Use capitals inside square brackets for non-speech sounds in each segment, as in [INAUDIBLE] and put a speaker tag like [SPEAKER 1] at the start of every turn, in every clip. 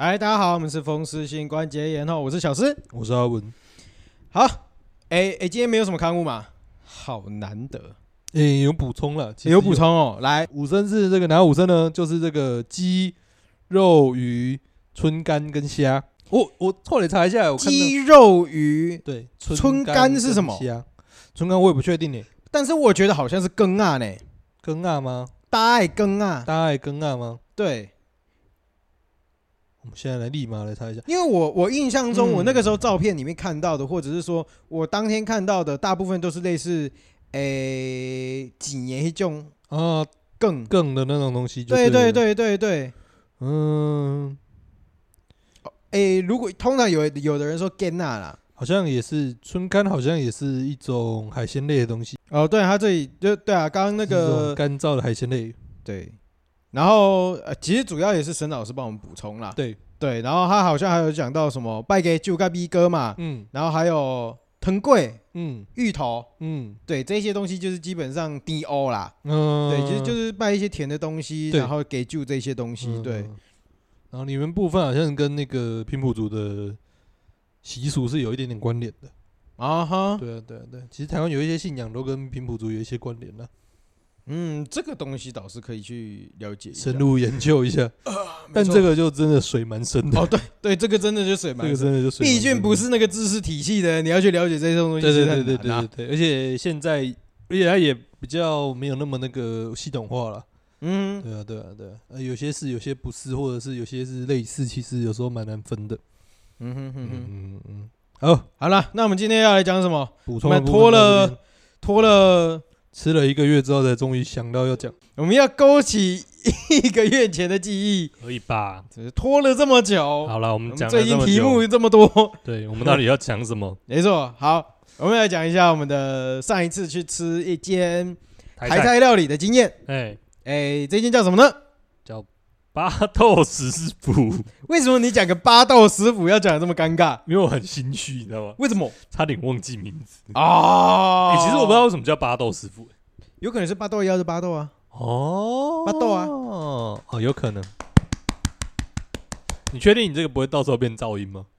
[SPEAKER 1] 嗨，哎大家好，我们是风湿性关节炎哦，我是小诗。
[SPEAKER 2] 我是阿文。
[SPEAKER 1] 好，哎哎，今天没有什么刊物嘛，好难得，
[SPEAKER 2] 诶、有补充了，其实
[SPEAKER 1] 有补。充哦，来，
[SPEAKER 2] 五声是这个哪五声呢？就是这个鸡、肉、鱼、春干跟虾。我我后来查一下，我看到
[SPEAKER 1] 鸡肉鱼，
[SPEAKER 2] 对
[SPEAKER 1] 春
[SPEAKER 2] 干
[SPEAKER 1] 干
[SPEAKER 2] 跟
[SPEAKER 1] 是什么
[SPEAKER 2] 虾？春干我也不确定呢。
[SPEAKER 1] 但是我觉得好像是羹啊呢，
[SPEAKER 2] 羹啊吗？
[SPEAKER 1] 大爱羹啊
[SPEAKER 2] 大，家爱羹啊吗？
[SPEAKER 1] 对，
[SPEAKER 2] 我们现在来立马来查一下。
[SPEAKER 1] 因为我我印象中，
[SPEAKER 2] 嗯
[SPEAKER 1] 我那个时候照片里面看到的，或者是说我当天看到的，大部分都是类似诶几年一种
[SPEAKER 2] 啊，
[SPEAKER 1] 更，
[SPEAKER 2] 羹的那种东西就
[SPEAKER 1] 对对
[SPEAKER 2] 对了，
[SPEAKER 1] 对对对，
[SPEAKER 2] 嗯，
[SPEAKER 1] 诶，哎如果通常有有的人说干娜啦，
[SPEAKER 2] 好像也是春干，好像也是一种海鲜类的东西，
[SPEAKER 1] 哦，对他这里就对啊，刚刚那
[SPEAKER 2] 那
[SPEAKER 1] 个
[SPEAKER 2] 干燥的海鲜类。
[SPEAKER 1] 对，然后呃，其实主要也是沈老师帮我们补充啦，
[SPEAKER 2] 对，
[SPEAKER 1] 对，然后他好像还有讲到什么败给就盖逼哥嘛，
[SPEAKER 2] 嗯
[SPEAKER 1] 然后还有藤贵、
[SPEAKER 2] 嗯
[SPEAKER 1] 芋头，
[SPEAKER 2] 嗯
[SPEAKER 1] 对，这些东西就是基本上 D O 啦，
[SPEAKER 2] 嗯，。
[SPEAKER 1] 对，其实就是是卖一些甜的东西，
[SPEAKER 2] 对
[SPEAKER 1] 然后给就这些东西，
[SPEAKER 2] 嗯
[SPEAKER 1] 对，
[SPEAKER 2] 嗯然后你们部分好像跟那个平埔族的习俗是有一点点关联的。
[SPEAKER 1] 啊哈，
[SPEAKER 2] 对啊，对啊，对啊。其实台湾有一些信仰都跟平埔族有一些关联啊的、
[SPEAKER 1] 嗯，这个东西倒是可以去了解一下
[SPEAKER 2] 深，入研究一下。
[SPEAKER 1] 没
[SPEAKER 2] 但
[SPEAKER 1] 错
[SPEAKER 2] 这个就真的水蛮深的，
[SPEAKER 1] 哦，对对，这个真的就是水
[SPEAKER 2] 这
[SPEAKER 1] [LAUGHS] 蛮
[SPEAKER 2] 个
[SPEAKER 1] 深，
[SPEAKER 2] 真的就水蛮深的。
[SPEAKER 1] 毕竟不是那个知识体系的，你要去了解这些东西，
[SPEAKER 2] 对。对对对对
[SPEAKER 1] 啊
[SPEAKER 2] 对，对，而且现在，而且它也比较没有那么那个系统化了。
[SPEAKER 1] 嗯，
[SPEAKER 2] 对啊，对啊，对啊。呃，有些是，有些不是，或者是有些是类似，其实有时候蛮难分的。
[SPEAKER 1] 嗯哼哼哼，
[SPEAKER 2] 嗯嗯嗯。好，
[SPEAKER 1] 好了，那我们今天要来讲什么？
[SPEAKER 2] 补充
[SPEAKER 1] 我
[SPEAKER 2] 的
[SPEAKER 1] 们
[SPEAKER 2] 部分
[SPEAKER 1] 拖
[SPEAKER 2] 到这
[SPEAKER 1] 了
[SPEAKER 2] 边
[SPEAKER 1] 拖了，
[SPEAKER 2] 吃了一个月之后，才终于想到要讲，
[SPEAKER 1] 我们要勾起一个月前的记忆，
[SPEAKER 3] 可以吧？
[SPEAKER 1] 只是拖了这么久。
[SPEAKER 3] 好了，我
[SPEAKER 1] 我
[SPEAKER 3] 们
[SPEAKER 1] 们
[SPEAKER 3] 讲
[SPEAKER 1] 最
[SPEAKER 3] 了这
[SPEAKER 1] 近
[SPEAKER 3] 么
[SPEAKER 1] 题目
[SPEAKER 3] 久，
[SPEAKER 1] 这么多，
[SPEAKER 3] 对我们到底要讲什么？
[SPEAKER 1] 没错。好，我们来讲一下我们的上一次去吃一间
[SPEAKER 3] 台
[SPEAKER 1] 台
[SPEAKER 3] 菜，
[SPEAKER 1] 菜料理的经验。
[SPEAKER 3] 哎，
[SPEAKER 1] 哎，这间叫什么呢？
[SPEAKER 3] 巴豆食谱，
[SPEAKER 1] 为什么你讲个八道食谱要讲的这么尴尬？
[SPEAKER 3] [LAUGHS] 因为我很心虚，你知道吗？
[SPEAKER 1] 为什么
[SPEAKER 3] 差点忘记名字。
[SPEAKER 1] 啊
[SPEAKER 3] 哎，其实我不知道，为什么叫巴豆食谱。
[SPEAKER 1] 有可能是八豆幺的八豆啊。
[SPEAKER 3] 哦
[SPEAKER 1] 巴豆啊
[SPEAKER 3] 啊，哦，有可能。你确定你这个不会到时候变噪音吗？ [LAUGHS]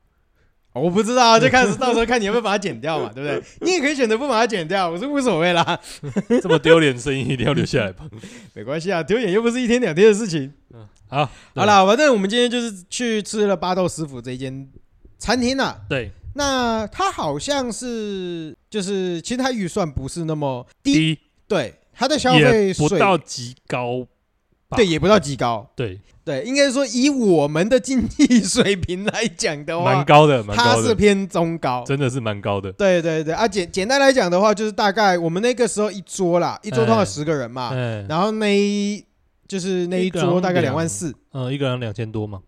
[SPEAKER 1] 哦我不知 [LAUGHS] 道啊，就看到时候看你要不要把它剪掉嘛，对不对？你也可以选择不把它剪掉，我是无所谓啦，
[SPEAKER 3] 这么丢脸的声音一定要留下来吧？
[SPEAKER 1] 没关系啊，丢脸又不是一天两天的事情。
[SPEAKER 3] 嗯，好，
[SPEAKER 1] 好啦，反正我们今天就是去吃了巴豆师傅这一间餐厅啊。
[SPEAKER 3] 对，
[SPEAKER 1] 那它好像是就是，其实它预算不是那么低，
[SPEAKER 3] 低
[SPEAKER 1] 对它的消费
[SPEAKER 3] 也不
[SPEAKER 1] 水
[SPEAKER 3] 到极高，吧
[SPEAKER 1] 对也不到极高，
[SPEAKER 3] 对，
[SPEAKER 1] 对，应该说以我们的经济水平来讲的
[SPEAKER 3] 蛮
[SPEAKER 1] 话，
[SPEAKER 3] 高的，蛮
[SPEAKER 1] 它
[SPEAKER 3] 高
[SPEAKER 1] 哦是
[SPEAKER 3] 的，
[SPEAKER 1] 偏中高。
[SPEAKER 3] 真的是蛮高的。
[SPEAKER 1] 对对对啊，简简单来讲的话，就是大概我们那个时候一桌啦，一桌通常
[SPEAKER 3] 哎
[SPEAKER 1] 十个人嘛，
[SPEAKER 3] 嗯
[SPEAKER 1] 然后那一就是那一
[SPEAKER 3] 一个好
[SPEAKER 1] 桌
[SPEAKER 3] 像
[SPEAKER 1] 大概两
[SPEAKER 3] 两
[SPEAKER 1] 万四，
[SPEAKER 3] 嗯，一个人两千多嘛？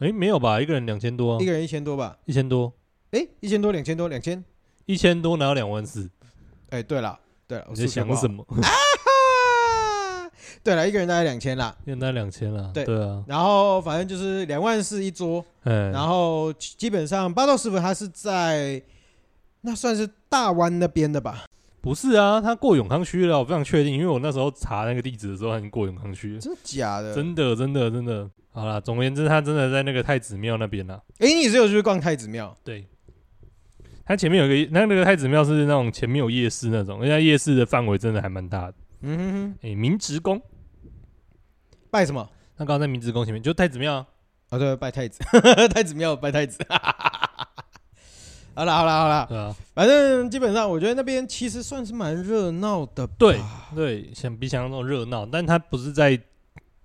[SPEAKER 3] 诶，没有吧，一个人两千多、啊
[SPEAKER 1] 一，个人一千多吧，
[SPEAKER 3] 一千多，
[SPEAKER 1] 诶，一千多两千多两千，
[SPEAKER 3] 一千多哪有两万四？
[SPEAKER 1] 哎，对了对了，
[SPEAKER 3] 你在想
[SPEAKER 1] 么？
[SPEAKER 3] 什么？
[SPEAKER 1] 啊！对了，一个人大概两千啦，
[SPEAKER 3] 现在两千了，
[SPEAKER 1] 对
[SPEAKER 3] 对啊，
[SPEAKER 1] 然后反正就是两万四一桌，
[SPEAKER 3] 嗯，
[SPEAKER 1] 然后基本上八道师傅他是在那算是大湾那边的吧？
[SPEAKER 3] 不是啊，他过永康区了，我非常确定，因为我那时候查那个地址的时候，他已经过永康区了，
[SPEAKER 1] 真的假的？
[SPEAKER 3] 真的，真的，真的。好啦，总而言之，他真的在那个太子庙那边啦。
[SPEAKER 1] 哎，你也是有去逛太子庙？
[SPEAKER 3] 对，他前面有一个，那那个太子庙是那种前面有夜市那种，人家夜市的范围真的还蛮大的。
[SPEAKER 1] 嗯哼
[SPEAKER 3] 诶，明职宫，
[SPEAKER 1] 哼，拜什么？
[SPEAKER 3] 那刚刚在明职宫前面，就太子庙啊。
[SPEAKER 1] 哦，对，拜太子， [LAUGHS] 太子庙拜太子。 [LAUGHS] 好啦好啦好啦，
[SPEAKER 3] 对啊，
[SPEAKER 1] 反正基本上我觉得那边其实算是蛮热闹的吧。
[SPEAKER 3] 对对，想比想象中热闹，但它不是在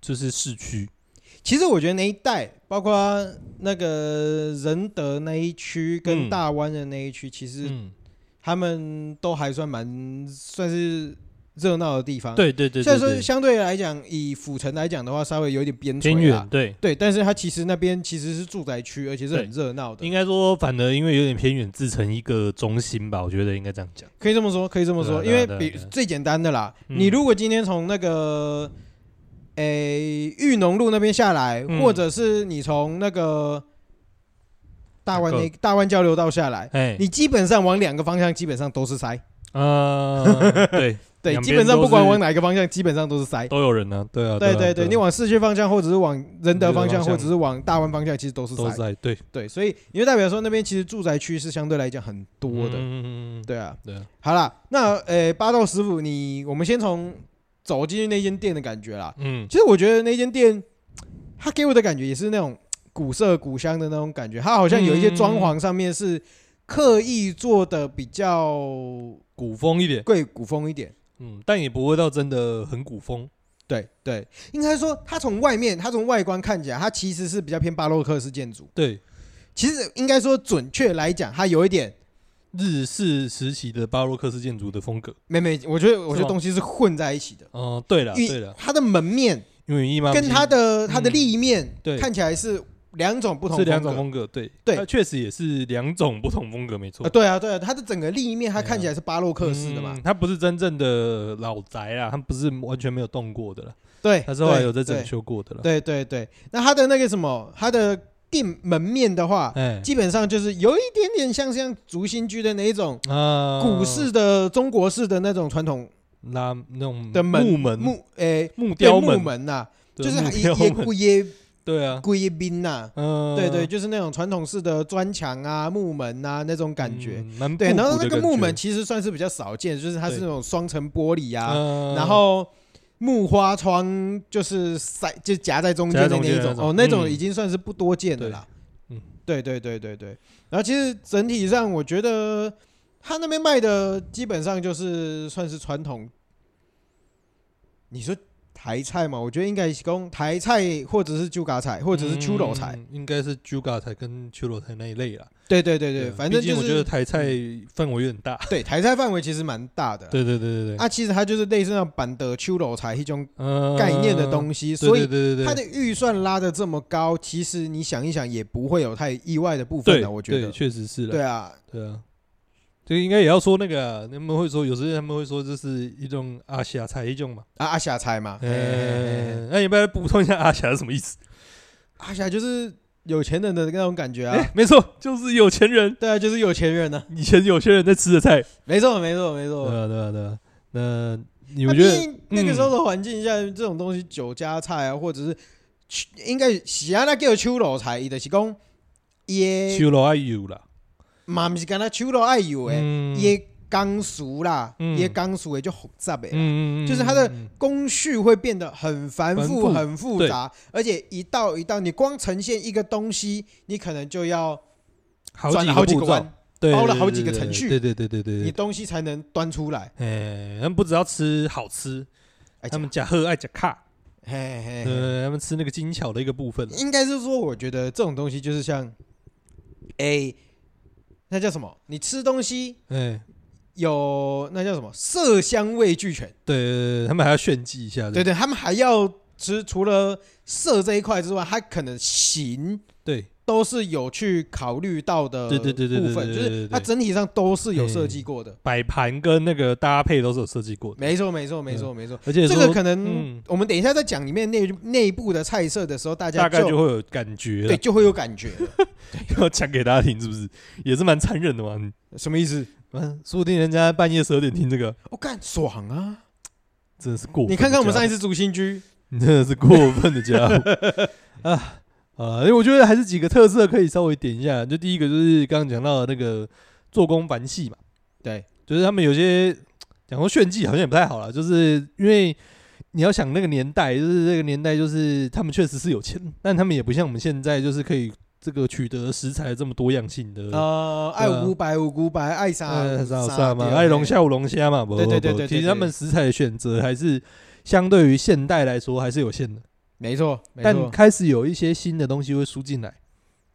[SPEAKER 3] 就是市区，
[SPEAKER 1] 其实我觉得那一带，包括那个仁德那一区跟
[SPEAKER 3] 嗯
[SPEAKER 1] 大湾的那一区，其实
[SPEAKER 3] 嗯，
[SPEAKER 1] 他们都还算蛮算是热闹的地方。，
[SPEAKER 3] 对对对
[SPEAKER 1] 虽
[SPEAKER 3] 对
[SPEAKER 1] 然啊说
[SPEAKER 3] 对，
[SPEAKER 1] 相对来讲，以府城来讲的话，稍微有点边
[SPEAKER 3] 偏
[SPEAKER 1] 陲啦
[SPEAKER 3] 远，。对，
[SPEAKER 1] 对，但是它其实那边其实是住宅区，而且是很热闹的
[SPEAKER 3] 应。该说反而因为有点偏远，自成一个中心吧，我觉得应该这样讲。
[SPEAKER 1] 可以这么说，可以这么说，因
[SPEAKER 3] 对啊
[SPEAKER 1] 为
[SPEAKER 3] 对啊
[SPEAKER 1] 比
[SPEAKER 3] 对啊
[SPEAKER 1] 最简单的啦，
[SPEAKER 3] 嗯
[SPEAKER 1] 你如果今天从那个诶裕农路那边下来，
[SPEAKER 3] 嗯
[SPEAKER 1] 或者是你从那个大湾那
[SPEAKER 3] 哪
[SPEAKER 1] 大湾交流道下来，
[SPEAKER 3] 哎，
[SPEAKER 1] 你基本上往两个方向基本上都是塞。 [LAUGHS]
[SPEAKER 3] 呃，对，
[SPEAKER 1] 对，
[SPEAKER 4] 两
[SPEAKER 1] 基
[SPEAKER 4] 边
[SPEAKER 1] 本上不管
[SPEAKER 4] 都是
[SPEAKER 1] 往哪一个方向，基本上都是塞。
[SPEAKER 4] 都有人呢、
[SPEAKER 3] 对啊，
[SPEAKER 1] 对
[SPEAKER 3] 啊
[SPEAKER 1] 对对，你往市区方向，或者是往仁德方
[SPEAKER 3] 仁德方
[SPEAKER 1] 向，
[SPEAKER 3] 向
[SPEAKER 1] 或者是往大湾方向，其实都是
[SPEAKER 3] 都
[SPEAKER 1] 塞。
[SPEAKER 3] 在对
[SPEAKER 1] 对，所以你就代表说那边其实住宅区是相对来讲很多
[SPEAKER 4] 嗯
[SPEAKER 1] 的。
[SPEAKER 4] 嗯嗯嗯
[SPEAKER 1] 对啊，
[SPEAKER 3] 对啊，
[SPEAKER 1] 好啦，那呃八道师傅，你我们先从走进去那间店的感觉啦。
[SPEAKER 4] 嗯，
[SPEAKER 1] 其实我觉得那间店，它给我的感觉也是那种古色古香的那种感觉，它好像有一些装潢上面是刻意做的比较
[SPEAKER 3] 古风一点，
[SPEAKER 1] 贵古风一点。
[SPEAKER 3] 嗯，但也不会到真的很古风，
[SPEAKER 1] 对对，应该说它从外面，它从外观看起来，它其实是比较偏巴洛克式建筑。
[SPEAKER 3] 对，
[SPEAKER 1] 其实应该说准确来讲，它有一点
[SPEAKER 3] 日式时期的巴洛克式建筑的风格。
[SPEAKER 1] 没没，我觉得我觉
[SPEAKER 3] 是
[SPEAKER 1] 得
[SPEAKER 3] 吗
[SPEAKER 1] 东西是混在一起的。
[SPEAKER 3] 哦，对了
[SPEAKER 1] 因
[SPEAKER 3] 对
[SPEAKER 1] 为
[SPEAKER 3] 了，
[SPEAKER 1] 它的门面
[SPEAKER 3] 因为姨妈
[SPEAKER 1] 跟它的它的
[SPEAKER 3] 嗯
[SPEAKER 1] 立面
[SPEAKER 3] 对
[SPEAKER 1] 看起来是两种不同风
[SPEAKER 3] 是
[SPEAKER 1] 格，
[SPEAKER 3] 两种风格，对
[SPEAKER 1] 对
[SPEAKER 3] 它确实也是两种不同风格，没错
[SPEAKER 1] 啊，。对啊，对啊，它的整个立面它
[SPEAKER 3] 对啊
[SPEAKER 1] 看起来是巴洛克式的嘛
[SPEAKER 3] 嗯，它不是真正的老宅啦，它不是完全没有动过的啦，
[SPEAKER 1] 对，
[SPEAKER 3] 它是后来
[SPEAKER 1] 对
[SPEAKER 3] 有在整
[SPEAKER 1] 对
[SPEAKER 3] 修过的啦。
[SPEAKER 1] 对对对，那它的那个什么，它的店门面的话，
[SPEAKER 3] 哎
[SPEAKER 1] 基本上就是有一点点像像竹心居的那一种
[SPEAKER 3] 啊，
[SPEAKER 1] 古式的中国式的那种传统
[SPEAKER 3] 拉那种
[SPEAKER 1] 的门
[SPEAKER 3] 木门
[SPEAKER 1] 木诶
[SPEAKER 3] 木
[SPEAKER 1] 对
[SPEAKER 3] 雕
[SPEAKER 1] 木
[SPEAKER 3] 门，
[SPEAKER 1] 门呐，
[SPEAKER 3] 对
[SPEAKER 1] 就是
[SPEAKER 3] 木
[SPEAKER 1] 也
[SPEAKER 3] 雕
[SPEAKER 1] 也
[SPEAKER 3] 门
[SPEAKER 1] 古也
[SPEAKER 3] 对啊，
[SPEAKER 1] 古也宾呐。
[SPEAKER 3] 嗯，
[SPEAKER 1] 对对，就是那种传统式的砖墙啊、木门啊那种感觉。
[SPEAKER 3] 嗯蛮
[SPEAKER 1] 对，
[SPEAKER 3] 复
[SPEAKER 1] 然后
[SPEAKER 3] 古
[SPEAKER 1] 那
[SPEAKER 3] 的
[SPEAKER 1] 个
[SPEAKER 3] 感
[SPEAKER 1] 木
[SPEAKER 3] 觉嗯
[SPEAKER 1] 门，其实算是比较少见，就是它是
[SPEAKER 3] 对
[SPEAKER 1] 那种双层玻璃啊，
[SPEAKER 3] 嗯
[SPEAKER 1] 然后木花窗就是塞就夹在中间的那一
[SPEAKER 4] 夹在中间
[SPEAKER 1] 种
[SPEAKER 4] 的那种
[SPEAKER 1] 哦，那种
[SPEAKER 4] 嗯
[SPEAKER 1] 已经算是不多见的啦。
[SPEAKER 3] 对嗯，
[SPEAKER 1] 对对对对对。然后其实整体上，我觉得他那边卖的基本上就是算是传统。你说台菜嘛，我觉得应该是供台菜或者是猪嘎菜或者是秋楼菜。
[SPEAKER 3] 嗯应该是 Juga 菜跟秋楼菜那一类啦。
[SPEAKER 1] 对对对
[SPEAKER 3] 对
[SPEAKER 1] 对，
[SPEAKER 3] 啊，
[SPEAKER 1] 反正
[SPEAKER 3] 毕
[SPEAKER 1] 就是嗯啊
[SPEAKER 3] 竟我觉得台菜范围有点大。
[SPEAKER 1] 对台菜范围其实蛮大的啦。
[SPEAKER 3] 对对对对对，
[SPEAKER 1] 啊，其实它就是类似那种板的秋楼菜一种
[SPEAKER 3] 嗯
[SPEAKER 1] 啊概念的东西，
[SPEAKER 3] 对
[SPEAKER 1] 所以
[SPEAKER 3] 对对对对，
[SPEAKER 1] 它的预算拉的这么高，其实你想一想也不会有太意外的部分啊
[SPEAKER 3] 对
[SPEAKER 1] 的，我觉
[SPEAKER 3] 对
[SPEAKER 1] 得。
[SPEAKER 3] 确实是
[SPEAKER 1] 对
[SPEAKER 3] 了，
[SPEAKER 1] 啊，
[SPEAKER 3] 对啊。这个应该也要说那个、啊，他们会说，有时候他们会说这是一种阿霞菜一种嘛。
[SPEAKER 1] 啊阿霞猜嘛，嘿嘿嘿嘿
[SPEAKER 3] 嗯，那你不要补充一下阿霞是什么意思？
[SPEAKER 1] 阿霞就是有钱人的那种感觉
[SPEAKER 3] 哎、
[SPEAKER 1] 啊，
[SPEAKER 3] [LAUGHS] 没错，就是有钱人，
[SPEAKER 1] [LAUGHS] 对啊，就是有钱人呢，
[SPEAKER 3] 以前有钱人在吃的菜。
[SPEAKER 1] 没错没错没
[SPEAKER 3] 对
[SPEAKER 1] 错。
[SPEAKER 3] 啊，对啊，对啊。那你
[SPEAKER 1] 那
[SPEAKER 3] 们
[SPEAKER 1] 毕
[SPEAKER 3] 觉得嗯
[SPEAKER 1] 竟那个时候的环境下，这种东西酒家菜啊，或者是去应该是啊，那叫秋楼菜，伊就是讲也
[SPEAKER 3] 秋楼爱有啦？
[SPEAKER 1] 嘛，不是干那秋楼爱有诶，
[SPEAKER 3] 嗯
[SPEAKER 1] 也刚熟啦，
[SPEAKER 3] 嗯
[SPEAKER 1] 也刚熟诶就复杂诶。
[SPEAKER 3] 嗯
[SPEAKER 1] 就是它的
[SPEAKER 3] 嗯
[SPEAKER 1] 工序会变得很繁
[SPEAKER 3] 繁
[SPEAKER 1] 复、
[SPEAKER 3] 复
[SPEAKER 1] 很复杂，而且一道一道，你光呈现一个东西，你可能就要
[SPEAKER 3] 好
[SPEAKER 1] 转
[SPEAKER 3] 几
[SPEAKER 1] 了好几
[SPEAKER 3] 步
[SPEAKER 1] 个
[SPEAKER 3] 骤
[SPEAKER 1] 弯，
[SPEAKER 3] 对
[SPEAKER 1] 包了
[SPEAKER 3] 对对
[SPEAKER 1] 好几
[SPEAKER 3] 对
[SPEAKER 1] 个程
[SPEAKER 3] 对
[SPEAKER 1] 序
[SPEAKER 3] 对对对对对
[SPEAKER 1] 你
[SPEAKER 3] 对。
[SPEAKER 1] 东西才能端出来。
[SPEAKER 3] 哎，他们不只要吃好吃，
[SPEAKER 1] 哎，
[SPEAKER 3] 他们假喝爱假卡，
[SPEAKER 1] 嘿嘿嘿，
[SPEAKER 3] 呃，他们吃那个精巧的一个部分了。
[SPEAKER 1] 应该是说，我觉得这种东西就是像，哎，那叫什么？你吃东西
[SPEAKER 3] 哎，
[SPEAKER 1] 有那叫什么色香味俱全？
[SPEAKER 3] 对对对，他们还要炫技一下。
[SPEAKER 1] 对对，他们还要吃除了色这一块之外，它可能形
[SPEAKER 3] 对
[SPEAKER 1] 都是有去考虑到的
[SPEAKER 3] 对对对对对
[SPEAKER 1] 部分，
[SPEAKER 3] 对
[SPEAKER 1] 就
[SPEAKER 3] 对
[SPEAKER 1] 是
[SPEAKER 3] 对对
[SPEAKER 1] 它整体上都是有设计过的。
[SPEAKER 3] 摆盘跟那个搭配都是有设计过的，
[SPEAKER 1] 没错，没错，没错，没错。
[SPEAKER 3] 而且
[SPEAKER 1] 这
[SPEAKER 3] 说
[SPEAKER 1] 个可能
[SPEAKER 3] 嗯
[SPEAKER 1] 我们等一下再讲里面内内部的菜色的时候，大家
[SPEAKER 3] 大概就
[SPEAKER 1] 就
[SPEAKER 3] 会有感觉
[SPEAKER 1] 对
[SPEAKER 3] 了。
[SPEAKER 1] 就会有感觉了。
[SPEAKER 3] [LAUGHS]
[SPEAKER 1] [LAUGHS]
[SPEAKER 3] 要讲给大家听，是不是也是蛮残忍的嘛？嗯
[SPEAKER 1] 什么意思？
[SPEAKER 3] 嗯，说不定人家半夜十二点听这个，
[SPEAKER 1] 我干爽啊！
[SPEAKER 3] 真的是过分的家伙。
[SPEAKER 1] 哦你看看我们上一次竹心居，
[SPEAKER 3] 你 [LAUGHS] 真的是过分的家伙 [LAUGHS] 啊！啊，因为我觉得还是几个特色可以稍微点一下。就第一个就是刚刚讲到的那个做工繁细嘛，
[SPEAKER 1] 对，
[SPEAKER 3] 就是他们有些讲说炫技好像也不太好了，就是因为你要想那个年代，就是这个年代，就是他们确实是有钱，但他们也不像我们现在就是可以这个取得食材这么多样性的。
[SPEAKER 1] 呃，爱五百五古百，爱啥
[SPEAKER 3] 呃，啥有
[SPEAKER 1] 啥
[SPEAKER 3] 啥嘛，啊爱龙。
[SPEAKER 1] 对
[SPEAKER 3] 虾有龙虾嘛，不
[SPEAKER 1] 对对
[SPEAKER 3] 不
[SPEAKER 1] 对
[SPEAKER 3] 不
[SPEAKER 1] 对对
[SPEAKER 3] 其实
[SPEAKER 1] 对
[SPEAKER 3] 他们食材的选择还是相对于现代来说还是有限的。
[SPEAKER 1] 没错，没
[SPEAKER 3] 但
[SPEAKER 1] 错，
[SPEAKER 3] 开始有一些新的东西会输进来。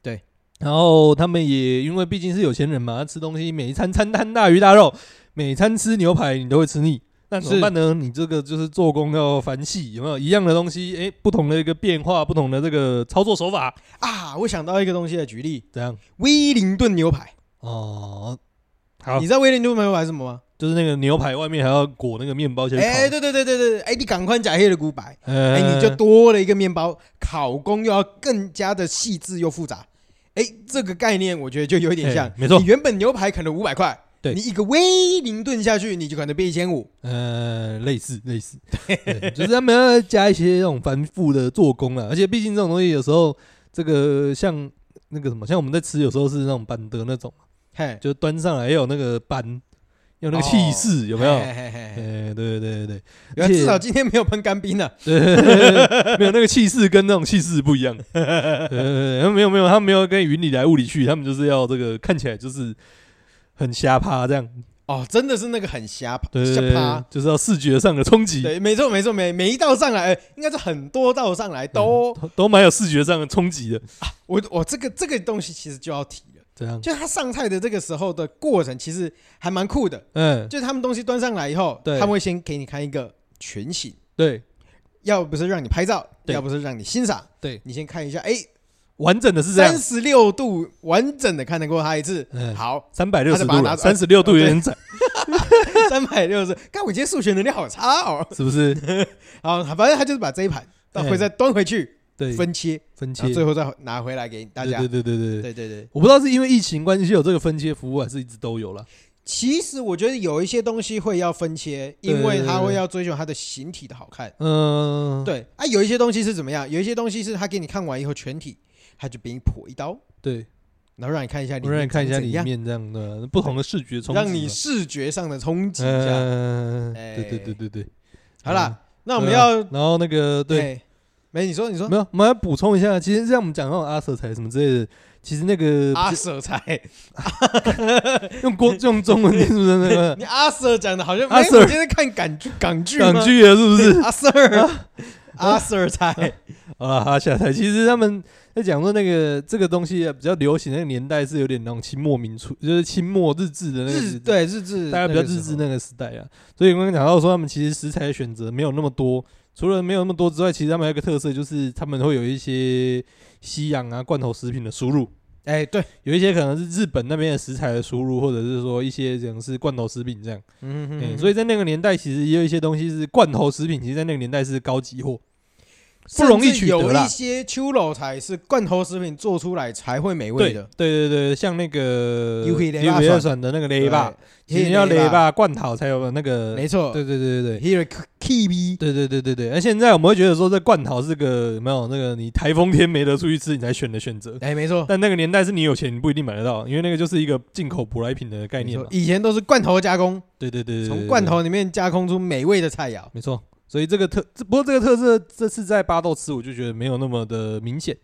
[SPEAKER 1] 对，
[SPEAKER 3] 然后他们也因为毕竟是有钱人嘛，他吃东西每一餐餐餐大鱼大肉，每餐吃牛排你都会吃腻。那怎么
[SPEAKER 1] 是
[SPEAKER 3] 办呢？你这个就是做工要繁细，有没有一样的东西？哎，不同的一个变化，不同的这个操作手法，
[SPEAKER 1] 啊！我想到一个东西的举例，
[SPEAKER 3] 怎样？
[SPEAKER 1] 威灵顿牛排。
[SPEAKER 3] 哦，好
[SPEAKER 1] 你，知道威灵顿牛排是什么吗？
[SPEAKER 3] 就是那个牛排外面还要裹那个面包先烤。
[SPEAKER 1] 哎，对对对对对，哎，你赶快加黑的古白。
[SPEAKER 3] 呃，
[SPEAKER 1] 哎、你就多了一个面包，烤工又要更加的细致又复杂。哎、这个概念我觉得就有点像，
[SPEAKER 3] 哎没错
[SPEAKER 1] 你原本牛排可能五百块，
[SPEAKER 3] 对
[SPEAKER 1] 你一个威灵顿下去，你就可能变一千五。
[SPEAKER 3] 呃，类似类
[SPEAKER 1] [LAUGHS]
[SPEAKER 3] 似，对，就是他们要加一些那种繁复的做工啦，而且毕竟这种东西有时候这个像那个什么，像我们在吃有时候是那种板德那种，
[SPEAKER 1] 嘿，
[SPEAKER 3] 就端上来要有那个板，要有那个气势，有没有？
[SPEAKER 1] 哦嘿嘿嘿嘿
[SPEAKER 3] 哎，对对对对
[SPEAKER 1] 原来
[SPEAKER 3] 而且
[SPEAKER 1] 至少今天没有喷干冰呢。
[SPEAKER 3] 对， [LAUGHS] 没有那个气势跟那种气势不一样。呃，没有没有，他们没有跟云里来雾里去，他们就是要这个看起来就是很瞎趴这样，
[SPEAKER 1] 哦，真的是那个很瞎趴，
[SPEAKER 3] 对
[SPEAKER 1] 瞎
[SPEAKER 3] 对
[SPEAKER 1] 趴
[SPEAKER 3] 对，。就是要视觉上的冲击，
[SPEAKER 1] 对，没错没错，每每一道上来，呃应该是很多道上来都，
[SPEAKER 3] 嗯都蛮有视觉上的冲击的。
[SPEAKER 1] 我我这个这个东西其实就要提了，
[SPEAKER 3] 这样，
[SPEAKER 1] 就他上菜的这个时候的过程，其实还蛮酷的。
[SPEAKER 3] 嗯，
[SPEAKER 1] 就他们东西端上来以后，
[SPEAKER 3] 对
[SPEAKER 1] 他们会先给你看一个全景，
[SPEAKER 3] 对，
[SPEAKER 1] 要不是让你拍照，
[SPEAKER 3] 对
[SPEAKER 1] 要不是让你欣赏，
[SPEAKER 3] 对
[SPEAKER 1] 你先看一下，哎，
[SPEAKER 3] 完整的是这
[SPEAKER 1] 三
[SPEAKER 3] 样，
[SPEAKER 1] 十六度完整的看得过他一次，
[SPEAKER 3] 嗯，
[SPEAKER 1] 好， [LAUGHS]
[SPEAKER 3] 三百六
[SPEAKER 1] 他
[SPEAKER 3] 十
[SPEAKER 1] 就把它拿
[SPEAKER 3] 度，
[SPEAKER 1] 出来哦
[SPEAKER 3] 三十六度有点窄，
[SPEAKER 1] 三百六十，看我今天数学能力好差哦。 [LAUGHS]
[SPEAKER 3] 是不是？
[SPEAKER 1] 好，反正他就是把这一盘到
[SPEAKER 3] 哎
[SPEAKER 1] 会再端回去
[SPEAKER 3] 对，
[SPEAKER 1] 分切，
[SPEAKER 3] 分切
[SPEAKER 1] 然后，最后再拿回来给大家
[SPEAKER 3] 对。对对对对。
[SPEAKER 1] 对对对，
[SPEAKER 3] 我不知道是因为疫情关系有这个分切服务，还是一直都有了。
[SPEAKER 1] 其实我觉得有一些东西会要分切，
[SPEAKER 3] 对
[SPEAKER 1] 因为它会要追求它的形体的好看。
[SPEAKER 3] 嗯，
[SPEAKER 1] 对啊，有一些东西是怎么样？有一些东西是他给你看完以后全体，他就给你剖一刀，
[SPEAKER 3] 对，
[SPEAKER 1] 然后让你看一下里
[SPEAKER 3] 我
[SPEAKER 1] 面，
[SPEAKER 3] 让你看一下里，面这样的不同的视觉冲击嘛，
[SPEAKER 1] 让你视觉上的冲击一下。
[SPEAKER 3] 嗯，
[SPEAKER 1] 哎
[SPEAKER 3] 对对对对对。
[SPEAKER 1] 好啦，那我们
[SPEAKER 3] 对啊
[SPEAKER 1] 要
[SPEAKER 3] 然后那个对，
[SPEAKER 1] 哎没你说你说
[SPEAKER 3] 没有，我们要补充一下，其实像我们讲那种阿舍才什么之类的，其实那个
[SPEAKER 1] 阿 Sir 才，
[SPEAKER 3] 用国用中文念是不是那个
[SPEAKER 1] [LAUGHS] 你阿 Sir 讲的好像
[SPEAKER 3] 阿
[SPEAKER 1] 没
[SPEAKER 3] Sir
[SPEAKER 1] 有，今天看港剧港剧吗
[SPEAKER 3] 港剧啊了，是不是？
[SPEAKER 1] 阿 Sir [LAUGHS] 阿 Sir 才，
[SPEAKER 3] 好了，哈下台。其实他们在讲说那个这个东西啊比较流行，那个年代是有点那种清末民初，就是清末日治的那个
[SPEAKER 1] 日
[SPEAKER 3] 时代，
[SPEAKER 1] 对日志，
[SPEAKER 3] 大家比较日
[SPEAKER 1] 日
[SPEAKER 3] 治
[SPEAKER 1] 志
[SPEAKER 3] 那个时代啊。所以我刚刚讲到说，他们其实食材的选择没有那么多，除了没有那么多之外，其实他们还有一个特色就是他们会有一些西洋啊罐头食品的输入。
[SPEAKER 1] 哎对，
[SPEAKER 3] 有一些可能是日本那边的食材的输入，或者是说一些可能是罐头食品这样。
[SPEAKER 1] 嗯
[SPEAKER 3] 嗯，
[SPEAKER 1] 嗯，
[SPEAKER 3] 所
[SPEAKER 1] 所以
[SPEAKER 3] 以在那个年代，其实也有一些东西是罐头食品，其实，在那个年代是高级货。不容易取得
[SPEAKER 1] 有
[SPEAKER 3] 啦
[SPEAKER 1] 一些秋楼才是罐头食品做出来才会美
[SPEAKER 3] 对
[SPEAKER 1] 味
[SPEAKER 3] 对
[SPEAKER 1] 的。
[SPEAKER 3] 对对，像那个
[SPEAKER 1] 优惠雷霸
[SPEAKER 3] 优惠
[SPEAKER 1] 爽
[SPEAKER 3] 爽的那个雷
[SPEAKER 1] 对
[SPEAKER 3] 霸，，其实要雷霸罐头才有那个。
[SPEAKER 1] 没错，
[SPEAKER 3] 对对对对对。
[SPEAKER 1] ，Here Kiwi，
[SPEAKER 3] 对对对对对，那现在我们会觉得说这罐头是个有没有那个你台风天没得出去吃你才选的选择，
[SPEAKER 1] 哎，没错，
[SPEAKER 3] 但那个年代是你有钱你不一定买得到，因为那个就是一个进口舶来品的概
[SPEAKER 1] 没
[SPEAKER 3] 念
[SPEAKER 1] 错
[SPEAKER 3] 嘛。
[SPEAKER 1] 以前都是罐头加工，
[SPEAKER 3] 对对对对，对
[SPEAKER 1] 从
[SPEAKER 3] 对
[SPEAKER 1] 罐头里面加工出美味的菜肴。
[SPEAKER 3] 没错，所以这个特，这不过这个特色这次在巴豆吃，我就觉得没有那么的明显，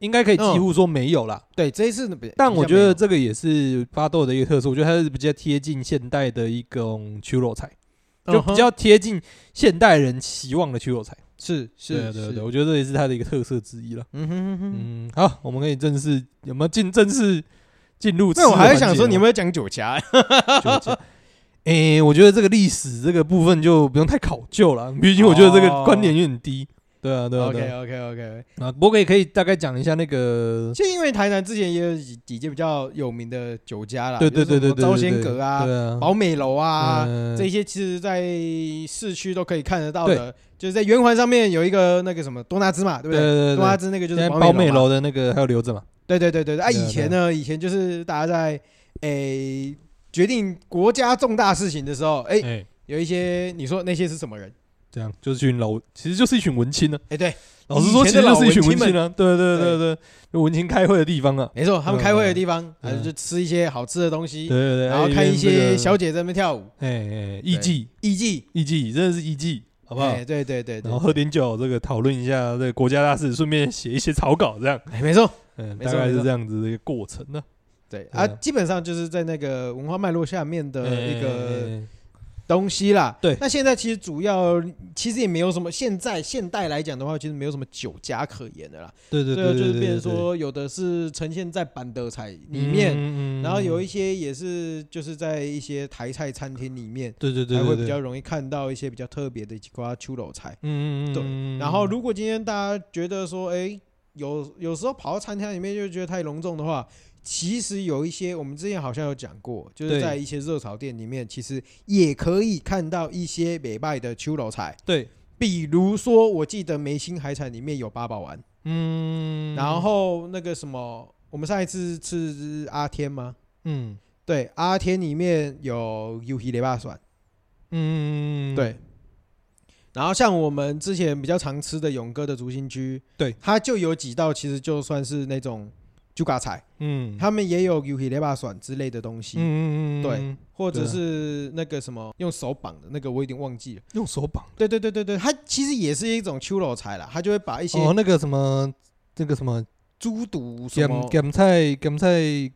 [SPEAKER 3] 应该可以几乎说没有啦。
[SPEAKER 1] 对，这一次呢比
[SPEAKER 3] 但我
[SPEAKER 1] 比较
[SPEAKER 3] 觉
[SPEAKER 1] 没有
[SPEAKER 3] 得这个也是巴豆的一个特色，我觉得它是比较贴近现代的一种曲肉菜，
[SPEAKER 1] 嗯
[SPEAKER 3] 就比较贴近现代人期望的曲肉菜。
[SPEAKER 1] 是
[SPEAKER 3] 对
[SPEAKER 1] 是
[SPEAKER 3] 对
[SPEAKER 1] 是
[SPEAKER 3] 对，，我觉得这也是它的一个特色之一了。
[SPEAKER 1] 嗯哼哼哼。
[SPEAKER 3] 嗯，好，我们可以正式有没有进正式进入吃的
[SPEAKER 1] 那
[SPEAKER 3] 环
[SPEAKER 1] 我
[SPEAKER 3] 节了吗？
[SPEAKER 1] 还想说，你有没有讲酒夹？
[SPEAKER 3] 就这样。诶、我觉得这个历史这个部分就不用太考究了， [LAUGHS] 毕竟我觉得这个观点有点
[SPEAKER 1] 哦
[SPEAKER 3] 低。对 [LAUGHS] 啊，对啊，对
[SPEAKER 1] OK
[SPEAKER 3] 啊。
[SPEAKER 1] OK OK，
[SPEAKER 3] 啊，不过可以可以大概讲一下那个，
[SPEAKER 1] 就因为台南之前也有几几间比较有名的酒家啦，
[SPEAKER 3] 对对对对对，
[SPEAKER 1] 啊比如说什么招仙阁啊、
[SPEAKER 3] 对啊，
[SPEAKER 1] 宝美楼啊，
[SPEAKER 3] 嗯
[SPEAKER 1] 这些其实在市区都可以看得到的。就是在圆环上面有一个那个什么多纳兹嘛，对
[SPEAKER 3] 对
[SPEAKER 1] 不对？啊
[SPEAKER 3] 对对
[SPEAKER 1] 多纳
[SPEAKER 3] 对，
[SPEAKER 1] 兹那个就
[SPEAKER 3] 现
[SPEAKER 1] 是
[SPEAKER 3] 在包
[SPEAKER 1] 美
[SPEAKER 3] 美
[SPEAKER 1] 楼嘛。
[SPEAKER 3] 楼的那个还有留着嘛？
[SPEAKER 1] 对对对对对，啊，
[SPEAKER 3] 对啊
[SPEAKER 1] 以前呢，以前就是大家在诶、决定国家重大事情的时候，诶、
[SPEAKER 3] 哎，
[SPEAKER 1] 有一些你说那些是什么人？
[SPEAKER 3] 这样就是一群老，其实就是一群文青呢。
[SPEAKER 1] 诶、对，
[SPEAKER 3] 老实说，
[SPEAKER 1] 以
[SPEAKER 3] 其
[SPEAKER 1] 前的
[SPEAKER 3] 实就是一群
[SPEAKER 1] 老文
[SPEAKER 3] 文
[SPEAKER 1] 青
[SPEAKER 3] 青啊。对对对对，就文青开会的地方啊。
[SPEAKER 1] 没错，他们开会的地方，
[SPEAKER 3] 嗯
[SPEAKER 1] 然后就吃一些好吃的东
[SPEAKER 3] 对
[SPEAKER 1] 西，
[SPEAKER 3] 对对，
[SPEAKER 1] 然后
[SPEAKER 3] 还有
[SPEAKER 1] 看一
[SPEAKER 3] 边这
[SPEAKER 1] 些
[SPEAKER 3] 个
[SPEAKER 1] 小，姐在那边跳舞，
[SPEAKER 3] 哎哎，艺妓
[SPEAKER 1] 艺妓，
[SPEAKER 3] 艺妓真的是艺妓，
[SPEAKER 1] 好
[SPEAKER 3] 好不好？
[SPEAKER 1] 哎
[SPEAKER 3] 哦
[SPEAKER 1] 对对对对
[SPEAKER 3] 然后，喝点酒，这个讨论一下这个国家大事，顺便写一些草稿，这样，
[SPEAKER 1] 哎没错，
[SPEAKER 3] 嗯，
[SPEAKER 1] 没
[SPEAKER 3] 大
[SPEAKER 1] 错
[SPEAKER 3] 概
[SPEAKER 1] 没
[SPEAKER 3] 是
[SPEAKER 1] 错
[SPEAKER 3] 这样子的一个过程呢。
[SPEAKER 1] 对
[SPEAKER 3] 对
[SPEAKER 1] 啊，
[SPEAKER 3] 啊
[SPEAKER 1] 基本上就是在那个文化脉络下面的一个
[SPEAKER 3] 哎
[SPEAKER 1] 东西啦。
[SPEAKER 3] 对
[SPEAKER 1] 那现在其实主要其实也没有什么，现在现代来讲的话，其实没有什么酒家可言的啦。
[SPEAKER 3] 对对嗯
[SPEAKER 1] 对啊，就是变成说有的是呈现在板德菜里面，
[SPEAKER 3] 面
[SPEAKER 1] 然后有一
[SPEAKER 3] 些
[SPEAKER 1] 些也是就是在一些台菜餐厅里面，
[SPEAKER 3] 对对对嗯
[SPEAKER 1] 才
[SPEAKER 3] 对
[SPEAKER 1] 会
[SPEAKER 3] 对
[SPEAKER 1] 比较容易看到一些比较特别的几瓜秋楼菜。
[SPEAKER 3] 嗯嗯嗯
[SPEAKER 1] 对
[SPEAKER 3] 嗯
[SPEAKER 1] 然后如果今天大家觉得说，哎，有有时候跑到餐厅里面就觉得太隆重的话。其实有一些，我们之前好像有讲过，就是
[SPEAKER 3] 对
[SPEAKER 1] 在一些热炒店里面，其实也可以看到一些美拜的秋楼菜，
[SPEAKER 3] 对
[SPEAKER 1] 比如说，我记得梅心海产里面有八宝丸，
[SPEAKER 3] 嗯，
[SPEAKER 1] 然后那个什么，我们上一次吃阿天吗？
[SPEAKER 3] 嗯
[SPEAKER 1] 对，阿天里面有 U H 雷霸蒜，
[SPEAKER 2] 嗯，
[SPEAKER 1] 对。然后像我们之前比较常吃的勇哥的竹心居，
[SPEAKER 2] 对，
[SPEAKER 1] 它就有几道其实就算是那种猪嘎菜，
[SPEAKER 2] 嗯，
[SPEAKER 1] 他们也有 U H 雷霸蒜之类的东西，
[SPEAKER 2] 嗯嗯嗯，
[SPEAKER 1] 对，或者
[SPEAKER 2] 对啊
[SPEAKER 1] 是那个什么用手绑的那个，我有点忘记了。
[SPEAKER 2] 用手绑
[SPEAKER 1] 对对对对对，它其实也是一种秋老菜啦，它就会把一些
[SPEAKER 2] 哦，那个什么，那个什么，
[SPEAKER 1] 猪肚什
[SPEAKER 2] 咸
[SPEAKER 1] 么，
[SPEAKER 2] 咸菜咸菜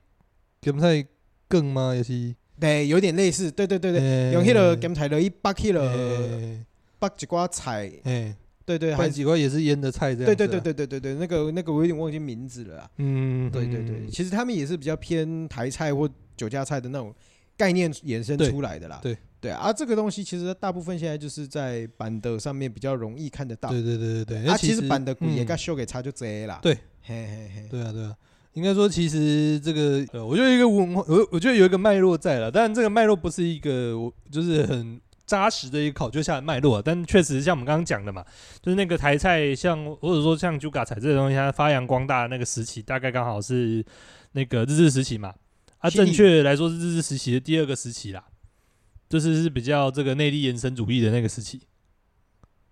[SPEAKER 2] 咸菜梗吗？也是，
[SPEAKER 1] 对，有点类似，对对对对，
[SPEAKER 2] 对
[SPEAKER 1] 用迄个咸菜落去剥迄个
[SPEAKER 2] 哎
[SPEAKER 1] 剥一寡菜，
[SPEAKER 2] 哎，
[SPEAKER 1] 对对，还
[SPEAKER 2] 拌
[SPEAKER 1] 是
[SPEAKER 2] 几块也是腌的菜这样，啊
[SPEAKER 1] 对对对，对对对对，那个那个我有点忘记名字了啦。啊
[SPEAKER 2] 嗯，
[SPEAKER 1] 对对对，其实他们也是比较偏台菜或酒家菜的那种概念衍生
[SPEAKER 2] 对
[SPEAKER 1] 出来的啦。
[SPEAKER 2] 对
[SPEAKER 1] 对啊，这个东西其实大部分现在就是在板的上面比较容易看得到。
[SPEAKER 2] 对对对对对，
[SPEAKER 1] 啊，
[SPEAKER 2] 那
[SPEAKER 1] 其实板的骨也
[SPEAKER 2] 嗯
[SPEAKER 1] 跟修给差就这啦。
[SPEAKER 2] 对
[SPEAKER 1] 嘿嘿嘿，
[SPEAKER 2] 对啊，对啊，应该说其实这个，呃，我觉得一个文化，我我觉得有一个脉络在了，但这个脉络不是一个我就是很扎实的一个考究下的脉络、啊，但确实像我们刚刚讲的嘛，就是那个台菜像，或者说像猪嘎菜这个东西，它发扬光大的那个时期，大概刚好是那个日治时期嘛，啊，
[SPEAKER 1] 西历
[SPEAKER 3] 正确来说是日治时期的第二个时期啦，就是是比较这个内地延伸主义的那个时期。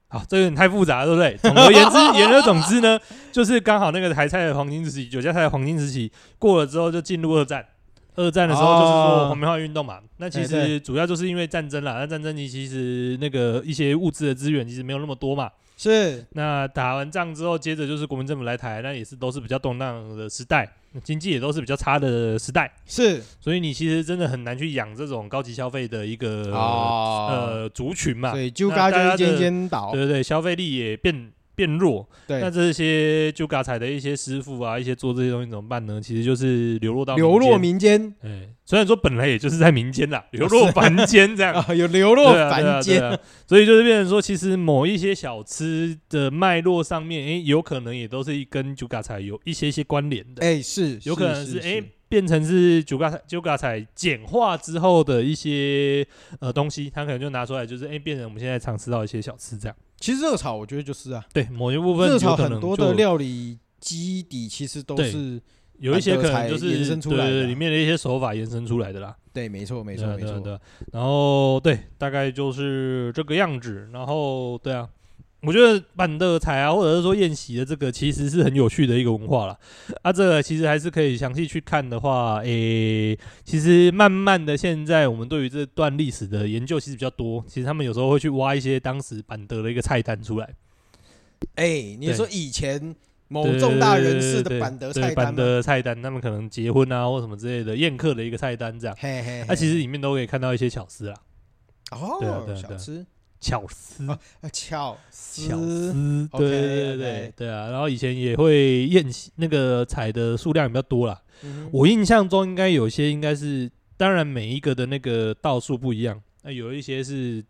[SPEAKER 3] 好，这有点太复杂了，对不对？总而言之，言而总之呢，就是刚好那个台菜的黄金时期，酒家菜的黄金时期过了之后，就进入二战。二战的时候就是说
[SPEAKER 1] 哦
[SPEAKER 3] 黄棉花运动嘛，那其
[SPEAKER 1] 哎
[SPEAKER 3] 实主要就是因为战争啦。那战争其实那个一些物资的资源其实没有那么多嘛。
[SPEAKER 1] 是
[SPEAKER 3] 那打完仗之后，接着就是国民政府来台，那也是都是比较动荡的时代，经济也都是比较差的时代，
[SPEAKER 1] 是
[SPEAKER 3] 所以你其实真的很难去养这种高级消费的一个、
[SPEAKER 1] 哦，
[SPEAKER 3] 呃族群嘛。
[SPEAKER 1] 所
[SPEAKER 3] 对
[SPEAKER 1] 以酒家
[SPEAKER 3] 那大家
[SPEAKER 1] 就一
[SPEAKER 3] 的
[SPEAKER 1] 间间倒。
[SPEAKER 3] 对对，消费力也变变弱，
[SPEAKER 1] 对，
[SPEAKER 3] 那这些就嘎彩的一些师傅啊，一些做这些东西怎么办呢？其实就是流落到
[SPEAKER 1] 流落
[SPEAKER 3] 间。
[SPEAKER 1] 民
[SPEAKER 3] [LAUGHS]
[SPEAKER 1] 间
[SPEAKER 3] 哎、虽然说本来也就是在民间啦，流落凡间这
[SPEAKER 1] [LAUGHS]
[SPEAKER 3] 样。
[SPEAKER 1] 啊，有流落
[SPEAKER 3] 对啊对
[SPEAKER 1] 凡
[SPEAKER 3] 啊对
[SPEAKER 1] 间。
[SPEAKER 3] 啊，所以就是变成说，其实某一些小吃的脉络上面，哎、有可能也都是跟酒嘎彩有一些些关联的，
[SPEAKER 1] 哎，是
[SPEAKER 3] 啊有可能
[SPEAKER 1] 是
[SPEAKER 3] 是哎、变成是酒嘎酒嘎彩简化之后的一些呃东西，它可能就拿出来，就是哎、变成我们现在常吃到一些小吃这样。
[SPEAKER 1] 其实热炒我觉得就是啊，
[SPEAKER 3] 对，某一部分
[SPEAKER 1] 热炒
[SPEAKER 3] 有可
[SPEAKER 1] 很
[SPEAKER 3] 能
[SPEAKER 1] 多
[SPEAKER 3] 就
[SPEAKER 1] 的料理基底其实都
[SPEAKER 3] 对
[SPEAKER 1] 是
[SPEAKER 3] 有一些
[SPEAKER 1] 板
[SPEAKER 3] 可
[SPEAKER 1] 德
[SPEAKER 3] 能
[SPEAKER 1] 才
[SPEAKER 3] 就是
[SPEAKER 1] 延伸出
[SPEAKER 3] 对
[SPEAKER 1] 来的
[SPEAKER 3] 对
[SPEAKER 1] 啊
[SPEAKER 3] 对里面的一些手法延伸出来的啦，
[SPEAKER 1] 对，没错没
[SPEAKER 3] 没
[SPEAKER 1] 错没错。
[SPEAKER 3] 对啊。然后对，啊大概就是这个样子。然后对啊，我觉得板凳菜啊，或者是说宴席的这个，其实是很有趣的一个文化啦。啊，这个其实还是可以详细去看的话，诶，其实慢慢的，现在我们对于这段历史的研究其实比较多。其实他们有时候会去挖一些当时板德的一个菜单出来。
[SPEAKER 1] 哎、你
[SPEAKER 3] 对
[SPEAKER 1] 说以前某
[SPEAKER 3] 对
[SPEAKER 1] 哦重大人士
[SPEAKER 3] 对
[SPEAKER 1] 的板德
[SPEAKER 3] 对
[SPEAKER 1] 菜单啊
[SPEAKER 3] 板
[SPEAKER 1] 吗？
[SPEAKER 3] 德菜单，他们可能结婚啊或什么之类的宴客的一个菜单这样。
[SPEAKER 1] 嘿嘿，
[SPEAKER 3] 那、啊其
[SPEAKER 1] 实
[SPEAKER 3] 实里面都可以看到一些巧思啦，
[SPEAKER 1] 哦，
[SPEAKER 3] 对啊对啊
[SPEAKER 1] 小
[SPEAKER 3] 对啊
[SPEAKER 1] 吃
[SPEAKER 3] 巧思，
[SPEAKER 1] 啊啊，巧
[SPEAKER 3] 巧
[SPEAKER 1] 思
[SPEAKER 3] 思，对
[SPEAKER 1] OK，
[SPEAKER 3] 对对
[SPEAKER 1] OK
[SPEAKER 3] 对对啊。然后以前也会宴席那个采的数量也比较多啦。
[SPEAKER 1] 嗯哼
[SPEAKER 3] 我印象中应该有些应该是，当然每一个的那个道数不一样，那有一些是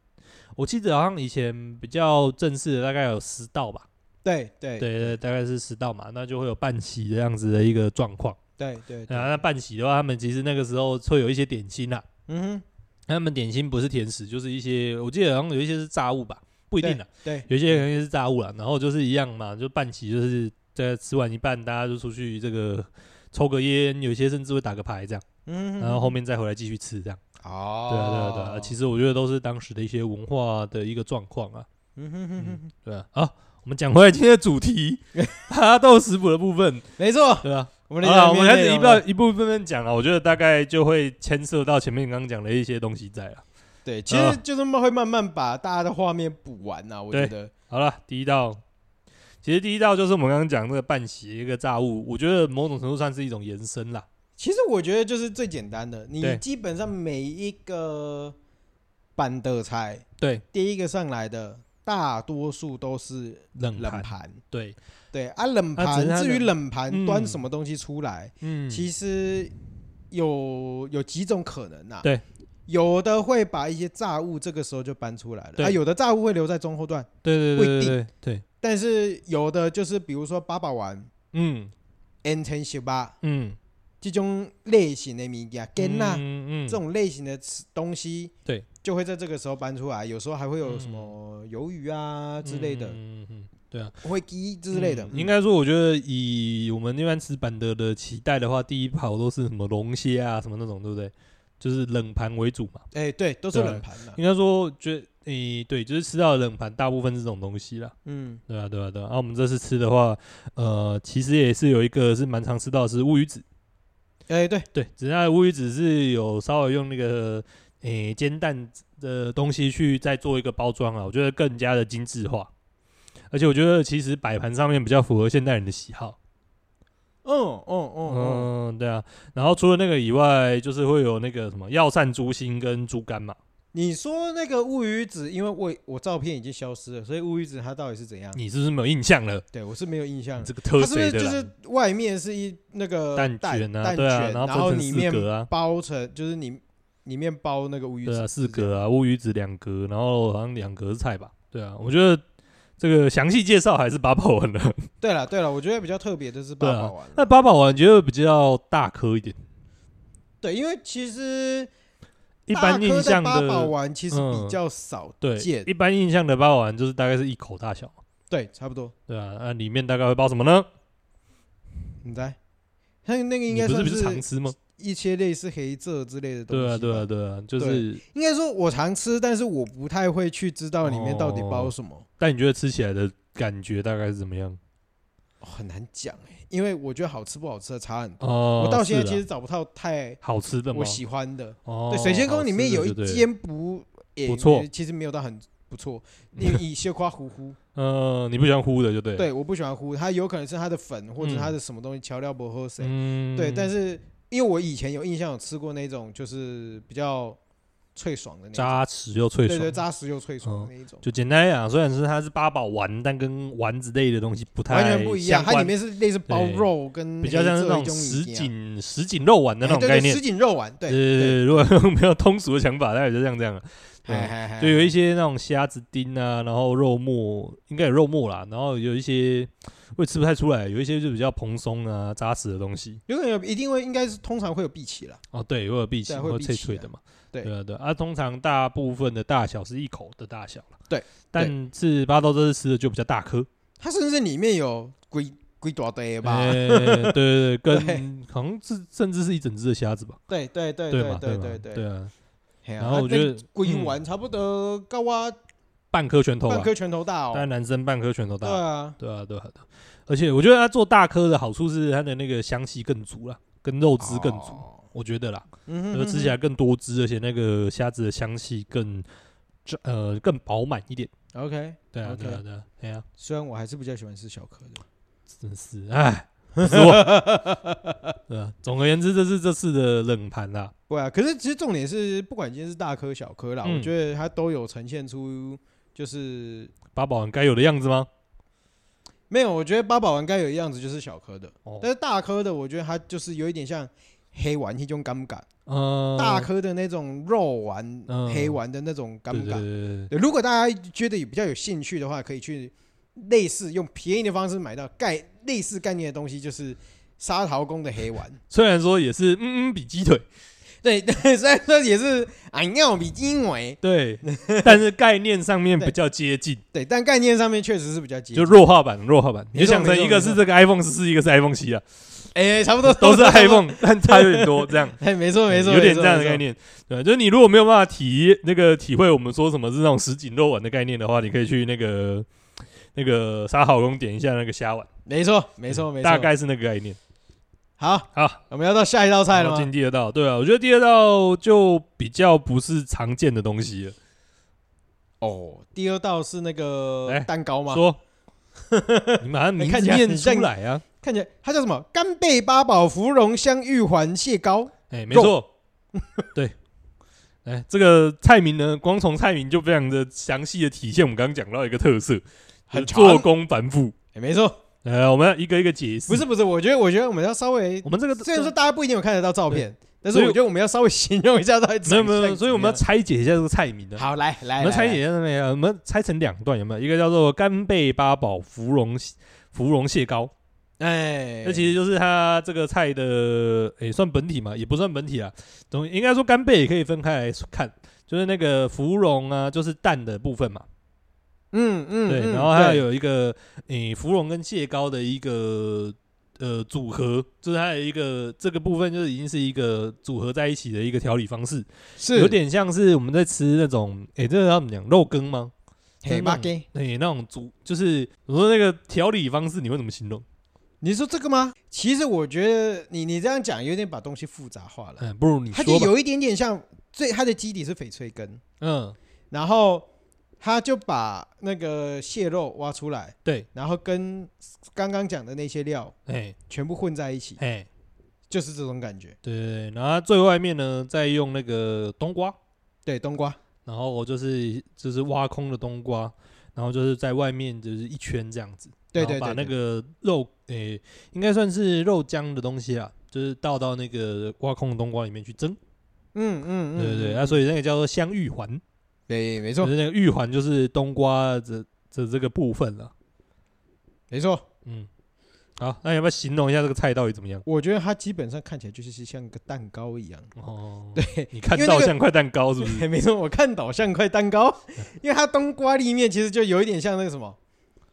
[SPEAKER 3] 我记得好像以前比较正式的大概有十道吧，
[SPEAKER 1] 对对
[SPEAKER 3] 对对，大概是十道嘛，那就会有半席这样子的一个状况。
[SPEAKER 1] 对对对
[SPEAKER 3] 啊，那半席的话，他们其实那个时候会有一些点心啦、
[SPEAKER 1] 嗯哼，
[SPEAKER 3] 他们点心不是甜食，就是一些我记得好像有一些是炸物吧，不
[SPEAKER 1] 不
[SPEAKER 3] 一定啦，，
[SPEAKER 1] 对，
[SPEAKER 3] 有一些可能是炸物啦。然后就是一样嘛，就半旗，就是在吃完一半，大家就出去这个抽个烟，有些甚至会打个牌这样，
[SPEAKER 1] 嗯哼，
[SPEAKER 3] 然后后面再回来继续吃这样。
[SPEAKER 1] 哦，
[SPEAKER 3] 对啊，对啊，对啊。其实我觉得都是当时的一些文化的一个状况啊。
[SPEAKER 1] 嗯哼哼哼，
[SPEAKER 3] 对啊，好，我们讲回来今天的
[SPEAKER 1] [LAUGHS]
[SPEAKER 3] 主题，哈豆食谱的部分，
[SPEAKER 1] 没错，
[SPEAKER 3] 对啊。
[SPEAKER 1] 我们的
[SPEAKER 3] 好了，我们开
[SPEAKER 1] 内
[SPEAKER 3] 始
[SPEAKER 1] 容啊
[SPEAKER 3] 一
[SPEAKER 1] 了
[SPEAKER 3] 步一步分分讲了，我觉得大概就会牵涉到前面刚刚讲的一些东西在了。
[SPEAKER 1] 对，其实
[SPEAKER 3] 啊
[SPEAKER 1] 就是会慢慢把大家的画面补完啊呐、我觉
[SPEAKER 3] 对
[SPEAKER 1] 得
[SPEAKER 3] 好了，第一道，其实第一道就是我们刚刚讲那个半血一个炸物，我觉得某种程度算是一种延伸啦。
[SPEAKER 1] 其实我觉得就是最简单的，你
[SPEAKER 3] 对
[SPEAKER 1] 基本上每一个板的菜，
[SPEAKER 3] 对，
[SPEAKER 1] 第一个上来的大多数都是
[SPEAKER 3] 冷
[SPEAKER 1] 冷
[SPEAKER 3] 盘，
[SPEAKER 1] 盘，
[SPEAKER 3] 对，
[SPEAKER 1] 对啊，冷
[SPEAKER 3] 啊只
[SPEAKER 1] 盘
[SPEAKER 3] 是它的
[SPEAKER 1] 至于冷盘
[SPEAKER 3] 嗯
[SPEAKER 1] 端什么东西出来，
[SPEAKER 3] 嗯，
[SPEAKER 1] 其实有有几种可能呐、
[SPEAKER 3] 对，
[SPEAKER 1] 有的会把一些炸物这个时候就搬出来了，
[SPEAKER 3] 对
[SPEAKER 1] 啊，有的炸物会留在中后段，
[SPEAKER 3] 对对
[SPEAKER 1] 不一
[SPEAKER 3] 对对
[SPEAKER 1] 定
[SPEAKER 3] 对对，
[SPEAKER 1] 但是有的就是比如说八宝丸、
[SPEAKER 3] 嗯
[SPEAKER 1] N 乘十八
[SPEAKER 3] 嗯，
[SPEAKER 1] 这种类型的物件，跟呐、
[SPEAKER 3] 嗯嗯，
[SPEAKER 1] 这种类型的吃东西，
[SPEAKER 3] 对，
[SPEAKER 1] 就会在这个时候搬出来，有时候还会有什么鱿鱼啊之类的，
[SPEAKER 3] 嗯嗯嗯，对啊
[SPEAKER 1] 会鸡之类的，嗯
[SPEAKER 3] 应
[SPEAKER 1] 该
[SPEAKER 3] 该说，我觉得以我们一般吃板德的期待的话，第一跑都是什么龙虾啊，什么那种，对不对？就是冷盘为主嘛。
[SPEAKER 1] 哎、对，都是
[SPEAKER 3] 对啊
[SPEAKER 1] 冷盘的、
[SPEAKER 3] 应该说，觉得诶、对，就是吃到的冷盘大部分是这种东西啦。
[SPEAKER 1] 嗯，
[SPEAKER 3] 对啊，对啊，对啊。那、我们这次吃的话，呃，其实也是有一个是蛮常吃到的是乌鱼子，
[SPEAKER 1] 哎、对，
[SPEAKER 3] 对，只是它的乌鱼子是有稍微用那个诶、煎蛋的东西去再做一个包装啊，我觉得更加的精致化。而且我觉得其实摆盘上面比较符合现代人的喜好。
[SPEAKER 1] 嗯嗯嗯
[SPEAKER 3] 嗯，对啊。然后除了那个以外，就是会有那个什么药膳猪心跟猪肝嘛。
[SPEAKER 1] 你说那个乌鱼子，因为我我照片已经消失了，所以乌鱼子它到底是怎样？
[SPEAKER 3] 你是不是没有印象了？
[SPEAKER 1] 对我是没有印象
[SPEAKER 3] 你
[SPEAKER 1] 的。
[SPEAKER 3] 这个
[SPEAKER 1] 嗯它
[SPEAKER 3] 特
[SPEAKER 1] 是不是
[SPEAKER 3] 谁的
[SPEAKER 1] 就
[SPEAKER 3] 啦？
[SPEAKER 1] 是外面是一那个
[SPEAKER 3] 蛋卷啊，对啊，
[SPEAKER 1] 卷
[SPEAKER 3] 然
[SPEAKER 1] 后
[SPEAKER 3] 后分
[SPEAKER 1] 里
[SPEAKER 3] 成四
[SPEAKER 1] 面
[SPEAKER 3] 格啊，
[SPEAKER 1] 包成就是里里面包那个乌鱼
[SPEAKER 3] 对
[SPEAKER 1] 子
[SPEAKER 3] 啊，四
[SPEAKER 1] 是这样
[SPEAKER 3] 格啊，乌鱼子两格，然后好像两格是菜吧？对啊，我觉得这个详细介绍还是八宝丸了。
[SPEAKER 1] 对了对了，我觉得比较特别的是
[SPEAKER 3] 对
[SPEAKER 1] 八
[SPEAKER 3] 啊
[SPEAKER 1] 宝丸。
[SPEAKER 3] [LAUGHS] 那八宝丸觉得比较大颗一点，
[SPEAKER 1] 对，因为其实
[SPEAKER 3] 一般印象
[SPEAKER 1] 大颗在八宝
[SPEAKER 3] 的嗯
[SPEAKER 1] 丸其实比较少
[SPEAKER 3] 对，
[SPEAKER 1] 见，
[SPEAKER 3] 一般印象的八宝丸就是大概是一口大小嘛。
[SPEAKER 1] 对，差不多。
[SPEAKER 3] 对啊，那里面大概会包什么呢？
[SPEAKER 1] 你猜，那那个应
[SPEAKER 3] 你
[SPEAKER 1] 该
[SPEAKER 3] 不是
[SPEAKER 1] 算
[SPEAKER 3] 不是常吃吗？
[SPEAKER 1] 一些类似黑蔗之类的东西。
[SPEAKER 3] 对啊，对啊，。对啊，就是。
[SPEAKER 1] 应该说我常吃，但是我不太会去知道里面到底包什么，
[SPEAKER 3] 但你觉得吃起来的感觉大概是怎么样？
[SPEAKER 1] 哦很难讲哎、因为我觉得好吃不好吃的差很多。
[SPEAKER 3] 哦，
[SPEAKER 1] 我到现在
[SPEAKER 3] 是啊
[SPEAKER 1] 其实找不到太
[SPEAKER 3] 好吃的吗
[SPEAKER 1] 我？喜欢的。
[SPEAKER 3] 哦，
[SPEAKER 1] 对，水仙宫里面有一
[SPEAKER 3] 好吃的就对了
[SPEAKER 1] 间不也
[SPEAKER 3] 不错
[SPEAKER 1] 其实没有到很不错，你以蟹花糊糊。
[SPEAKER 3] 呃，你不喜欢糊的就对了。
[SPEAKER 1] 对，我不喜欢糊，它有可能是它的粉或者
[SPEAKER 3] 嗯
[SPEAKER 1] 它的什么东西调料不合谁。
[SPEAKER 3] 嗯
[SPEAKER 1] 对，但是因为我以前有印象有吃过那种就是比较脆爽的那种，
[SPEAKER 3] 扎实又脆
[SPEAKER 1] 对
[SPEAKER 3] 爽。哦
[SPEAKER 1] 对，扎实又脆爽的那一种，
[SPEAKER 3] 就简单来讲，虽然是它是八宝丸，但跟丸子类的东西不太
[SPEAKER 1] 完全不一样。
[SPEAKER 3] 相
[SPEAKER 1] 它里
[SPEAKER 3] 关
[SPEAKER 1] 面是类似包
[SPEAKER 3] 对
[SPEAKER 1] 肉跟
[SPEAKER 3] 比较像是那
[SPEAKER 1] 黑色
[SPEAKER 3] 种
[SPEAKER 1] 一
[SPEAKER 3] 什
[SPEAKER 1] 一样
[SPEAKER 3] 锦什锦肉丸的那
[SPEAKER 1] 哎
[SPEAKER 3] 种
[SPEAKER 1] 对
[SPEAKER 3] 概
[SPEAKER 1] 对
[SPEAKER 3] 念
[SPEAKER 1] 什。锦肉丸，对
[SPEAKER 3] 对
[SPEAKER 1] 对，
[SPEAKER 3] 对，如果没有通俗的想法，大概就像这样了。啊对
[SPEAKER 1] 嗨嗨嗨
[SPEAKER 3] 就有一些那种虾子丁啊，然后肉末应该有肉末啦，然后有一些我也吃不太出来，有一些就比较蓬松啊、扎实的东西。
[SPEAKER 1] 有可能有一定会应该是通常会有荸荠啦，
[SPEAKER 3] 哦，对，我有荸荠，
[SPEAKER 1] 对会
[SPEAKER 3] 会
[SPEAKER 1] 荸
[SPEAKER 3] 脆
[SPEAKER 1] 荠
[SPEAKER 3] 脆
[SPEAKER 1] 的
[SPEAKER 3] 的嘛。
[SPEAKER 1] 对
[SPEAKER 3] 对啊，对啊，通常大部分的大小是一口的大小了。
[SPEAKER 1] 对，
[SPEAKER 3] 但是八刀这次吃的就比较大颗。
[SPEAKER 1] 它甚至里面有龟龟大堆吧，
[SPEAKER 3] 哎对
[SPEAKER 1] [LAUGHS]
[SPEAKER 3] 对
[SPEAKER 1] 对
[SPEAKER 3] 对，跟好像是甚至是一整只的虾子吧，
[SPEAKER 1] 对对对
[SPEAKER 3] 对
[SPEAKER 1] 对
[SPEAKER 3] 嘛对
[SPEAKER 1] 对
[SPEAKER 3] 嘛对啊，
[SPEAKER 1] 嘿啊
[SPEAKER 3] 然后我
[SPEAKER 1] 那
[SPEAKER 3] 觉得
[SPEAKER 1] 龟
[SPEAKER 3] 嗯
[SPEAKER 1] 丸差不多高啊
[SPEAKER 3] 半颗拳头
[SPEAKER 1] 半
[SPEAKER 3] 吧，
[SPEAKER 1] 颗拳头大哦，
[SPEAKER 3] 当然男生半颗拳头
[SPEAKER 1] 对
[SPEAKER 3] 大，
[SPEAKER 1] 啊，
[SPEAKER 3] 对啊对啊，对啊而且我觉得它做大颗的好处是它的那个香气更足啦，跟肉汁更足，
[SPEAKER 1] 哦，
[SPEAKER 3] 我觉得啦，
[SPEAKER 1] 嗯哼
[SPEAKER 3] 就
[SPEAKER 1] 哼
[SPEAKER 3] 吃起来更多汁，而且那个虾子的香气更呃更饱满一点，
[SPEAKER 1] 哼 OK。
[SPEAKER 3] 对啊
[SPEAKER 1] OK
[SPEAKER 3] 对啊对啊，哎呀，
[SPEAKER 1] 虽然我还是比较喜欢吃小颗的，
[SPEAKER 3] 真是哎，不是我， [LAUGHS] 对啊，总而言之，这是这次的冷盘啦，
[SPEAKER 1] 对啊。可是其实重点是，不管今天是大颗小颗啦，
[SPEAKER 3] 嗯
[SPEAKER 1] 我觉得它都有呈现出就是
[SPEAKER 3] 八宝丸该有的样子吗？
[SPEAKER 1] 没有。我觉得八宝丸该有的样子就是小颗的，
[SPEAKER 3] 哦
[SPEAKER 1] 但是大颗的，我觉得它就是有一点像黑丸那种感感，
[SPEAKER 3] 嗯，
[SPEAKER 1] 大颗的那种肉丸、
[SPEAKER 3] 嗯
[SPEAKER 1] 黑丸的那种感
[SPEAKER 3] 对对
[SPEAKER 1] 感。
[SPEAKER 3] 对对
[SPEAKER 1] 对，如果大家觉得比较有兴趣的话，可以去类似用便宜的方式买到概类似概念的东西，就是沙桃宫的黑丸。
[SPEAKER 3] 虽然说也是嗯嗯比
[SPEAKER 1] [LAUGHS]
[SPEAKER 3] 鸡腿，
[SPEAKER 1] 对对，虽然说也是俺要比因为
[SPEAKER 3] 对，但是概念上面比较接近，
[SPEAKER 1] 对，但概念上面确实是比较接近
[SPEAKER 3] 就，弱化版弱化版，
[SPEAKER 1] 没错
[SPEAKER 3] 你就想成一个是这个 iPhone 十四，一个是 iPhone
[SPEAKER 1] [LAUGHS]
[SPEAKER 3] 七啊，
[SPEAKER 1] 哎，差不多
[SPEAKER 3] 都是
[SPEAKER 1] 差不多
[SPEAKER 3] iPhone，但差有点多这样。
[SPEAKER 1] [LAUGHS] 哎，没错没错，
[SPEAKER 3] 有点
[SPEAKER 1] 没错
[SPEAKER 3] 这样的概。念，对，就是你如果没有办法体那个体会我们说什么是那种什锦肉丸的概念的话，你可以去那个那个沙好宫点一下那个虾丸，嗯
[SPEAKER 1] 没错没错没错，
[SPEAKER 3] 大概是那个概念。
[SPEAKER 1] 好，
[SPEAKER 3] 好，
[SPEAKER 1] 我们要到下一道菜
[SPEAKER 3] 然
[SPEAKER 1] 了
[SPEAKER 3] 后
[SPEAKER 1] 吗？
[SPEAKER 3] 进第二道，对啊，我觉得第二道就比较不是常见的东西了。
[SPEAKER 1] 哦，第二道是那个
[SPEAKER 3] 来
[SPEAKER 1] 蛋糕吗？
[SPEAKER 3] 哎说， [LAUGHS] 你把它名字
[SPEAKER 1] 看起来
[SPEAKER 3] 念
[SPEAKER 1] 很像
[SPEAKER 3] 出来啊！
[SPEAKER 1] 看起来它叫什么？干贝八宝芙蓉香芋环蟹膏。
[SPEAKER 3] 哎，没错，对。哎，这个菜名呢，光从菜名就非常的详细的体现我们刚刚讲到一个特色，
[SPEAKER 1] 很
[SPEAKER 3] 就是做
[SPEAKER 1] 长
[SPEAKER 3] 工繁复。
[SPEAKER 1] 哎，没错，
[SPEAKER 3] 呃，我们要一个一个解释。
[SPEAKER 1] 不是，不是，我觉得我觉得我们要稍微，
[SPEAKER 3] 我们这个
[SPEAKER 1] 虽然说大家不一定有看得到照片，但是
[SPEAKER 3] 嗯所以
[SPEAKER 1] 我觉得我们要稍微 [LAUGHS] 形容一下到底
[SPEAKER 3] 没有
[SPEAKER 1] 长
[SPEAKER 3] 没有没有，
[SPEAKER 1] 相
[SPEAKER 3] 所以我们要
[SPEAKER 1] 怎
[SPEAKER 3] 拆解一下这个菜名
[SPEAKER 1] 么
[SPEAKER 3] 呢
[SPEAKER 1] 样。好来来，
[SPEAKER 3] 我们
[SPEAKER 1] 来
[SPEAKER 3] 拆
[SPEAKER 1] 来
[SPEAKER 3] 解一下那个，我们拆成两段有没有？一个叫做干贝八宝芙蓉芙蓉蟹膏，
[SPEAKER 1] 哎，
[SPEAKER 3] 那其实就是它这个菜的，诶、算本体嘛，也不算本体啊，总应该说干贝也可以分开来看，就是那个芙蓉啊，就是蛋的部分嘛，
[SPEAKER 1] 嗯嗯，
[SPEAKER 3] 对，
[SPEAKER 1] 嗯
[SPEAKER 3] 然后还
[SPEAKER 1] 对
[SPEAKER 3] 有一个诶、芙蓉跟蟹膏的一个呃组合，就是它的一个这个部分就是已经是一个组合在一起的一个调理方式，
[SPEAKER 1] 是
[SPEAKER 3] 有点像是我们在吃那种，诶，这个要怎么讲肉羹吗？
[SPEAKER 1] 黑马给。
[SPEAKER 3] 对，那种煮就是我说那个调理方式，你会怎么形容？
[SPEAKER 1] 你说这个吗？其实我觉得你你这样讲有点把东西复杂化了，
[SPEAKER 3] 嗯，不如你
[SPEAKER 1] 它就
[SPEAKER 3] 说吧。
[SPEAKER 1] 有一点点像最它的基底是翡翠根，
[SPEAKER 3] 嗯，
[SPEAKER 1] 然后他就把那个蟹肉挖出来，
[SPEAKER 3] 对，
[SPEAKER 1] 然后跟刚刚讲的那些料
[SPEAKER 3] 哎
[SPEAKER 1] 全部混在一起，
[SPEAKER 3] 哎，
[SPEAKER 1] 就是这种感觉。
[SPEAKER 3] 对对对，然后它最外面呢，再用那个冬瓜，
[SPEAKER 1] 对，冬瓜，
[SPEAKER 3] 然后我就是就是挖空的冬瓜，然后就是在外面就是一圈这样子，
[SPEAKER 1] 对
[SPEAKER 3] 然后
[SPEAKER 1] 对
[SPEAKER 3] 把
[SPEAKER 1] 对
[SPEAKER 3] 那
[SPEAKER 1] 对，
[SPEAKER 3] 个肉诶、应该算是肉浆的东西啊，就是倒到那个挖空的冬瓜里面去蒸，
[SPEAKER 1] 嗯嗯嗯，
[SPEAKER 3] 对对对，
[SPEAKER 1] 嗯
[SPEAKER 3] 啊，所以那个叫做香芋环，
[SPEAKER 1] 对，没
[SPEAKER 3] 就
[SPEAKER 1] 错
[SPEAKER 3] 是那个芋环就是冬瓜的这这个部分了，
[SPEAKER 1] 没错，
[SPEAKER 3] 嗯，好，那要不要形容一下这个菜到底怎么样？
[SPEAKER 1] 我觉得它基本上看起来就是像个蛋糕一样。
[SPEAKER 3] 哦，
[SPEAKER 1] 对，
[SPEAKER 3] 你看
[SPEAKER 1] 因为
[SPEAKER 3] 到
[SPEAKER 1] 那个
[SPEAKER 3] 像块蛋糕是
[SPEAKER 1] [LAUGHS]
[SPEAKER 3] 不是？
[SPEAKER 1] 对，没错，我看倒像块蛋糕，
[SPEAKER 3] [LAUGHS]
[SPEAKER 1] 因为它冬瓜里面其实就有一点像那个什么，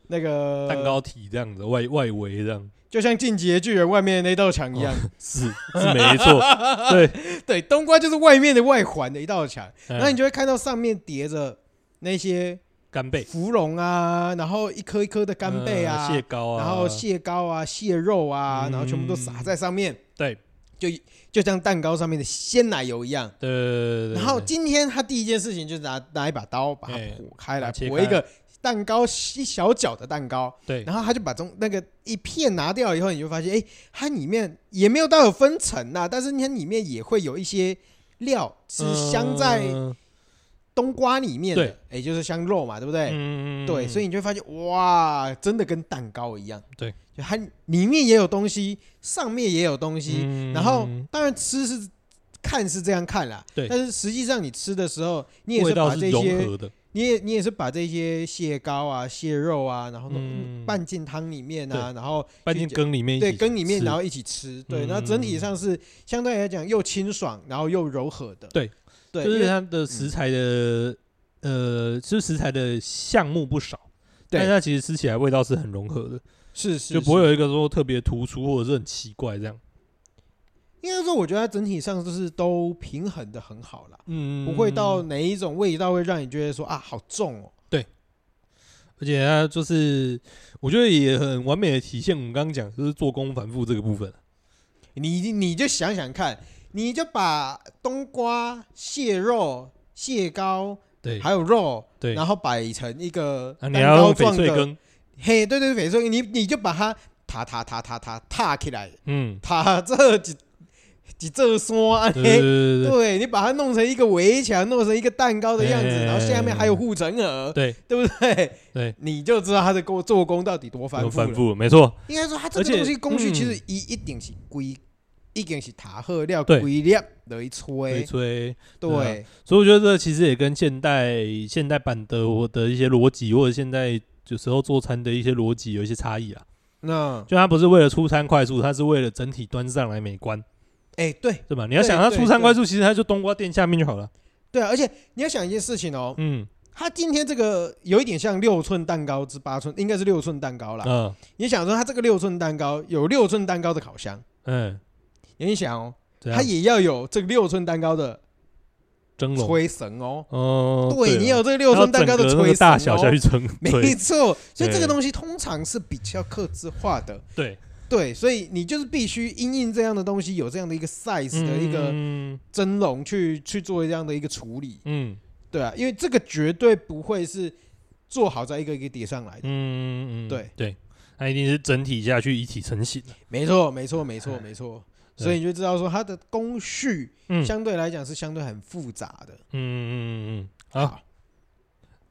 [SPEAKER 1] 那个
[SPEAKER 3] 蛋糕体这样子，外外围这样，
[SPEAKER 1] 就像《进击的巨人》外面的那道墙一样。
[SPEAKER 3] 是是没错， [LAUGHS] 对，
[SPEAKER 1] [LAUGHS] 对，冬瓜就是外面的外环的一道墙，然后
[SPEAKER 3] 嗯
[SPEAKER 1] 你就会看到上面叠着那些
[SPEAKER 3] 干贝、
[SPEAKER 1] 芙蓉啊，然后一颗一颗的干贝啊，
[SPEAKER 3] 蟹膏啊，
[SPEAKER 1] 然后蟹膏啊、蟹肉啊，
[SPEAKER 3] 嗯
[SPEAKER 1] 然后全部都撒在上面，
[SPEAKER 3] 对
[SPEAKER 1] 就就像蛋糕上面的鲜奶油一样。
[SPEAKER 3] 对对对，
[SPEAKER 1] 然后
[SPEAKER 3] 对
[SPEAKER 1] 今天他第一件事情就是拿拿一把刀把它
[SPEAKER 3] 哎
[SPEAKER 1] 剖开来，
[SPEAKER 3] 把它切
[SPEAKER 1] 剖
[SPEAKER 3] 开
[SPEAKER 1] 一个蛋糕一小角的蛋糕，
[SPEAKER 3] 对
[SPEAKER 1] 然后他就把中那个一片拿掉以后，你就发现，哎，它里面也没有到有分层呐、但是你看里面也会有一些料是镶在
[SPEAKER 3] 嗯
[SPEAKER 1] 冬瓜里面的
[SPEAKER 3] 对，
[SPEAKER 1] 哎，就是香肉嘛，对不对？
[SPEAKER 3] 嗯
[SPEAKER 1] 对，所以你就会发现，哇，真的跟蛋糕一样。
[SPEAKER 3] 对，
[SPEAKER 1] 就它里面也有东西，上面也有
[SPEAKER 3] 嗯
[SPEAKER 1] 东西，然后当然吃是看是这样看啦，
[SPEAKER 3] 对
[SPEAKER 1] 但是实际上你吃的时候，你也
[SPEAKER 3] 味
[SPEAKER 1] 是
[SPEAKER 3] 道
[SPEAKER 1] 把
[SPEAKER 3] 是
[SPEAKER 1] 这
[SPEAKER 3] 融
[SPEAKER 1] 些，
[SPEAKER 3] 合的，
[SPEAKER 1] 你也你也是把这些蟹膏啊、蟹肉啊，然后弄
[SPEAKER 3] 嗯
[SPEAKER 1] 拌进汤里面啊，然后
[SPEAKER 3] 拌进羹里面一起
[SPEAKER 1] 对
[SPEAKER 3] 吃，
[SPEAKER 1] 羹里面，然后一起吃，对，
[SPEAKER 3] 嗯
[SPEAKER 1] 那整体上是相对来讲又清爽，然后又柔和的，
[SPEAKER 3] 对
[SPEAKER 1] 对，
[SPEAKER 3] 就
[SPEAKER 1] 因
[SPEAKER 3] 是
[SPEAKER 1] 为嗯
[SPEAKER 3] 它的食材的呃，就是食材的项目不少。
[SPEAKER 1] 对
[SPEAKER 3] 但是它其实吃起来味道是很融合的，
[SPEAKER 1] 是是
[SPEAKER 3] 就不会
[SPEAKER 1] 是
[SPEAKER 3] 有一个说特别突出或者是很奇怪这样。
[SPEAKER 1] 应该说，我觉得它整体上就是都平衡的很好啦。
[SPEAKER 3] 嗯，
[SPEAKER 1] 不会到哪一种味道会让你觉得说啊好重哦，
[SPEAKER 3] 而且它就是，我觉得也很完美的体现我们刚刚讲，就是做工繁复这个部分。
[SPEAKER 1] 你你就想想看，你就把冬瓜、蟹肉、蟹膏
[SPEAKER 3] 对，
[SPEAKER 1] 还有肉，
[SPEAKER 3] 对
[SPEAKER 1] 然后摆成一个
[SPEAKER 3] 啊
[SPEAKER 1] 蛋
[SPEAKER 3] 你要
[SPEAKER 1] 糕
[SPEAKER 3] 用翡
[SPEAKER 1] 状
[SPEAKER 3] 翠
[SPEAKER 1] 的，
[SPEAKER 3] 羹，
[SPEAKER 1] 嘿，对对对，翡翠，你你就把它塔塔塔塔塔塔起来，
[SPEAKER 3] 嗯，
[SPEAKER 1] 塔这几几座山啊，
[SPEAKER 3] 对对
[SPEAKER 1] 嘿
[SPEAKER 3] 对对
[SPEAKER 1] 对你把它弄成一个围墙，弄成一个蛋糕的样子，
[SPEAKER 3] 哎
[SPEAKER 1] 然后下面还有护城河，
[SPEAKER 3] 对
[SPEAKER 1] 对不对？
[SPEAKER 3] 对，
[SPEAKER 1] 你就知道它的工做工到底多繁
[SPEAKER 3] 有
[SPEAKER 1] 复了
[SPEAKER 3] 反。复，没错，
[SPEAKER 1] 应该说，它这
[SPEAKER 3] 而
[SPEAKER 1] 个
[SPEAKER 3] 且
[SPEAKER 1] 东西工序其实
[SPEAKER 3] 嗯
[SPEAKER 1] 一一定是规，一定是塔赫料
[SPEAKER 3] 对
[SPEAKER 1] 规料的一
[SPEAKER 3] 没嗯
[SPEAKER 1] 吹，
[SPEAKER 3] 吹。对
[SPEAKER 1] 对，
[SPEAKER 3] 所以我觉得这其实也跟现代现代版的我的一些逻辑，或者现在有时候做餐的一些逻辑有一些差异啊。
[SPEAKER 1] 那
[SPEAKER 3] 就它不是为了出餐快速，它是为了整体端上来美观，
[SPEAKER 1] 哎，对
[SPEAKER 3] 对吧？你要
[SPEAKER 1] 对
[SPEAKER 3] 想它
[SPEAKER 1] 对
[SPEAKER 3] 出餐快速，其实它就冬瓜垫下面就好了。
[SPEAKER 1] 对啊，而且你要想一件事情哦，
[SPEAKER 3] 嗯
[SPEAKER 1] 它今天这个有一点像六寸蛋糕至八寸，应该是六寸蛋糕啦。
[SPEAKER 3] 嗯
[SPEAKER 1] 你想说它这个六寸蛋糕有六寸蛋糕的烤箱，
[SPEAKER 3] 嗯，
[SPEAKER 1] 你想哦，
[SPEAKER 3] 这样
[SPEAKER 1] 它也要有这个六寸蛋糕的
[SPEAKER 3] 蒸笼，
[SPEAKER 1] 吹绳哦。
[SPEAKER 3] 嗯哦，
[SPEAKER 1] 对
[SPEAKER 3] 啊
[SPEAKER 1] 你有这个六
[SPEAKER 3] 然后
[SPEAKER 1] 寸蛋糕的
[SPEAKER 3] 整个那
[SPEAKER 1] 吹
[SPEAKER 3] 个
[SPEAKER 1] 绳
[SPEAKER 3] 大小下
[SPEAKER 1] 哦
[SPEAKER 3] 去，蒸，
[SPEAKER 1] 没
[SPEAKER 3] 对
[SPEAKER 1] 错。所以这
[SPEAKER 3] 对
[SPEAKER 1] 个东西通常是比较克制化的。
[SPEAKER 3] 对，
[SPEAKER 1] 对，所以你就是必须因应这样的东西，有这样的一个 size 的一个
[SPEAKER 3] 嗯
[SPEAKER 1] 蒸笼去去做这样的一个处理，
[SPEAKER 3] 嗯
[SPEAKER 1] 对啊，因为这个绝对不会是做好在一个一个叠上来的，
[SPEAKER 3] 嗯嗯，
[SPEAKER 1] 对
[SPEAKER 3] 对，它一定是整体下去一体成型的。
[SPEAKER 1] 没错，没错，没错，
[SPEAKER 3] 哎
[SPEAKER 1] 没错，
[SPEAKER 3] 对
[SPEAKER 1] 所以你就知道说它的工序
[SPEAKER 3] 嗯
[SPEAKER 1] 相对来讲是相对很复杂的。
[SPEAKER 3] 嗯嗯嗯嗯，好，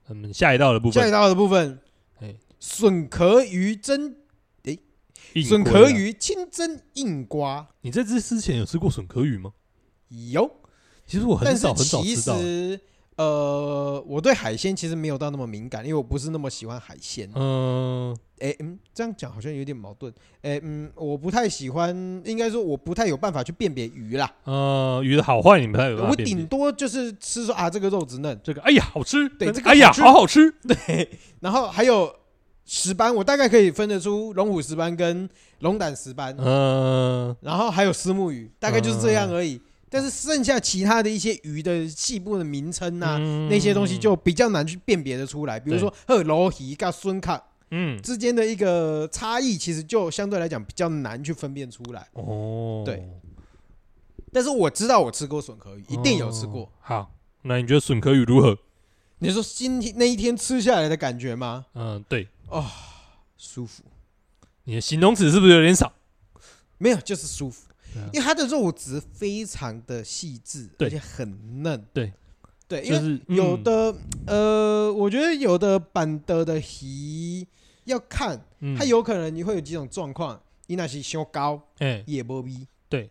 [SPEAKER 3] 我们下一道的部
[SPEAKER 1] 下一
[SPEAKER 3] 分，
[SPEAKER 1] 道的部分
[SPEAKER 3] 哎，
[SPEAKER 1] 笋壳鱼蒸
[SPEAKER 3] 硬
[SPEAKER 1] 笋
[SPEAKER 3] 龟
[SPEAKER 1] 壳
[SPEAKER 3] 啊，
[SPEAKER 1] 鱼清蒸硬瓜
[SPEAKER 3] 你在这之前有吃过笋壳鱼吗？
[SPEAKER 1] 有，
[SPEAKER 3] 其实我很
[SPEAKER 1] 但是
[SPEAKER 3] 少很少
[SPEAKER 1] 其
[SPEAKER 3] 吃到。
[SPEAKER 1] 实呃，我对海鲜其实没有到那么敏感，因为我不是那么喜欢海鲜。
[SPEAKER 3] 嗯，
[SPEAKER 1] 哎、嗯，这样讲好像有点矛盾。哎、嗯，我不太喜欢，应该说我不太有办法去辨别鱼啦。
[SPEAKER 3] 呃，鱼的好坏你们还有办法
[SPEAKER 1] 我
[SPEAKER 3] 辨
[SPEAKER 1] 顶
[SPEAKER 3] 别
[SPEAKER 1] 多就是吃说啊，这个肉质嫩，
[SPEAKER 3] 这个，哎呀，好吃，
[SPEAKER 1] 对
[SPEAKER 3] 那
[SPEAKER 1] 这个
[SPEAKER 3] 哎呀，
[SPEAKER 1] 好吃
[SPEAKER 3] 好好吃，
[SPEAKER 1] 然后还有石斑，我大概可以分得出龙虎石斑跟龙胆石斑，
[SPEAKER 3] 呃
[SPEAKER 2] 嗯，
[SPEAKER 1] 然后还有丝木鱼，大概就是这
[SPEAKER 3] 嗯
[SPEAKER 1] 样而已。但是剩下其他的一些鱼的细部的名称啊呐、
[SPEAKER 3] 嗯
[SPEAKER 1] 那些东西就比较难去辨别的出来。比如说赫罗鱼跟孙卡
[SPEAKER 3] 嗯
[SPEAKER 1] 之间的一个差异，其实就相对来讲比较难去分辨出来。
[SPEAKER 3] 哦，
[SPEAKER 1] 对但是我知道我吃过笋壳鱼，一定有吃过。
[SPEAKER 3] 哦好，那你觉得笋壳鱼如何？
[SPEAKER 1] 你说今天那一天吃下来的感觉吗？
[SPEAKER 3] 嗯，对，
[SPEAKER 1] 舒服，
[SPEAKER 3] 你的形容词是不是有点少？
[SPEAKER 1] 没有就是舒服
[SPEAKER 3] 对啊，
[SPEAKER 1] 因为它的肉质非常的细致，
[SPEAKER 3] 对
[SPEAKER 1] 而且很嫩。
[SPEAKER 3] 对，
[SPEAKER 1] 对，因
[SPEAKER 3] 就
[SPEAKER 1] 为
[SPEAKER 3] 是
[SPEAKER 1] 有
[SPEAKER 3] 嗯
[SPEAKER 1] 的呃，我觉得有的板德的鱼要看，
[SPEAKER 3] 嗯
[SPEAKER 1] 它有可能你会有几种状况，伊那是伤高
[SPEAKER 3] 哎，
[SPEAKER 1] 也无味，
[SPEAKER 3] 对，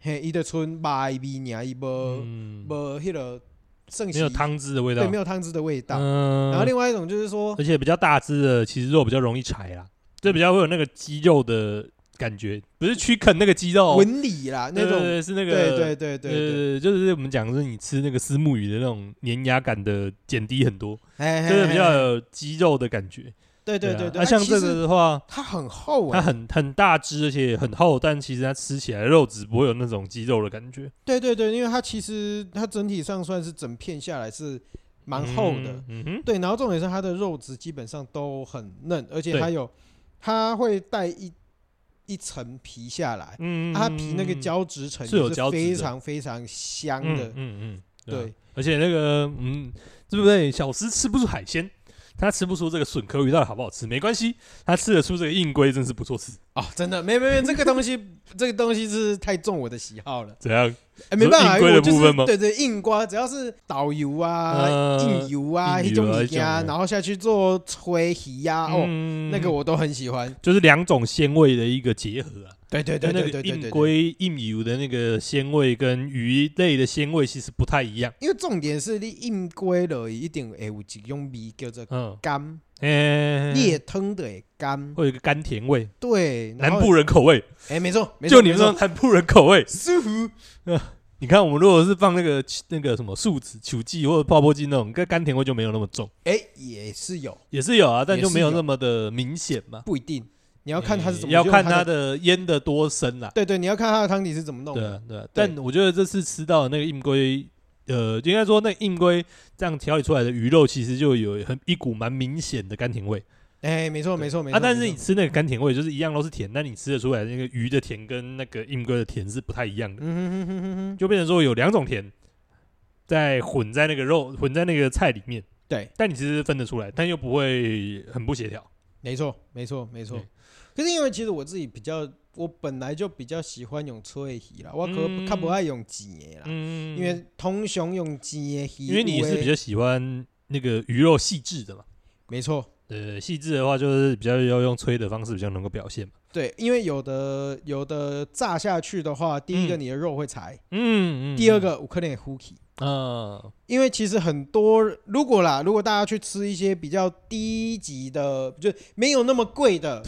[SPEAKER 1] 嘿，伊的纯白味尔，伊无
[SPEAKER 3] 嗯，
[SPEAKER 1] 无迄个剩
[SPEAKER 3] 没有汤汁的味道，
[SPEAKER 1] 呃对，没有汤汁的味道。
[SPEAKER 3] 嗯，
[SPEAKER 1] 然后另外一种就是说，
[SPEAKER 3] 而且比较大只的，其实肉比较容易柴啦，这比较会有那个肌肉的感觉，不是去啃那个肌肉，哦
[SPEAKER 1] 纹理啦那
[SPEAKER 3] 对对
[SPEAKER 1] 种，
[SPEAKER 3] 对是那个
[SPEAKER 1] 对对对对对，
[SPEAKER 3] 呃，就是我们讲是你吃那个丝木鱼的那种粘牙感的减低很多，
[SPEAKER 1] 哎
[SPEAKER 3] 就是比较
[SPEAKER 1] 嘿嘿嘿
[SPEAKER 3] 有肌肉的感觉。
[SPEAKER 1] 对对对
[SPEAKER 3] 啊
[SPEAKER 1] 对，
[SPEAKER 3] 那像这
[SPEAKER 1] 其
[SPEAKER 3] 个
[SPEAKER 1] 实
[SPEAKER 3] 的话，
[SPEAKER 1] 它很厚
[SPEAKER 3] 它
[SPEAKER 1] 哎，
[SPEAKER 3] 很很大只，而且很厚，但其实它吃起来肉质不会有那种肌肉的感觉，
[SPEAKER 1] 对对对，因为它其实它整体上算是整片下来是蛮厚的，
[SPEAKER 3] 嗯。嗯哼，
[SPEAKER 1] 对，然后重点是它的肉质基本上都很嫩，而且
[SPEAKER 3] 对
[SPEAKER 1] 它有它会带一一层皮下来，
[SPEAKER 3] 嗯，
[SPEAKER 1] 它皮那个胶质层
[SPEAKER 3] 是有
[SPEAKER 1] 也
[SPEAKER 3] 胶质的
[SPEAKER 1] 非常非常香
[SPEAKER 3] 嗯
[SPEAKER 1] 的
[SPEAKER 3] 嗯，嗯，啊
[SPEAKER 1] 对，
[SPEAKER 3] 而且那个嗯，对不对？小吃吃不出海鲜。他吃不出这个笋壳鱼到底好不好吃，没关系，他吃得出这个硬龟真是不错吃。
[SPEAKER 1] 哦，真的，没没没，这个东西 [LAUGHS] 这个东西是太重我的喜好
[SPEAKER 3] [LAUGHS]
[SPEAKER 1] 了。
[SPEAKER 3] 怎样？
[SPEAKER 1] 哎，没办法，
[SPEAKER 3] 你说硬龟的
[SPEAKER 1] 我就
[SPEAKER 3] 部分
[SPEAKER 1] 是
[SPEAKER 3] 吗
[SPEAKER 1] 对对硬瓜，只要是导游啊、
[SPEAKER 3] 呃
[SPEAKER 1] 硬油啊、
[SPEAKER 3] 硬
[SPEAKER 1] 一
[SPEAKER 3] 油啊
[SPEAKER 1] 种
[SPEAKER 3] 那
[SPEAKER 1] 米
[SPEAKER 3] 种
[SPEAKER 1] 啊，
[SPEAKER 3] 的
[SPEAKER 1] 然后下去做炊鱼呀，哦，
[SPEAKER 3] 嗯
[SPEAKER 1] 那个我都很喜欢。
[SPEAKER 3] 就是两种鲜味的一个结合啊。
[SPEAKER 1] 对对对
[SPEAKER 3] 就
[SPEAKER 1] 对
[SPEAKER 3] 那个
[SPEAKER 1] 对对
[SPEAKER 3] 硬
[SPEAKER 1] 对对，
[SPEAKER 3] 龟硬油的那个鲜味跟鱼类的鲜味其实不太一样。
[SPEAKER 1] 因为重点是你硬龟了，一定会有一种味叫做
[SPEAKER 3] 嗯，哎
[SPEAKER 1] 干，
[SPEAKER 3] 诶、
[SPEAKER 1] 裂汤的会干，
[SPEAKER 3] 嗯会有一个甘甜味，
[SPEAKER 1] 对，然
[SPEAKER 3] 南
[SPEAKER 1] 后
[SPEAKER 3] 部人口味，
[SPEAKER 1] 哎，没错，没错
[SPEAKER 3] 就你
[SPEAKER 1] 没
[SPEAKER 3] 们这种
[SPEAKER 1] 错
[SPEAKER 3] 南部人口味。
[SPEAKER 1] 舒服，
[SPEAKER 3] 你看，我们如果是放那个那个什么树脂、球剂或者泡泡剂那种，跟甘甜味就没有那么重，
[SPEAKER 1] 哎，也是有，
[SPEAKER 3] 也是有啊，但
[SPEAKER 1] 也是
[SPEAKER 3] 就没有
[SPEAKER 1] 有
[SPEAKER 3] 那么的明显嘛。
[SPEAKER 1] 不一定，你要看它是怎
[SPEAKER 3] 嗯
[SPEAKER 1] 么
[SPEAKER 3] 要
[SPEAKER 1] 用，
[SPEAKER 3] 看
[SPEAKER 1] 它
[SPEAKER 3] 它，的腌的多深啦。
[SPEAKER 1] 对对，你要看它的汤底是怎么弄
[SPEAKER 3] 对
[SPEAKER 1] 的。
[SPEAKER 3] 啊对啊，但我觉得这次吃到的那个硬龟，呃，应该说那硬龟这样调理出来的鱼肉，其实就有很一股蛮明显的甘甜味
[SPEAKER 1] 哎，没错没错没
[SPEAKER 3] 啊。
[SPEAKER 1] 错，
[SPEAKER 3] 但是
[SPEAKER 1] 没
[SPEAKER 3] 你
[SPEAKER 1] 错
[SPEAKER 3] 吃那个甘甜味，就是一样都是甜，但你吃得出来那个鱼的甜跟那个硬龟的甜是不太一样的，
[SPEAKER 1] 嗯哼哼哼哼哼，
[SPEAKER 3] 就变成说有两种甜在混在那个肉混在那个菜里面，
[SPEAKER 1] 对，
[SPEAKER 3] 但你其实分得出来，但又不会很不协调。
[SPEAKER 1] 没错，没错，没错
[SPEAKER 3] 对。
[SPEAKER 1] 可是因为其实我自己比较，我本来就比较喜欢用脆鱼啦，我可
[SPEAKER 3] 嗯
[SPEAKER 1] 较不爱用煎的啦，
[SPEAKER 3] 嗯
[SPEAKER 1] 因为通常用煎的鱼，
[SPEAKER 3] 因为你是比较喜欢那个鱼肉细致的嘛。
[SPEAKER 1] 没错，
[SPEAKER 3] 呃，细致的话就是比较要用吹的方式比较能够表现嘛。
[SPEAKER 1] 对，因为有的有的炸下去的话，第一个
[SPEAKER 3] 嗯
[SPEAKER 1] 你的肉会柴，
[SPEAKER 3] 嗯，嗯
[SPEAKER 1] 第二，个我可能也呼起。
[SPEAKER 3] 嗯，
[SPEAKER 1] 因为其实很多，如果啦，如果大家去吃一些比较低级的，就没有那么贵
[SPEAKER 3] [LAUGHS]
[SPEAKER 1] 的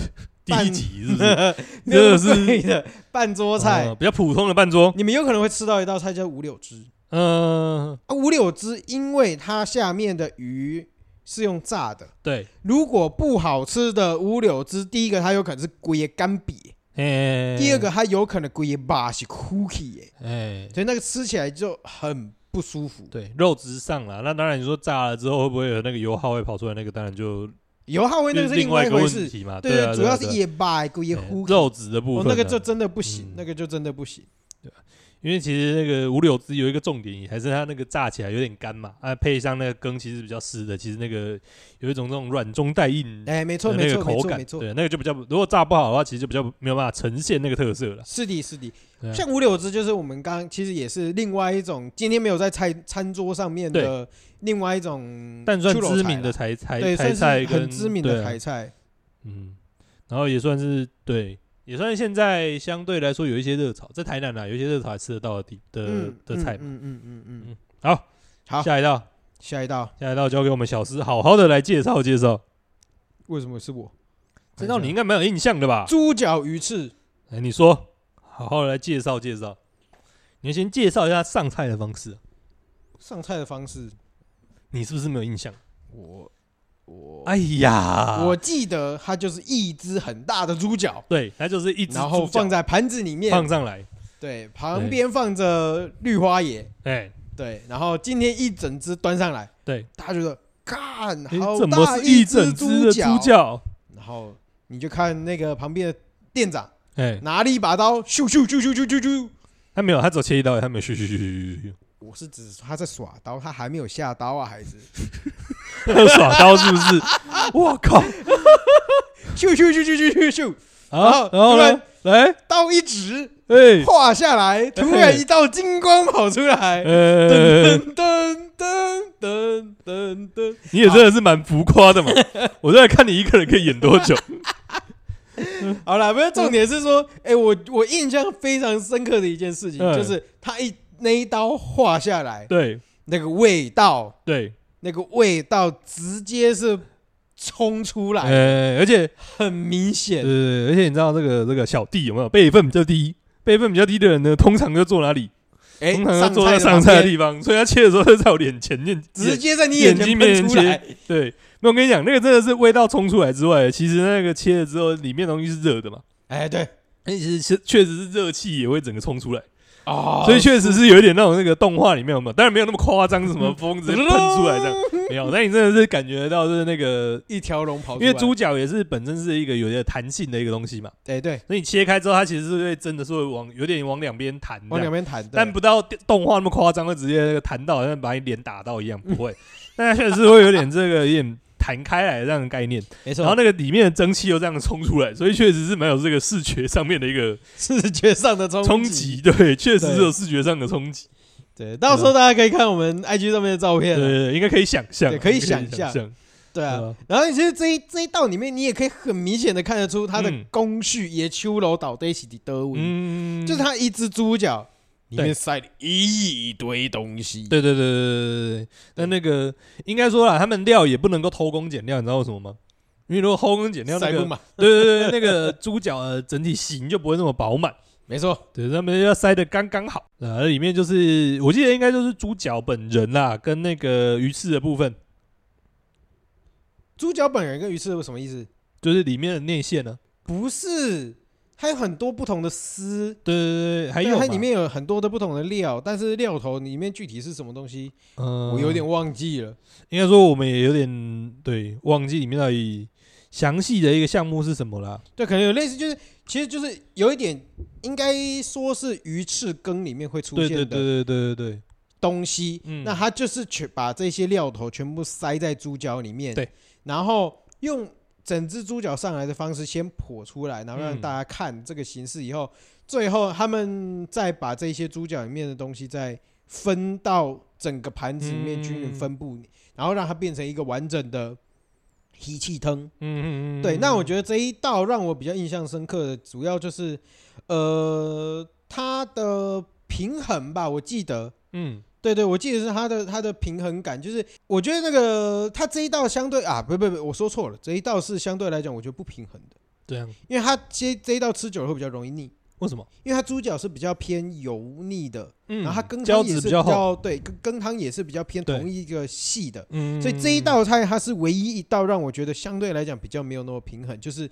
[SPEAKER 3] 第
[SPEAKER 1] 半
[SPEAKER 3] 一集是不是？
[SPEAKER 1] 没有那
[SPEAKER 3] 这是
[SPEAKER 1] 么贵的半桌菜，
[SPEAKER 3] 嗯比较普通的半桌。
[SPEAKER 1] 你们有可能会吃到一道菜叫五柳汁。
[SPEAKER 3] 嗯，
[SPEAKER 1] 啊，五柳汁，因为它下面的鱼是用炸的，
[SPEAKER 3] 对，
[SPEAKER 1] 如果不好吃的五柳汁，第一个它有可能是龟干瘪，
[SPEAKER 3] 哎，
[SPEAKER 1] 第二个，它有可能龟巴是 cookie 耶，
[SPEAKER 3] 哎，
[SPEAKER 1] 所以那个吃起来就很不舒服。
[SPEAKER 3] 对，肉质上了。那当然，你说炸了之后会不会有那个油耗会跑出来？那个当然就
[SPEAKER 1] 油耗味那
[SPEAKER 3] 就
[SPEAKER 1] 个是
[SPEAKER 3] 是另
[SPEAKER 1] 外
[SPEAKER 3] 一个
[SPEAKER 1] 回
[SPEAKER 3] 问
[SPEAKER 1] 事，
[SPEAKER 3] 题嘛。
[SPEAKER 1] 对
[SPEAKER 3] 对啊，
[SPEAKER 1] 主要是
[SPEAKER 3] 对啊对啊
[SPEAKER 1] 野巴龟
[SPEAKER 3] 哎
[SPEAKER 1] 呼，
[SPEAKER 3] 肉质的部
[SPEAKER 1] 哦
[SPEAKER 3] 分，
[SPEAKER 1] 那
[SPEAKER 3] 啊，
[SPEAKER 1] 个就真的不行
[SPEAKER 3] 嗯，
[SPEAKER 1] 那个就真的不行。
[SPEAKER 3] 因为其实那个五柳汁有一个重点，还是它那个炸起来有点干嘛，啊，配上那个羹其实比较湿的，其实那个有一种那种软中带硬的
[SPEAKER 1] 哎，没错，
[SPEAKER 3] 那
[SPEAKER 1] 没
[SPEAKER 3] 个
[SPEAKER 1] 错，没
[SPEAKER 3] 口
[SPEAKER 1] 错，
[SPEAKER 3] 感，
[SPEAKER 1] 没错，
[SPEAKER 3] 对，那个就比较如果炸不好的话，其实就比较没有办法呈现那个特色了。
[SPEAKER 1] 是的，是的。
[SPEAKER 3] 对啊
[SPEAKER 1] 像五柳汁就是我们刚其实也是另外一种，今天没有在菜餐桌上面的另外一种，
[SPEAKER 3] 但算知名的，台
[SPEAKER 1] 对，
[SPEAKER 3] 台台
[SPEAKER 1] 算
[SPEAKER 3] 菜
[SPEAKER 1] 是
[SPEAKER 3] 跟
[SPEAKER 1] 很知名的台
[SPEAKER 3] 对啊
[SPEAKER 1] 菜。
[SPEAKER 3] 嗯，然后也算是对，也算是现在相对来说有一些热潮，在台南啊有一些热潮还吃得到的地的
[SPEAKER 1] 嗯，
[SPEAKER 3] 的菜嘛。
[SPEAKER 1] 嗯嗯嗯嗯嗯。
[SPEAKER 3] 好，
[SPEAKER 1] 好，
[SPEAKER 3] 下一道，
[SPEAKER 1] 下一道
[SPEAKER 3] 下一道交给我们小师好好的来介绍介绍，
[SPEAKER 1] 为什么是我？
[SPEAKER 3] 这道你应该蛮有印象的吧？
[SPEAKER 1] 猪脚鱼翅，
[SPEAKER 3] 哎，你说，好好的来介绍介绍。你要先介绍一下上菜的方式，
[SPEAKER 1] 上菜的方式，
[SPEAKER 3] 你是不是没有印象？
[SPEAKER 1] 我我
[SPEAKER 2] 哎呀，
[SPEAKER 1] 我记得它就是一只很大的猪脚，
[SPEAKER 3] 对，它就是一只
[SPEAKER 1] 然后
[SPEAKER 3] 猪脚
[SPEAKER 1] 放在盘子里面
[SPEAKER 3] 放，上来，
[SPEAKER 1] 对，旁边放着绿花椰，
[SPEAKER 3] 哎，
[SPEAKER 1] 对，然后今天一整只端上来，
[SPEAKER 3] 对，
[SPEAKER 1] 大家觉得干
[SPEAKER 3] 诶
[SPEAKER 1] 好
[SPEAKER 3] 怎
[SPEAKER 1] 大
[SPEAKER 3] 么是一
[SPEAKER 1] 只
[SPEAKER 3] 整只的猪脚？
[SPEAKER 1] 然后你就看那个旁边的店长
[SPEAKER 3] 哎，
[SPEAKER 1] 拿了一把刀，咻咻咻咻咻咻咻，
[SPEAKER 3] 他没有，他只有切一刀，他没有嘘嘘嘘嘘嘘
[SPEAKER 1] 我是指他在耍刀，他还没有下刀啊，孩子，
[SPEAKER 3] 嘘，耍刀是不是？我靠！
[SPEAKER 1] [LAUGHS] 咻咻咻咻咻咻咻，
[SPEAKER 3] 啊，
[SPEAKER 1] 然
[SPEAKER 3] 然
[SPEAKER 1] 后
[SPEAKER 3] 后呢？来，
[SPEAKER 1] 刀一指
[SPEAKER 3] 哎，
[SPEAKER 1] 划下来，突然一道金光跑出来，
[SPEAKER 3] [LAUGHS] 呃，
[SPEAKER 1] 噔噔噔噔噔噔，
[SPEAKER 3] [LAUGHS] 你也真的是蛮浮夸 [LAUGHS] 的嘛！我在看你一个人可以演多 [LAUGHS] 久。
[SPEAKER 1] 好了，不是重点是说，哎、我我印象非常深刻的一件事情，
[SPEAKER 3] 嗯
[SPEAKER 1] 就是他一那一刀划下来，
[SPEAKER 3] 对
[SPEAKER 1] 那个味道，
[SPEAKER 3] 对，
[SPEAKER 1] 那个味道直接是冲出来，
[SPEAKER 3] 呃，而且
[SPEAKER 1] 很明显。
[SPEAKER 3] 呃，而且你知道这个这个小弟有没有辈分比较低？辈分比较低的人呢，通常就坐哪里？
[SPEAKER 1] 哎、
[SPEAKER 3] 通常就坐在
[SPEAKER 1] 上
[SPEAKER 3] 上菜的
[SPEAKER 1] 里，
[SPEAKER 3] 地方，所以他切的时候就在我脸前面
[SPEAKER 1] 直接在你
[SPEAKER 3] 眼睛
[SPEAKER 1] 前
[SPEAKER 3] 面
[SPEAKER 1] 喷出
[SPEAKER 3] 前
[SPEAKER 1] 来，
[SPEAKER 3] 对，那我跟你讲，那个真的是味道冲出来之外，其实那个切了之后，里面东西是热的嘛，
[SPEAKER 1] 哎、对，
[SPEAKER 3] 那其实是确实是热气也会整个冲出来。
[SPEAKER 1] 哦，
[SPEAKER 3] 所以确实是有一点那种那个动画里面有没有？当然没有那么夸张，什 [LAUGHS] 么风直接喷出来这样没有。但你真的是感觉到就是那个，
[SPEAKER 1] 一条龙跑出
[SPEAKER 3] 因
[SPEAKER 1] 来，
[SPEAKER 3] 为猪脚也是本身是一个有点弹性的一个东西嘛，
[SPEAKER 1] 哎、对，
[SPEAKER 3] 所以你切开之后，它其实是会真的是会往有点往两边弹这
[SPEAKER 1] 往两
[SPEAKER 3] 样，
[SPEAKER 1] 边弹，对
[SPEAKER 3] 但不到动画那么夸张，会直接那个弹到好像把你脸打到一样，
[SPEAKER 1] [LAUGHS]
[SPEAKER 3] 不会。但它确实是会有点这个有点弹开来的这样的
[SPEAKER 1] [LAUGHS]
[SPEAKER 3] 概念，
[SPEAKER 1] 没错，
[SPEAKER 3] 然后那个里面的蒸汽又这样冲出来，所以确实是蛮有这个视觉上面的一个
[SPEAKER 1] 视觉上的冲
[SPEAKER 3] 冲
[SPEAKER 1] 击，
[SPEAKER 3] 击，对，确实是有视觉上的冲击。
[SPEAKER 1] 对，到时候大家可以看我们 IG 上面的照片啊，
[SPEAKER 3] 嗯对对，对应该可以想象，
[SPEAKER 1] 对可以
[SPEAKER 3] 应该
[SPEAKER 1] 想象
[SPEAKER 3] 象，
[SPEAKER 1] 对啊，
[SPEAKER 3] 对啊
[SPEAKER 1] 然后其实这一这一道里面，你也可以很明显的看得出它的
[SPEAKER 3] 嗯
[SPEAKER 1] 工序也秋楼岛在一起的德文，
[SPEAKER 3] 嗯，
[SPEAKER 1] 就是它一只猪脚里
[SPEAKER 3] 对
[SPEAKER 1] 面塞了一堆东西，
[SPEAKER 3] 对，对对对对对对对。但那个应该说啦，他们料也不能够偷工减料，你知道为什么吗？因为如果偷工减料，那
[SPEAKER 1] 塞不
[SPEAKER 3] 个
[SPEAKER 1] 满，
[SPEAKER 3] 对对对，那个猪脚的整体型就不会那么饱满，
[SPEAKER 1] 没错，
[SPEAKER 3] 对，他们要塞的刚刚好。呃，里面就是我记得应该就是猪脚本人啦，跟那个鱼翅的部分，
[SPEAKER 1] 猪脚本人跟鱼翅有什么意思？
[SPEAKER 3] 就是里面的内馅呢。
[SPEAKER 1] 不是，它有很多不同的丝，
[SPEAKER 3] 对对对，还
[SPEAKER 1] 对
[SPEAKER 3] 有
[SPEAKER 1] 它
[SPEAKER 3] 嘛
[SPEAKER 1] 里，面有很多的不同的料，但是料头里面具体是什么东西，
[SPEAKER 3] 嗯
[SPEAKER 1] 我有点忘记了。
[SPEAKER 3] 应该说我们也有点对忘记里面到底详细的一个项目是什么啦。
[SPEAKER 1] 对，可能有类似，就是其实就是有一点，应该说是鱼翅羹里面会出
[SPEAKER 3] 对对
[SPEAKER 1] 现的
[SPEAKER 3] 对对对对对，
[SPEAKER 1] 东西，
[SPEAKER 3] 嗯
[SPEAKER 1] 那它就是全把这些料头全部塞在猪脚里面，
[SPEAKER 3] 对，
[SPEAKER 1] 然后用整只猪脚上来的方式先剖出来，然后让
[SPEAKER 3] 嗯
[SPEAKER 1] 大家看这个形式以后，最后他们再把这些猪脚里面的东西再分到整个盘子里面
[SPEAKER 3] 嗯
[SPEAKER 1] 均匀分布，然后让它变成一个完整的。提气汤，
[SPEAKER 3] 嗯嗯嗯，
[SPEAKER 1] 对，那我觉得这一道让我比较印象深刻的，主要就是，呃，它的平衡吧，我记得，
[SPEAKER 3] 嗯
[SPEAKER 1] 对对，我记得是它的它的平衡感，就是我觉得那个它这一道相对啊，不不不，我说错了，这一道是相对来讲我觉得不平衡的，
[SPEAKER 3] 这样
[SPEAKER 1] 因为它这这一道吃久了会比较容易腻，
[SPEAKER 3] 为什么？
[SPEAKER 1] 因为它猪脚是比较偏油腻的，
[SPEAKER 3] 嗯
[SPEAKER 1] 然后它羹
[SPEAKER 3] 胶
[SPEAKER 1] 汤也
[SPEAKER 3] 质
[SPEAKER 1] 是
[SPEAKER 3] 比较厚，
[SPEAKER 1] 对，羹羹汤也是比较偏
[SPEAKER 3] 对
[SPEAKER 1] 同一个系的，
[SPEAKER 3] 嗯，
[SPEAKER 1] 所以这一道菜它是唯一一道让我觉得相对来讲比较没有那么平衡，就是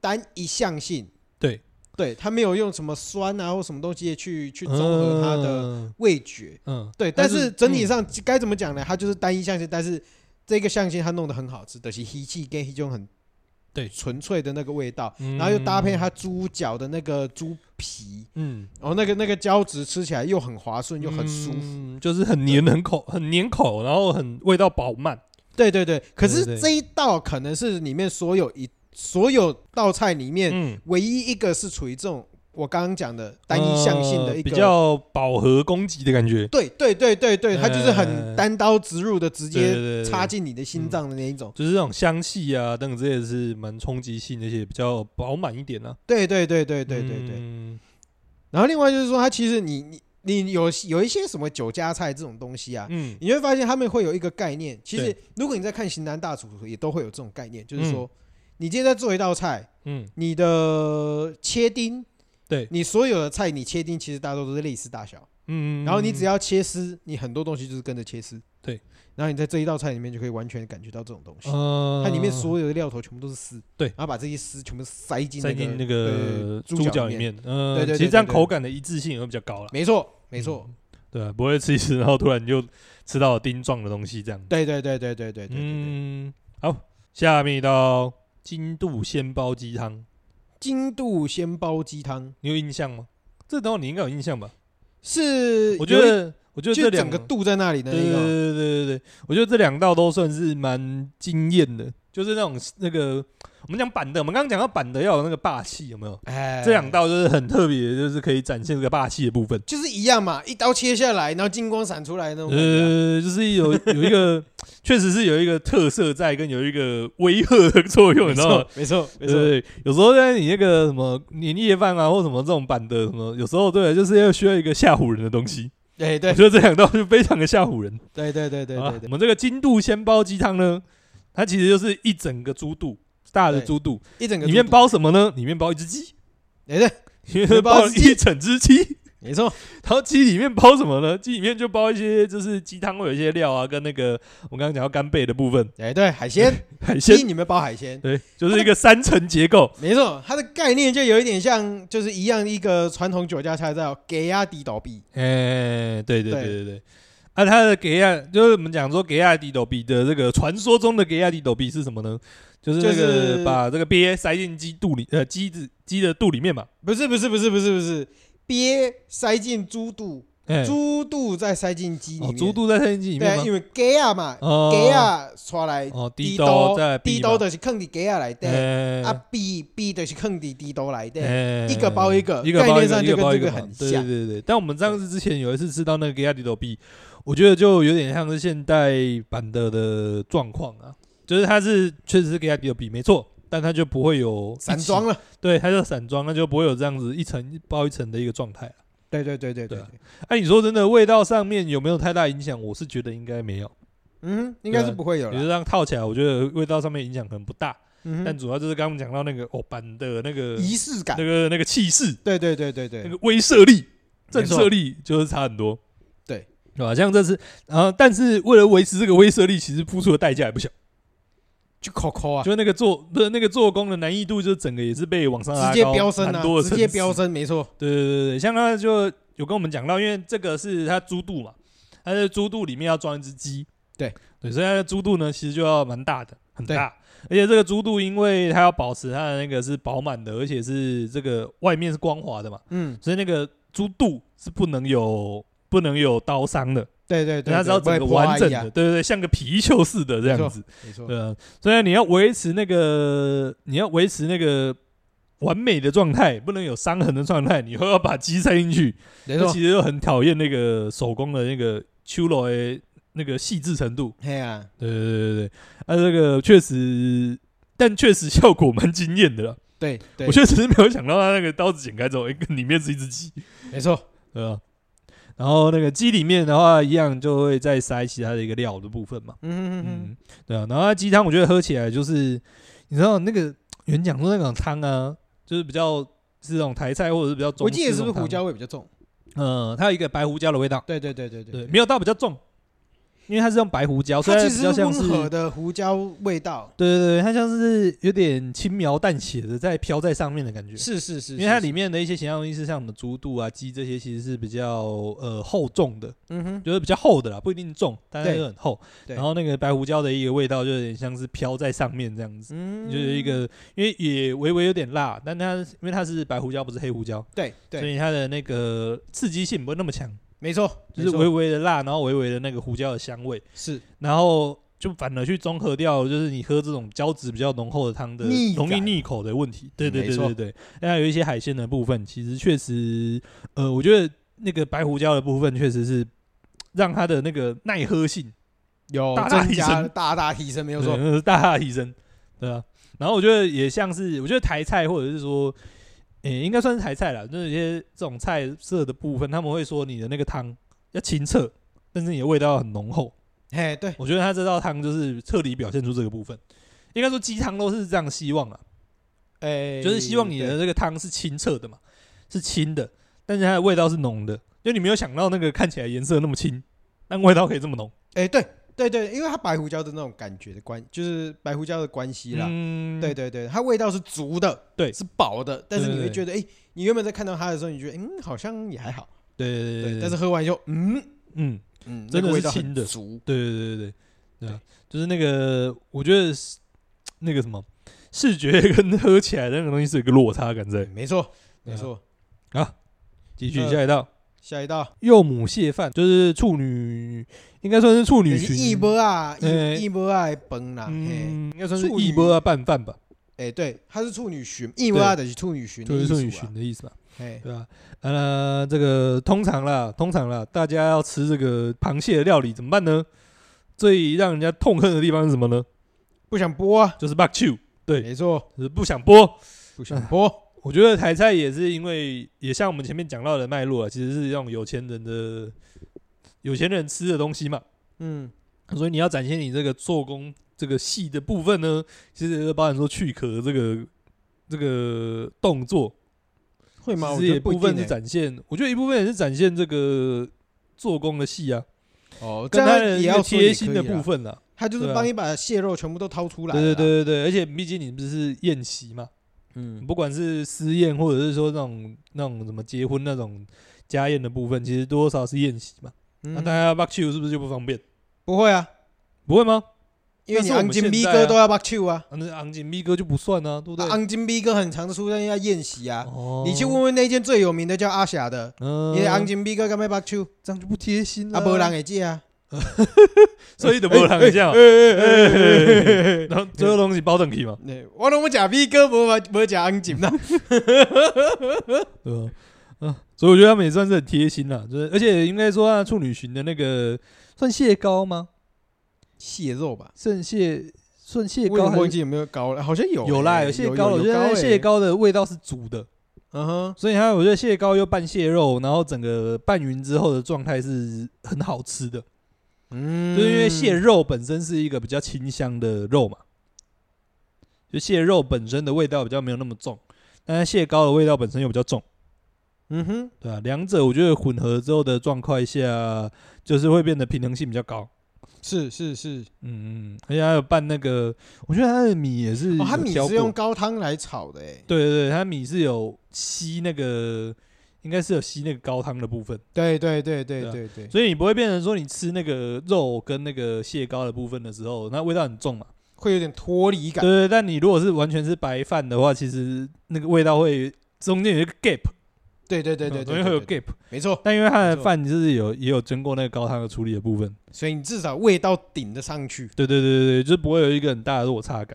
[SPEAKER 1] 单一向性，
[SPEAKER 3] 对
[SPEAKER 1] 对，它没有用什么酸啊或什么东西去去综合它的
[SPEAKER 3] 嗯
[SPEAKER 1] 味觉。
[SPEAKER 3] 嗯
[SPEAKER 1] 对，但
[SPEAKER 3] 但
[SPEAKER 1] 是
[SPEAKER 3] 是嗯
[SPEAKER 1] 整体上该怎么讲呢？它就是单一象限，但是这个象限它弄得很好吃，的是黑气跟黑种很
[SPEAKER 3] 对
[SPEAKER 1] 纯粹的那个味道，
[SPEAKER 3] 嗯
[SPEAKER 1] 然后又搭配它猪脚的那个猪皮，
[SPEAKER 3] 嗯
[SPEAKER 1] 然后那个那个胶质吃起来又很滑顺又很舒服。
[SPEAKER 3] 服，嗯就是很黏很口很黏口，然后很味道饱满。
[SPEAKER 1] 对对对，可
[SPEAKER 3] 对
[SPEAKER 1] 是
[SPEAKER 3] 对
[SPEAKER 1] 这一道可能是里面所有一所有道菜里面
[SPEAKER 3] 嗯，
[SPEAKER 1] 唯一一个是处于这种我刚刚讲的单一象性的
[SPEAKER 3] 呃
[SPEAKER 1] 一
[SPEAKER 3] 比
[SPEAKER 1] 个。
[SPEAKER 3] 较饱和攻击的感觉。
[SPEAKER 1] 对对对对对，它就是很
[SPEAKER 3] 呃
[SPEAKER 1] 单刀直入的，直
[SPEAKER 3] 对对
[SPEAKER 1] 接
[SPEAKER 3] 对对对
[SPEAKER 1] 插进你的心脏的那一种。
[SPEAKER 3] 就是这种香气啊，等等，这也是蛮冲击性，而且比较饱满一点呢、啊。
[SPEAKER 1] 对对对对对对对。
[SPEAKER 3] 嗯
[SPEAKER 1] 然后另外就是说，它其实你你你有有一些什么酒家菜这种东西啊，
[SPEAKER 3] 嗯，
[SPEAKER 1] 你会发现他们会有一个概念。其实
[SPEAKER 3] 对
[SPEAKER 1] 如果你在看《型男大厨》，也都会有这种概念，就是说，你今天在做一道菜，
[SPEAKER 3] 嗯，
[SPEAKER 1] 你的切丁，
[SPEAKER 3] 对
[SPEAKER 1] 你所有的菜，你切丁其实大多都是类似大小，
[SPEAKER 3] 嗯，
[SPEAKER 1] 然后你只
[SPEAKER 3] 要
[SPEAKER 1] 要切丝，你很多东西就是跟着切丝。
[SPEAKER 3] 对，
[SPEAKER 1] 然后你在这一道菜里面就可以完全感觉到这种东西。
[SPEAKER 3] 呃，
[SPEAKER 1] 它里面所有的料头全部都是丝，
[SPEAKER 3] 对
[SPEAKER 1] 然后把这些丝全部塞进
[SPEAKER 3] 塞进那个
[SPEAKER 1] 对
[SPEAKER 3] 猪
[SPEAKER 1] 猪
[SPEAKER 3] 脚
[SPEAKER 1] 里
[SPEAKER 3] 里，面，嗯，
[SPEAKER 1] 对对对
[SPEAKER 3] 其实这样
[SPEAKER 1] 对对
[SPEAKER 3] 口感的一致性也会比较高了，
[SPEAKER 1] 没错没错，
[SPEAKER 3] 对啊，不会吃一吃，然后突然就吃到丁状的东西这样。
[SPEAKER 1] 对对对对对对对对对。
[SPEAKER 3] 嗯，好，下面一道金度鲜煲鸡汤，
[SPEAKER 1] 金度鲜煲鸡汤
[SPEAKER 3] 你有印象吗？这道你应该有印象吧？
[SPEAKER 1] 是，
[SPEAKER 3] 我觉得，我觉得这
[SPEAKER 1] 就
[SPEAKER 3] 两
[SPEAKER 1] 整个度在那里的
[SPEAKER 3] 对
[SPEAKER 1] 那
[SPEAKER 3] 对对
[SPEAKER 1] 个，
[SPEAKER 3] 对对对对，我觉得这两道都算是蛮惊艳的，就是那种那个我们讲板的，我们刚刚讲到板的要有那个霸气，有没有？
[SPEAKER 1] 哎，
[SPEAKER 3] 这两道就是很特别，就是可以展现这个霸气的部分。
[SPEAKER 1] 就是一样嘛，一刀切下来，然后金光闪出来那种感觉啊。
[SPEAKER 3] [LAUGHS] 呃，就是有有一个， [LAUGHS] 确实是有一个特色在，跟有一个威吓的作用，你
[SPEAKER 1] 没
[SPEAKER 3] 知道吗
[SPEAKER 1] 错？，没错，没错，
[SPEAKER 3] 对，有时候在你那个什么年夜饭啊，或什么这种版的什么，有时候对，就是要需要一个吓唬人的东西。
[SPEAKER 1] 哎，
[SPEAKER 3] 我
[SPEAKER 1] 对，
[SPEAKER 3] 觉得这啊两道就非常的吓唬人。
[SPEAKER 1] 对，对，对，对，
[SPEAKER 3] 好
[SPEAKER 1] 对，
[SPEAKER 3] 啦我
[SPEAKER 1] 对，
[SPEAKER 3] 们这个金度鲜煲鸡汤呢，它其实就是一整个猪肚，大的
[SPEAKER 1] 对
[SPEAKER 3] 猪肚，
[SPEAKER 1] 一整个
[SPEAKER 3] 里面
[SPEAKER 1] 猪肚，
[SPEAKER 3] 包什么呢？里面包一只鸡，
[SPEAKER 1] 哎，对，
[SPEAKER 3] 里
[SPEAKER 1] 面
[SPEAKER 3] 面包
[SPEAKER 1] 包
[SPEAKER 3] 了
[SPEAKER 1] 一只鸡
[SPEAKER 3] 一整只鸡。
[SPEAKER 1] 没错，
[SPEAKER 3] 然后鸡里面包什么呢？鸡里面就包一些，就是鸡汤会有一些料啊，跟那个我刚刚讲到干贝的部分，
[SPEAKER 1] 哎，对，海
[SPEAKER 3] [LAUGHS]
[SPEAKER 1] 鲜，
[SPEAKER 3] 海
[SPEAKER 1] 鸡
[SPEAKER 3] 鲜，
[SPEAKER 1] 里面包海鲜，
[SPEAKER 3] 对，就是一个三层结构。
[SPEAKER 1] 没错，它的概念就有一点像，就是一样一个传统酒家菜叫给压低倒闭，
[SPEAKER 3] [LAUGHS] 哎、对对
[SPEAKER 1] 对
[SPEAKER 3] 对对对。啊，他的给亚就是我们讲说给亚迪斗比的这个传说中的给亚迪斗比是什么呢？就是那个、
[SPEAKER 1] 就是
[SPEAKER 3] 把这个鳖塞进鸡肚里，呃，鸡子鸡的肚里面嘛。
[SPEAKER 1] 不是，不是，不是，不是，不是，鳖塞进猪肚，
[SPEAKER 3] 哎、
[SPEAKER 1] 猪肚再塞进鸡里
[SPEAKER 3] 哦，
[SPEAKER 1] 面，
[SPEAKER 3] 猪肚在塞进鸡里
[SPEAKER 1] 对
[SPEAKER 3] 面
[SPEAKER 1] 啊，
[SPEAKER 3] 吗？
[SPEAKER 1] 因为给压嘛，
[SPEAKER 3] 哦，
[SPEAKER 1] 给压出来，
[SPEAKER 3] 哦，
[SPEAKER 1] 低
[SPEAKER 3] 低
[SPEAKER 1] 兜
[SPEAKER 3] 兜在
[SPEAKER 1] 低兜就是坑伫给压来
[SPEAKER 3] 哎、
[SPEAKER 1] 的，啊，B B 就是坑伫低兜来的，
[SPEAKER 3] 哎
[SPEAKER 1] 一个包一个
[SPEAKER 3] 一个
[SPEAKER 1] 概
[SPEAKER 3] 包一
[SPEAKER 1] 念上
[SPEAKER 3] 个，一
[SPEAKER 1] 就
[SPEAKER 3] 个
[SPEAKER 1] 跟
[SPEAKER 3] 包一
[SPEAKER 1] 这个
[SPEAKER 3] 嘛
[SPEAKER 1] 很
[SPEAKER 3] 对
[SPEAKER 1] 像
[SPEAKER 3] 对对对，但我们上次之前有一次吃到那个给亚迪斗比，我觉得就有点像是现代版的的状况啊，就是它是确实是给亚迪斗比没错，但它就不会有一起
[SPEAKER 1] 散装，了，
[SPEAKER 3] 对，它就散装，那就不会有这样子一层一包一层的一个状态了。
[SPEAKER 1] 对对对对对
[SPEAKER 3] 对啊，哎、你说真的，味道上面有没有太大影响？我是觉得应该没有，
[SPEAKER 1] 嗯，应该是
[SPEAKER 3] 对啊
[SPEAKER 1] 不会有
[SPEAKER 3] 你就
[SPEAKER 1] 了，
[SPEAKER 3] 这样套起来，我觉得味道上面影响可能不大，
[SPEAKER 1] 嗯
[SPEAKER 3] 但
[SPEAKER 1] 哼，
[SPEAKER 3] 主要就是刚刚讲到那个哦版的那个
[SPEAKER 1] 仪式感
[SPEAKER 3] 那，个那个气势，
[SPEAKER 1] 对对对对对
[SPEAKER 3] 那，个威慑力、
[SPEAKER 1] 没错
[SPEAKER 3] 震慑力就是差很多。
[SPEAKER 1] 对，
[SPEAKER 3] 对吧？像这次，然后但是为了维持这个威慑力，其实付出的代价也不小。
[SPEAKER 1] 就扣扣啊，
[SPEAKER 3] 就是那个做不是那个做工的难易度，就是整个也是被往上拉
[SPEAKER 1] 直接
[SPEAKER 3] 高
[SPEAKER 1] 飙升
[SPEAKER 3] 蛮
[SPEAKER 1] 啊
[SPEAKER 3] 多，的
[SPEAKER 1] 直接
[SPEAKER 3] 层次
[SPEAKER 1] 飙。升，没错，
[SPEAKER 3] 对对对对，像他就有跟我们讲到，因为这个是他猪肚嘛，他的猪肚里面要装一只鸡。
[SPEAKER 1] 对
[SPEAKER 3] 对，所以他的猪肚呢，其实就要蛮大的，很大。而且这个猪肚，因为它要保持它的那个是饱满的，而且是这个外面是光滑的嘛，
[SPEAKER 1] 嗯，
[SPEAKER 3] 所以那个猪肚是不能有不能有刀伤的，
[SPEAKER 1] 对对对，
[SPEAKER 3] 它是要
[SPEAKER 1] 对
[SPEAKER 3] 整
[SPEAKER 1] 不
[SPEAKER 3] 个
[SPEAKER 1] 会破
[SPEAKER 3] 完
[SPEAKER 1] 坏
[SPEAKER 3] 整
[SPEAKER 1] 一样
[SPEAKER 3] 的，对对对，像个皮球似的这样子，
[SPEAKER 1] 没错，
[SPEAKER 3] 对啊，所以你要维持那个你要维持那个完美的状态，不能有伤痕的状态，你又要把鸡塞进去，
[SPEAKER 1] 没
[SPEAKER 3] 这
[SPEAKER 1] 错
[SPEAKER 3] 其，实就很讨厌那个手工的那个修罗的那个细致程度，
[SPEAKER 1] 嘿啊，
[SPEAKER 3] 对对对对对，啊，这个确实，但确实效果蛮惊艳的啦，
[SPEAKER 1] 对对
[SPEAKER 3] 我，确实是没有想到它那个刀子剪开之后，哎、里面是一只鸡。
[SPEAKER 1] 没错，
[SPEAKER 3] 对啊。然后那个鸡里面的话，一样就会再塞其他的一个料的部分嘛。
[SPEAKER 1] 嗯嗯嗯，
[SPEAKER 3] 嗯，对啊。然后它鸡汤我觉得喝起来就是，你知道那个原讲说那种汤啊，就是比较是那种台菜或者是比较中。
[SPEAKER 1] 我记得是不是胡椒？味比较重？
[SPEAKER 3] 嗯，它有一个白胡椒的味道，
[SPEAKER 1] 对对对对
[SPEAKER 3] 对，，没有到比较重，因为它是用白胡椒，所以
[SPEAKER 1] 它其
[SPEAKER 3] 比
[SPEAKER 1] 实
[SPEAKER 3] 较
[SPEAKER 1] 是
[SPEAKER 3] 像
[SPEAKER 1] 温
[SPEAKER 3] 是
[SPEAKER 1] 和的胡椒味道，
[SPEAKER 3] 对对对，它像是有点轻描淡写的在飘在上面的感觉。
[SPEAKER 1] 是是是，
[SPEAKER 3] 因为它里面的一些形象东西是像我们猪肚啊、鸡这些，其实是比较呃厚重的，
[SPEAKER 1] 嗯哼，
[SPEAKER 3] 就是比较厚的啦，不一定重，但
[SPEAKER 1] 对
[SPEAKER 3] 是很厚。
[SPEAKER 1] 对
[SPEAKER 3] 然后那个白胡椒的一个味道，就有点像是飘在上面这样子，
[SPEAKER 1] 嗯
[SPEAKER 3] 就是一个因为也微微有点辣，但它因为它是白胡椒，不是黑胡椒，
[SPEAKER 1] 嗯对
[SPEAKER 3] 所
[SPEAKER 1] 对，
[SPEAKER 3] 以它的那个刺激性不会那么强，
[SPEAKER 1] 没错，
[SPEAKER 3] 就是
[SPEAKER 1] 没
[SPEAKER 3] 微
[SPEAKER 1] 错
[SPEAKER 3] 微的辣，然后微微的那个胡椒的香味，
[SPEAKER 1] 是
[SPEAKER 3] 然后就反而去综合掉，就是你喝这种胶质比较浓厚的汤的
[SPEAKER 1] 腻感
[SPEAKER 3] 容易腻口的问题。对对
[SPEAKER 1] 没
[SPEAKER 3] 对
[SPEAKER 1] 错
[SPEAKER 3] 对对，那有一些海鲜的部分，其实确实，呃，我觉得那个白胡椒的部分确实是让它的那个耐喝性
[SPEAKER 1] 有
[SPEAKER 3] 大大
[SPEAKER 1] 增
[SPEAKER 3] 提
[SPEAKER 1] 加
[SPEAKER 3] 升
[SPEAKER 1] 大大提升，没有
[SPEAKER 3] 对
[SPEAKER 1] 错，
[SPEAKER 3] 那是大大提升，对啊。然后我觉得也像是，我觉得台菜或者是说，诶、应该算是台菜啦，就是一些这种菜色的部分，他们会说你的那个汤要清澈，但是你的味道要很浓厚。
[SPEAKER 1] 嘿，对，
[SPEAKER 3] 我觉得他这道汤就是彻底表现出这个部分。应该说鸡汤都是这样希望啊，
[SPEAKER 1] 哎，
[SPEAKER 3] 就是希望你的
[SPEAKER 1] 对
[SPEAKER 3] 这个汤是清澈的嘛，是清的，但是它的味道是浓的。就你没有想到那个看起来颜色那么清，但味道可以这么浓。
[SPEAKER 1] 哎、对对对，因为它白胡椒的那种感觉的关，就是白胡椒的关系啦。
[SPEAKER 3] 嗯，
[SPEAKER 1] 对对对，它味道是足的，
[SPEAKER 3] 对
[SPEAKER 1] 是饱的，但是
[SPEAKER 3] 对
[SPEAKER 1] 你
[SPEAKER 3] 对
[SPEAKER 1] 会
[SPEAKER 3] 对
[SPEAKER 1] 觉得，哎、你原本在看到它的时候，你觉得，嗯，好像也还好，
[SPEAKER 3] 对对
[SPEAKER 1] 对，
[SPEAKER 3] 对，
[SPEAKER 1] 但是喝完就，嗯
[SPEAKER 3] 嗯，
[SPEAKER 1] 嗯，
[SPEAKER 3] 真
[SPEAKER 1] 那
[SPEAKER 3] 的
[SPEAKER 1] 个味
[SPEAKER 3] 是
[SPEAKER 1] 道很
[SPEAKER 3] 清的
[SPEAKER 1] 足，
[SPEAKER 3] 对对对对对，对啊，就是那个，我觉得是那个什么视觉跟喝起来的那个东西是有一个落差感在。
[SPEAKER 1] 嗯没错
[SPEAKER 3] 对啊
[SPEAKER 1] 没错。
[SPEAKER 3] 继续
[SPEAKER 1] 呃
[SPEAKER 3] 下一道，
[SPEAKER 1] 下一道，
[SPEAKER 3] 幼母蟹饭就是处女，应该算是处女
[SPEAKER 1] 也是
[SPEAKER 3] 群，
[SPEAKER 1] 哎一波啊，
[SPEAKER 3] 呃
[SPEAKER 1] 一一波爱崩啦，嘿，
[SPEAKER 3] 嗯，应该算是
[SPEAKER 1] 处
[SPEAKER 3] 一
[SPEAKER 1] 女
[SPEAKER 3] 波啊拌饭吧，
[SPEAKER 1] 哎，对，它是处女裙，一波啊的是处女裙，
[SPEAKER 3] 就是处女群，的意思吧。
[SPEAKER 1] 哎，
[SPEAKER 3] 对啊，呃，这个通常啦，通常啦，大家要吃这个螃蟹的料理怎么办呢？最让人家痛恨的地方是什么呢？
[SPEAKER 1] 不想播啊，
[SPEAKER 3] 就是 back to，对
[SPEAKER 1] 没错，
[SPEAKER 3] 就是不想剥。
[SPEAKER 1] 不想播，
[SPEAKER 3] 我觉得台菜也是因为也像我们前面讲到的脉络啊，其实是让有钱人的有钱人吃的东西嘛，
[SPEAKER 1] 嗯，
[SPEAKER 3] 所以你要展现你这个做工这个细的部分呢，其实包含说去壳这个这个动作，
[SPEAKER 1] 会吗？我觉
[SPEAKER 3] 其实
[SPEAKER 1] 得
[SPEAKER 3] 也
[SPEAKER 1] 不一
[SPEAKER 3] 部
[SPEAKER 1] 定
[SPEAKER 3] 分是
[SPEAKER 1] 欸
[SPEAKER 3] 展现，我觉得一部分也是展现这个做工的细啊，
[SPEAKER 1] 哦，这
[SPEAKER 3] 跟他
[SPEAKER 1] 样
[SPEAKER 3] 人
[SPEAKER 1] 也要说也可
[SPEAKER 3] 贴心
[SPEAKER 1] 以
[SPEAKER 3] 的
[SPEAKER 1] 啦
[SPEAKER 3] 部，分啦。
[SPEAKER 1] 他就是
[SPEAKER 3] 对啊
[SPEAKER 1] 帮你把蟹肉全部都掏出来，
[SPEAKER 3] 对对，对对对，而且毕竟你不是宴席嘛，
[SPEAKER 1] 嗯，
[SPEAKER 3] 不管是私宴或者是说那种那种什么结婚那种家宴的部分，其实多少是宴席嘛。那
[SPEAKER 1] 嗯
[SPEAKER 3] 大家 back to 是不是就不方便？
[SPEAKER 1] 不会啊，
[SPEAKER 3] 不会吗？
[SPEAKER 1] 因为你
[SPEAKER 3] 那是我
[SPEAKER 1] 昂
[SPEAKER 3] 们
[SPEAKER 1] 金
[SPEAKER 3] 现
[SPEAKER 1] B
[SPEAKER 3] 在啊
[SPEAKER 1] 哥都要 back to 啊，
[SPEAKER 3] 啊那昂景咪哥就不算啊，对不对？
[SPEAKER 1] 昂金 B 哥很常出现在宴席啊，
[SPEAKER 3] 哦
[SPEAKER 1] 你去问，问那间最有名的叫阿霞的，
[SPEAKER 3] 嗯
[SPEAKER 1] 你的昂金 B 哥干嘛 back to？
[SPEAKER 3] 这样就不贴心了。
[SPEAKER 1] 呃啊，没人，会哎借啊，
[SPEAKER 3] [LAUGHS] 所以就没人会这样。
[SPEAKER 1] 哎
[SPEAKER 3] 然后最后东西包等去嘛，
[SPEAKER 1] 对我拢要假 B 哥，无无假昂金啦，
[SPEAKER 3] 对吧？嗯，所以我觉得他们也算是很贴心啦，就是而且应该说啊，处女群的那个算蟹膏吗？
[SPEAKER 1] 蟹肉吧。
[SPEAKER 3] 剩蟹算蟹
[SPEAKER 1] 我也
[SPEAKER 3] 膏还
[SPEAKER 1] 忘
[SPEAKER 3] 是
[SPEAKER 1] 记有没有高了，好像有
[SPEAKER 3] 有啦，
[SPEAKER 1] 欸
[SPEAKER 3] 有蟹
[SPEAKER 1] 有
[SPEAKER 3] 膏，我
[SPEAKER 1] 有
[SPEAKER 3] 觉得那
[SPEAKER 1] 高
[SPEAKER 3] 个蟹
[SPEAKER 1] 欸，
[SPEAKER 3] 膏的味道是足的，
[SPEAKER 1] 嗯哼，
[SPEAKER 3] 所以它我觉得蟹膏又拌蟹肉，然后整个拌匀之后的状态是很好吃的，
[SPEAKER 1] 嗯，
[SPEAKER 3] 就是因为蟹肉本身是一个比较清香的肉嘛，就蟹肉本身的味道比较没有那么重，但是蟹膏的味道本身又比较重，
[SPEAKER 1] 嗯哼，
[SPEAKER 3] 对吧、两者我觉得混合之后的状况下，就是会变得平衡性比较高。
[SPEAKER 1] 是是是，
[SPEAKER 3] 嗯嗯，而且还有拌那个，我觉得它的米也是有
[SPEAKER 1] 哦，
[SPEAKER 3] 挑
[SPEAKER 1] 它
[SPEAKER 3] 过，
[SPEAKER 1] 米是用高汤来炒的，哎，
[SPEAKER 3] 对对对，它米是有吸那个，应该是有吸那个高汤的部分，
[SPEAKER 1] 对对对对
[SPEAKER 3] 对啊
[SPEAKER 1] 对对，
[SPEAKER 3] 所以你不会变成说你吃那个肉跟那个蟹膏的部分的时候，那味道很重嘛。
[SPEAKER 1] 会有点脱离
[SPEAKER 3] 对
[SPEAKER 1] 感，
[SPEAKER 3] 对，对但你如果是完全是白饭的话，其实那个味道会中间有一个 gap，
[SPEAKER 1] 对对对对
[SPEAKER 3] 嗯中
[SPEAKER 1] 对，
[SPEAKER 3] 间会有
[SPEAKER 1] 对对
[SPEAKER 3] gap，
[SPEAKER 1] 没错，
[SPEAKER 3] 但因为它
[SPEAKER 1] 没
[SPEAKER 3] 的
[SPEAKER 1] 错
[SPEAKER 3] 饭就是有也有经过那个高汤的处理的部分，
[SPEAKER 1] 所以你至少味道顶得上去，
[SPEAKER 3] 对对对对对，就是不会有一个很大的落差感，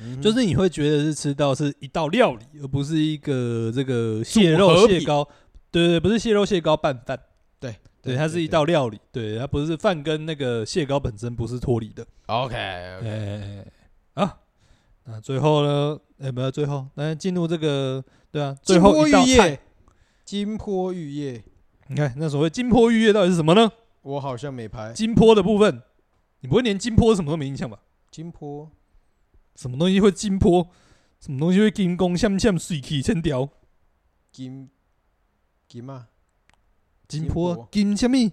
[SPEAKER 1] 嗯
[SPEAKER 3] 就是你会觉得是吃到是一道料理，而不是一个这个蟹
[SPEAKER 1] 组合
[SPEAKER 3] 肉
[SPEAKER 1] 品
[SPEAKER 3] 蟹膏，对对，对不是蟹肉蟹膏拌饭。对，它是一道
[SPEAKER 1] 对
[SPEAKER 3] 料理，对，它不是饭跟那个蟹膏本身不是脱离的。
[SPEAKER 1] OK，
[SPEAKER 3] 哎、啊，那最后呢？哎、不要最后，那进入这个对啊，最
[SPEAKER 1] 金
[SPEAKER 3] 后
[SPEAKER 1] 波
[SPEAKER 3] 一
[SPEAKER 1] 玉
[SPEAKER 3] 道菜，
[SPEAKER 1] 叶，金波玉叶，
[SPEAKER 3] 你看那所谓金坡玉叶到底是什么呢？
[SPEAKER 1] 我好像没拍
[SPEAKER 3] 金坡的部分，你不会连金坡什么都没印象吧？
[SPEAKER 1] 金波，
[SPEAKER 3] 什么东西会金坡？什么东西会金工？像不像水气千条？
[SPEAKER 1] 金金啊，
[SPEAKER 3] 金
[SPEAKER 1] 坡
[SPEAKER 3] 坡金什么？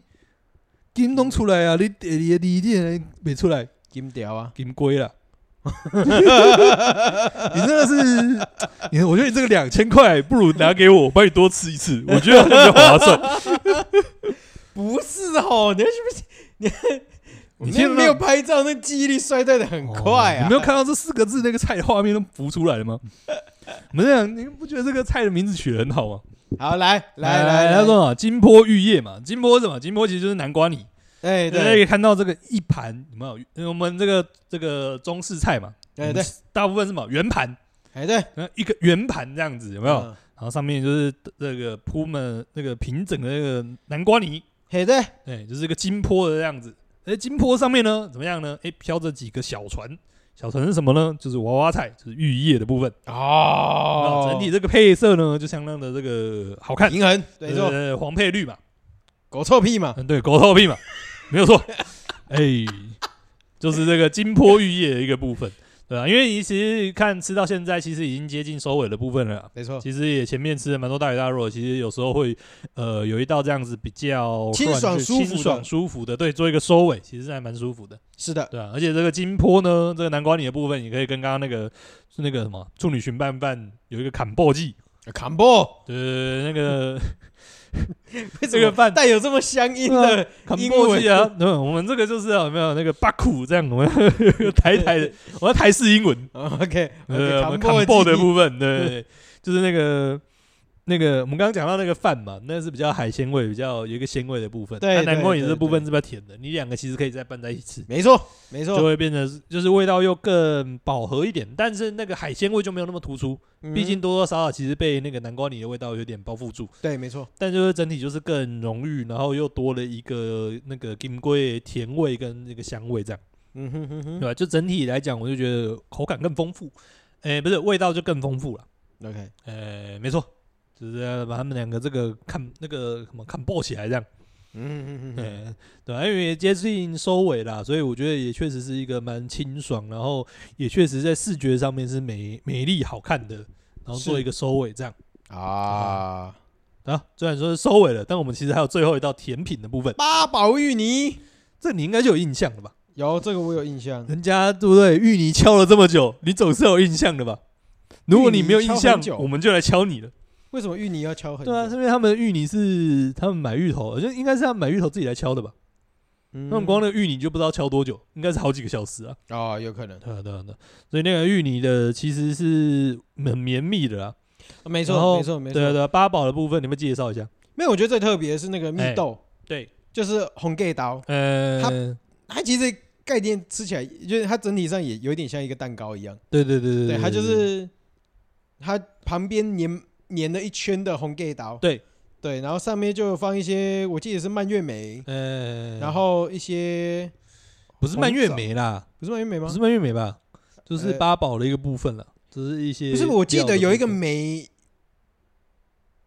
[SPEAKER 3] 金拢出来啊！你第二个字你没出来，
[SPEAKER 1] 金条啊，
[SPEAKER 3] 金龟啦。你真的是，你我觉得你这个两千块不如拿给我，我帮你多吃一次，我觉得好像比较划算。
[SPEAKER 1] 不是哦，你是不是你？
[SPEAKER 3] 你
[SPEAKER 1] 我
[SPEAKER 3] 听
[SPEAKER 1] 那
[SPEAKER 3] 得
[SPEAKER 1] 没有
[SPEAKER 3] 到
[SPEAKER 1] 拍照，那记忆力衰退的很快
[SPEAKER 3] 哦
[SPEAKER 1] 啊！
[SPEAKER 3] 你没有看到这四个字那个菜的画面都浮出来了吗？我们在讲，你不觉得这个菜的名字取得很好吗？
[SPEAKER 1] 好，来来来，
[SPEAKER 3] 他
[SPEAKER 1] 来，
[SPEAKER 3] 说啊，金波玉叶嘛，金波是什么？金波其实就是南瓜泥。
[SPEAKER 1] 哎，
[SPEAKER 3] 大家可
[SPEAKER 1] 对
[SPEAKER 3] 以看到这个一盘有没有？因为我们这个这个中式菜嘛，
[SPEAKER 1] 哎对，
[SPEAKER 3] 大部分是什么圆盘，
[SPEAKER 1] 哎对，
[SPEAKER 3] 那一个圆盘这样子有没有？
[SPEAKER 1] 嗯，
[SPEAKER 3] 然后上面就是这个铺满那个平整的那个南瓜泥，
[SPEAKER 1] 哎对，
[SPEAKER 3] 哎，就是一个金坡的样子。哎，金坡上面呢怎么样呢？哎，飘着几个小船，小船是什么呢？就是娃娃菜，就是玉叶的部分。
[SPEAKER 1] 哦
[SPEAKER 3] 那整体这个配色呢，就相当的这个好看，
[SPEAKER 1] 平衡，没
[SPEAKER 3] 对
[SPEAKER 1] 错，
[SPEAKER 3] 对对黄配绿嘛，
[SPEAKER 1] 狗臭屁嘛，
[SPEAKER 3] 嗯，对，狗头屁嘛，没有错。哎，就是这个金坡玉叶的一个部分。对啊，因为你其实看吃到现在，其实已经接近收尾的部分了啊。
[SPEAKER 1] 没错，
[SPEAKER 3] 其实也前面吃了蛮多大鱼大肉，其实有时候会呃有一道这样子比较
[SPEAKER 1] 清爽舒服的
[SPEAKER 3] 清爽舒服的，对，做一个收尾，其实还蛮舒服的，
[SPEAKER 1] 是的，
[SPEAKER 3] 对啊。而且这个金坡呢，这个南瓜泥的部分，你可以跟刚刚那个是那个什么处女裙拌饭有一个砍爆剂，
[SPEAKER 1] 砍波
[SPEAKER 3] 对
[SPEAKER 1] [LAUGHS]
[SPEAKER 3] 对对，那个
[SPEAKER 1] 为什
[SPEAKER 3] 这个
[SPEAKER 1] 么
[SPEAKER 3] 饭
[SPEAKER 1] 带有这么乡音的
[SPEAKER 3] 砍
[SPEAKER 1] 英
[SPEAKER 3] 爆
[SPEAKER 1] 文
[SPEAKER 3] 剂啊，对，我们这个就是啊有没有那个巴苦这样，我们台台的，我们台式英文，
[SPEAKER 1] ？OK，
[SPEAKER 3] 呃，我们
[SPEAKER 1] 波
[SPEAKER 3] 砍爆的部分，
[SPEAKER 1] [LAUGHS]
[SPEAKER 3] 对对对，就是那个那个我们刚刚讲到那个饭嘛，那是比较海鲜味，比较有一个鲜味的部分。
[SPEAKER 1] 对
[SPEAKER 3] 那
[SPEAKER 1] 对
[SPEAKER 3] 南瓜也
[SPEAKER 1] 对
[SPEAKER 3] 是部分
[SPEAKER 1] 对
[SPEAKER 3] 是比较甜的，你两个其实可以再拌在一起，
[SPEAKER 1] 没错，没
[SPEAKER 3] 就
[SPEAKER 1] 错，
[SPEAKER 3] 会变成就是味道又更饱和一点，但是那个海鲜味就没有那么突出，
[SPEAKER 1] 嗯
[SPEAKER 3] 毕竟多多少少其实被那个南瓜泥的味道有点包覆住，
[SPEAKER 1] 对，没错，
[SPEAKER 3] 但就是整体就是更浓郁，然后又多了一个那个金龟甜味跟那个香味这样。
[SPEAKER 1] 嗯哼哼
[SPEAKER 3] 对
[SPEAKER 1] 哼
[SPEAKER 3] 吧？就整体来讲，我就觉得口感更丰富，哎、不是味道就更丰富了，
[SPEAKER 1] ，OK，
[SPEAKER 3] 哎、没错，就是要把他们两个这个看那个什么看爆起来这样，
[SPEAKER 1] 嗯哼哼
[SPEAKER 3] 哎、
[SPEAKER 1] 哼，
[SPEAKER 3] 对吧、因为也接近收尾啦，所以我觉得也确实是一个蛮清爽，然后也确实在视觉上面是美美丽好看的，然后做
[SPEAKER 1] 是
[SPEAKER 3] 一个收尾这样。
[SPEAKER 1] 啊，
[SPEAKER 3] 啊，虽然说是收尾了，但我们其实还有最后一道甜品的部分，
[SPEAKER 1] 八宝芋泥，
[SPEAKER 3] 这你应该就有印象了吧？
[SPEAKER 1] 有这个我有印象。
[SPEAKER 3] 人家对不对？芋泥敲了这么久，你总是有印象的吧？如果你没有印
[SPEAKER 1] 芋泥敲
[SPEAKER 3] 象
[SPEAKER 1] 很久，哎
[SPEAKER 3] 我们就来敲你了。
[SPEAKER 1] 为什么芋泥要敲很久？
[SPEAKER 3] 对啊，是因为他们的芋泥是他们买芋头，我觉得应该是他们买芋头自己来敲的吧？
[SPEAKER 1] 嗯
[SPEAKER 3] 他们光那个芋泥就不知道敲多久，应该是好几个小时啊。
[SPEAKER 1] 哦，有可能，
[SPEAKER 3] 对啊，对啊，对啊。所以那个芋泥的其实是很绵密的啊。
[SPEAKER 1] 没
[SPEAKER 3] 然
[SPEAKER 1] 错，
[SPEAKER 3] 后
[SPEAKER 1] 没错，没
[SPEAKER 3] 对啊，
[SPEAKER 1] 错。
[SPEAKER 3] 对啊。八宝的部分，你们介绍一下。
[SPEAKER 1] 没有，我觉得最特别的是那个蜜
[SPEAKER 3] 哎
[SPEAKER 1] 豆，
[SPEAKER 3] 对，
[SPEAKER 1] 就是红盖刀，
[SPEAKER 3] 呃，
[SPEAKER 1] 它
[SPEAKER 3] 对
[SPEAKER 1] 它其实概念吃起来，就是它整体上也有点像一个蛋糕一样。
[SPEAKER 3] 对对对
[SPEAKER 1] 对，它就是它旁边粘粘了一圈的红盖刀。
[SPEAKER 3] 对
[SPEAKER 1] 对，然后上面就放一些，我记得是蔓越莓，
[SPEAKER 3] 呃，
[SPEAKER 1] 然后一些
[SPEAKER 3] 不是蔓越莓啦，
[SPEAKER 1] 不是蔓越莓吗
[SPEAKER 3] 不是？蔓越莓吧？就是
[SPEAKER 1] 呃
[SPEAKER 3] 八宝的一个部分了，就是一些
[SPEAKER 1] 不是，我记
[SPEAKER 3] 料的
[SPEAKER 1] 得有一个
[SPEAKER 3] 部分
[SPEAKER 1] 莓，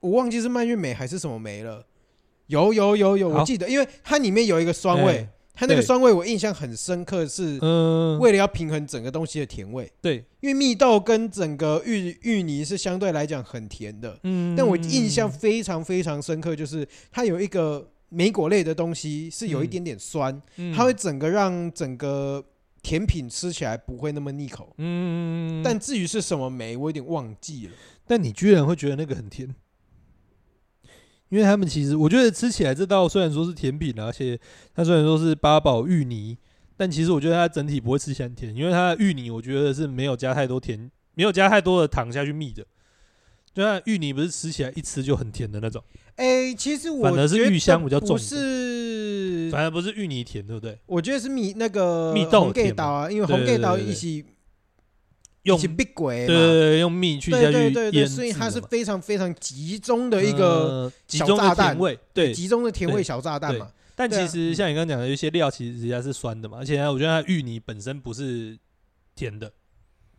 [SPEAKER 1] 我忘记是蔓越莓还是什么莓了。有有有有，我
[SPEAKER 3] 好
[SPEAKER 1] 记得，因为它里面有一个酸味
[SPEAKER 3] 哎，
[SPEAKER 1] 它那个
[SPEAKER 3] 对
[SPEAKER 1] 酸味我印象很深刻，是
[SPEAKER 3] 嗯，
[SPEAKER 1] 为了要平衡整个东西的甜味。
[SPEAKER 3] 对，
[SPEAKER 1] 因为蜜豆跟整个芋芋泥是相对来讲很甜的，
[SPEAKER 3] 嗯
[SPEAKER 1] 但我印象非常非常深刻，就是它有一个莓果类的东西是有一
[SPEAKER 3] 嗯
[SPEAKER 1] 点点酸，
[SPEAKER 3] 嗯
[SPEAKER 1] 它会整个让整个甜品吃起来不会那么腻口。
[SPEAKER 3] 嗯，
[SPEAKER 1] 但至于是什么莓，我有点忘记了。
[SPEAKER 3] 但你居然会觉得那个很甜，因为他们其实我觉得吃起来这道虽然说是甜品啊，而且它虽然说是八宝芋泥，但其实我觉得它整体不会吃起来很甜，因为它的芋泥我觉得是没有加太多甜，没有加太多的糖下去蜜的。就它的芋泥不是吃起来一吃就很甜的那种，
[SPEAKER 1] 哎、其实我
[SPEAKER 3] 反而是
[SPEAKER 1] 觉得
[SPEAKER 3] 芋香比较重
[SPEAKER 1] 不是，
[SPEAKER 3] 反而不是芋泥甜，对不对？
[SPEAKER 1] 我觉得是蜜那个
[SPEAKER 3] 蜜豆
[SPEAKER 1] 红
[SPEAKER 3] 甜
[SPEAKER 1] 盖
[SPEAKER 3] 吗
[SPEAKER 1] 岛啊，因为
[SPEAKER 3] 对
[SPEAKER 1] 红盖岛
[SPEAKER 3] 对对对
[SPEAKER 1] 一起一
[SPEAKER 3] 用
[SPEAKER 1] 起避鬼
[SPEAKER 3] 对
[SPEAKER 1] 嘛。
[SPEAKER 3] 对对用蜜去下
[SPEAKER 1] 对
[SPEAKER 3] 去
[SPEAKER 1] 对
[SPEAKER 3] 腌
[SPEAKER 1] 对
[SPEAKER 3] 制
[SPEAKER 1] 对，所以它是
[SPEAKER 3] 嘛
[SPEAKER 1] 非常非常集中的一个、
[SPEAKER 3] 呃集
[SPEAKER 1] 小
[SPEAKER 3] 中
[SPEAKER 1] 炸
[SPEAKER 3] 的
[SPEAKER 1] 弹
[SPEAKER 3] 甜味，对，
[SPEAKER 1] 集中的甜味
[SPEAKER 3] 对
[SPEAKER 1] 小炸弹嘛。
[SPEAKER 3] 但
[SPEAKER 1] 对啊
[SPEAKER 3] 其实像你刚刚讲的，有一些料其实人家是酸的嘛，而且它我觉得它芋泥本身不是甜的，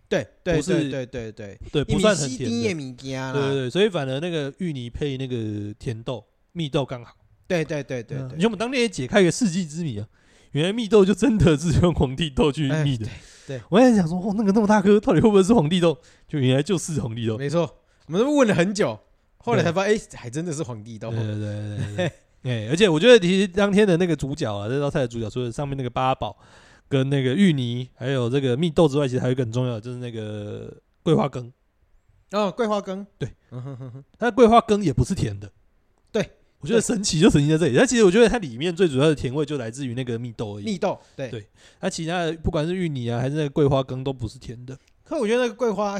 [SPEAKER 1] 对对对
[SPEAKER 3] 不是
[SPEAKER 1] 对对对，
[SPEAKER 3] 对，
[SPEAKER 1] 一
[SPEAKER 3] 不
[SPEAKER 1] 米
[SPEAKER 3] 算很
[SPEAKER 1] 西
[SPEAKER 3] 甜
[SPEAKER 1] 丁也
[SPEAKER 3] 的，
[SPEAKER 1] 米加
[SPEAKER 3] 对对
[SPEAKER 1] 啦。
[SPEAKER 3] 对，所以反而那个芋泥配那个甜豆、蜜豆刚好。
[SPEAKER 1] 对对对对
[SPEAKER 3] 嗯
[SPEAKER 1] 对
[SPEAKER 3] 你看我们当天也解开一个世纪之谜啊，原来蜜豆就真的是用皇帝豆去
[SPEAKER 1] 哎
[SPEAKER 3] 蜜的。
[SPEAKER 1] 对对
[SPEAKER 3] 我在想说，哇，那个那么大颗，到底会不会是皇帝豆？就原来就是皇帝豆。
[SPEAKER 1] 没错，我们都问了很久，后来
[SPEAKER 3] 对
[SPEAKER 1] 才发现，哎，还真的是皇帝豆
[SPEAKER 3] 对。对对对对。 [LAUGHS] 哎，而且我觉得其实当天的那个主角啊，这道菜的主角，除了上面那个八宝跟那个芋泥，还有这个蜜豆之外，其实还有一个很重要的，就是那个桂花羹。
[SPEAKER 1] 哦，桂花羹，
[SPEAKER 3] 对
[SPEAKER 1] 嗯哼哼哼，
[SPEAKER 3] 它的桂花羹也不是甜的。
[SPEAKER 1] 对，
[SPEAKER 3] 我觉得神奇就神奇在这里。它其实我觉得它里面最主要的甜味就来自于那个蜜豆而已。
[SPEAKER 1] 蜜豆，对
[SPEAKER 3] 对。它其他的不管是芋泥啊，还是那个桂花羹都不是甜的。
[SPEAKER 1] 可我觉得那个桂花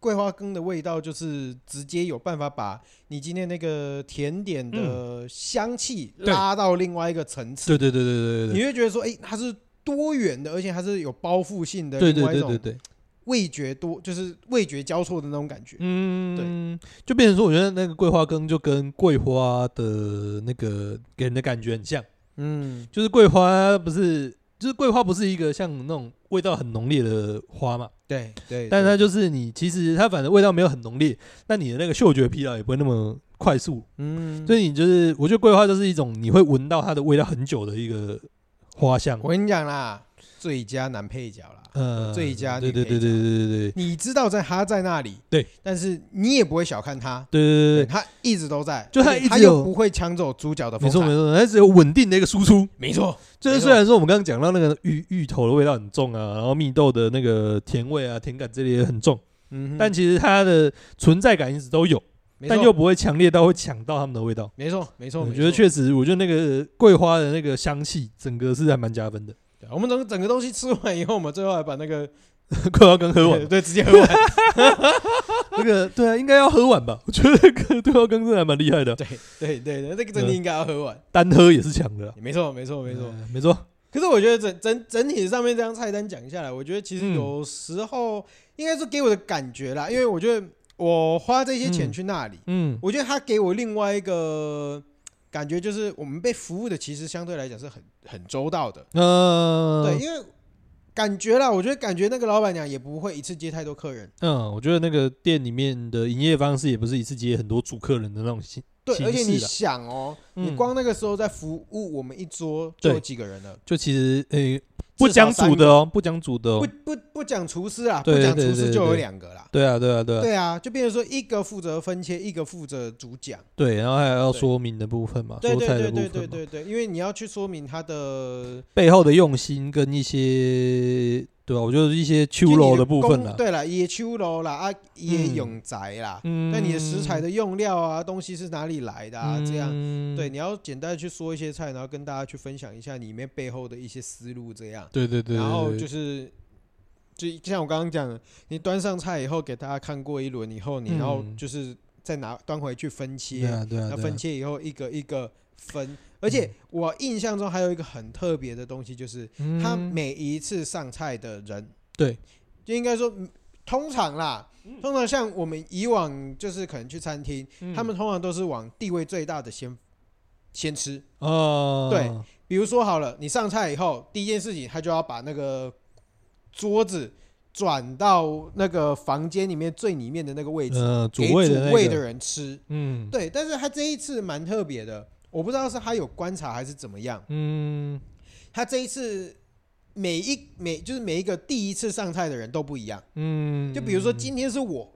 [SPEAKER 1] 桂花羹的味道，就是直接有办法把你今天那个甜点的香气
[SPEAKER 3] 嗯对
[SPEAKER 1] 拉到另外一个层次，
[SPEAKER 3] 对对对对对对
[SPEAKER 1] 你会觉得说，哎，它是多元的，而且它是有包覆性的，
[SPEAKER 3] 对对
[SPEAKER 1] 另外一
[SPEAKER 3] 对对对
[SPEAKER 1] 种
[SPEAKER 3] 对，
[SPEAKER 1] 味觉多，就是味觉交错的那种感觉。
[SPEAKER 3] 嗯，就变成说，我觉得那个桂花羹就跟桂花的那个给人的感觉很像，
[SPEAKER 1] 嗯，
[SPEAKER 3] 就是桂花不是，就是桂花不是一个像那种味道很浓烈的花嘛，
[SPEAKER 1] 对对，
[SPEAKER 3] 但是它
[SPEAKER 1] 对
[SPEAKER 3] 就是你其实它反正味道没有很浓烈，那你的那个嗅觉疲劳也不会那么快速，
[SPEAKER 1] 嗯，
[SPEAKER 3] 所以你就是，我觉得桂花就是一种你会闻到它的味道很久的一个
[SPEAKER 5] 花样。
[SPEAKER 1] 我跟你讲啦，最佳男配角啦，
[SPEAKER 3] 呃
[SPEAKER 1] 最佳
[SPEAKER 3] 对
[SPEAKER 1] 女
[SPEAKER 3] 对
[SPEAKER 1] 配
[SPEAKER 3] 对对对对对对
[SPEAKER 1] 你知道在他在那里，
[SPEAKER 3] 对，
[SPEAKER 1] 但是你也不会小看他，
[SPEAKER 3] 对对对，
[SPEAKER 1] 他一直都在，
[SPEAKER 3] 就他
[SPEAKER 1] 而且
[SPEAKER 3] 一直
[SPEAKER 1] 他
[SPEAKER 3] 有
[SPEAKER 1] 又不会抢走主角的风
[SPEAKER 3] 没错
[SPEAKER 1] 采，
[SPEAKER 3] 没错，它只有稳定的一个输出。
[SPEAKER 1] 没错，
[SPEAKER 3] 就是虽然说我们刚刚讲到那个芋芋头的味道很重啊，然后蜜豆的那个甜味啊、甜感这里也很重，
[SPEAKER 1] 嗯哼，
[SPEAKER 3] 但其实它的存在感一直都有，
[SPEAKER 1] 没错
[SPEAKER 3] 但又不会强烈到会抢到他们的味道。
[SPEAKER 1] 没错没错，
[SPEAKER 3] 我
[SPEAKER 1] 没
[SPEAKER 3] 觉得
[SPEAKER 1] 错
[SPEAKER 3] 确实，我觉得那个桂花的那个香气，整个是还蛮
[SPEAKER 1] [LAUGHS]
[SPEAKER 3] 加分的。
[SPEAKER 1] 对我们整整个东西吃完以后，我们最后还把那个
[SPEAKER 3] 桂花羹喝
[SPEAKER 1] [LAUGHS]
[SPEAKER 3] 完，
[SPEAKER 1] 对直接喝
[SPEAKER 3] [LAUGHS]
[SPEAKER 1] 完，
[SPEAKER 3] 那个对啊，应该要喝完 [LAUGHS] 吧？我觉得那个桂花羹真的还蛮厉害的，
[SPEAKER 1] 对对对对，那个整体应该要喝完，
[SPEAKER 3] 单喝也是强的啊。
[SPEAKER 1] 没错没错没错。
[SPEAKER 3] 呃，没错，
[SPEAKER 1] 可是我觉得整整整体上面这张菜单讲下来，我觉得其实
[SPEAKER 3] 嗯
[SPEAKER 1] 有时候应该说给我的感觉啦，因为我觉得我花这些钱
[SPEAKER 3] 嗯
[SPEAKER 1] 去那里，
[SPEAKER 3] 嗯，
[SPEAKER 1] 我觉得他给我另外一个感觉就是，我们被服务的其实相对来讲是很很周到的，
[SPEAKER 3] 呃，
[SPEAKER 1] 对，，因为感觉啦，我觉得感觉那个老板娘也不会一次接太多客人，
[SPEAKER 3] 嗯，我觉得那个店里面的营业方式也不是一次接很多主客人的那种形，
[SPEAKER 1] 对，
[SPEAKER 3] 形
[SPEAKER 1] 而且你
[SPEAKER 3] 式啦
[SPEAKER 1] 想哦，你
[SPEAKER 3] 嗯
[SPEAKER 1] 光那个时候在服务我们一桌
[SPEAKER 3] 对
[SPEAKER 1] 就有几个人了，
[SPEAKER 3] 就其实诶、不
[SPEAKER 1] 至少
[SPEAKER 3] 讲
[SPEAKER 1] 三
[SPEAKER 3] 煮的哦，不讲煮的
[SPEAKER 1] 不
[SPEAKER 3] 哦，
[SPEAKER 1] 不不讲厨师啊，
[SPEAKER 3] 对
[SPEAKER 1] 不讲
[SPEAKER 3] 对
[SPEAKER 1] 厨
[SPEAKER 3] 对
[SPEAKER 1] 师就有
[SPEAKER 3] 对
[SPEAKER 1] 两个啦。
[SPEAKER 3] 对啊，对啊，对啊，
[SPEAKER 1] 对啊，就变成说一个负责分切，一个负责主讲。
[SPEAKER 3] 对，然后还要
[SPEAKER 1] 对
[SPEAKER 3] 说明的部分嘛，
[SPEAKER 1] 对
[SPEAKER 3] 说
[SPEAKER 1] 对
[SPEAKER 3] 啊菜
[SPEAKER 1] 对
[SPEAKER 3] 的部
[SPEAKER 1] 对对
[SPEAKER 3] 分嘛，
[SPEAKER 1] 对对，因为你要去说明他的
[SPEAKER 3] 背后的用心跟一些对吧、我觉得一些
[SPEAKER 1] 就
[SPEAKER 3] 秋
[SPEAKER 1] 你
[SPEAKER 3] 楼
[SPEAKER 1] 的
[SPEAKER 3] 部分啊
[SPEAKER 1] 工
[SPEAKER 3] 啦，
[SPEAKER 1] 对啦，野秋楼啦，啊，野永宅啦，
[SPEAKER 3] 嗯，
[SPEAKER 1] 那你的食材的用料啊，东西是哪里来的啊？这样。
[SPEAKER 3] 嗯
[SPEAKER 1] 对，你要简单地去说一些菜，然后跟大家去分享一下里面背后的一些思路，这样。
[SPEAKER 3] 对对对，
[SPEAKER 1] 然后
[SPEAKER 3] 对
[SPEAKER 1] 就是，就像我刚刚讲的，你端上菜以后给大家看过一轮以后，你然后
[SPEAKER 3] 嗯
[SPEAKER 1] 就是再拿端回去分
[SPEAKER 3] 对
[SPEAKER 1] 切，
[SPEAKER 3] 对啊对啊，
[SPEAKER 1] 那
[SPEAKER 3] 对啊嗯
[SPEAKER 1] 分切以后一个一个分，而且我印象中还有一个很特别的东西，就是他
[SPEAKER 3] 嗯
[SPEAKER 1] 每一次上菜的人，
[SPEAKER 3] 对，
[SPEAKER 1] 就应该说嗯通常啦，通常像我们以往就是可能去餐厅，
[SPEAKER 3] 嗯
[SPEAKER 1] 他们通常都是往地位最大的先先吃。
[SPEAKER 3] 哦，
[SPEAKER 1] 对比如说好了，你上菜以后，第一件事情他就要把那个桌子转到那个房间里面最里面的那个位置，
[SPEAKER 3] 呃，主
[SPEAKER 1] 给
[SPEAKER 3] 位的
[SPEAKER 1] 主
[SPEAKER 3] 那
[SPEAKER 1] 位
[SPEAKER 3] 个
[SPEAKER 1] 的人吃。
[SPEAKER 3] 嗯
[SPEAKER 1] 对，但是他这一次蛮特别的，我不知道是他有观察还是怎么样，
[SPEAKER 3] 嗯
[SPEAKER 1] 他这一次每一每就是每一个第一次上菜的人都不一样，
[SPEAKER 3] 嗯，
[SPEAKER 1] 就比如说
[SPEAKER 3] 嗯
[SPEAKER 1] 今天是我，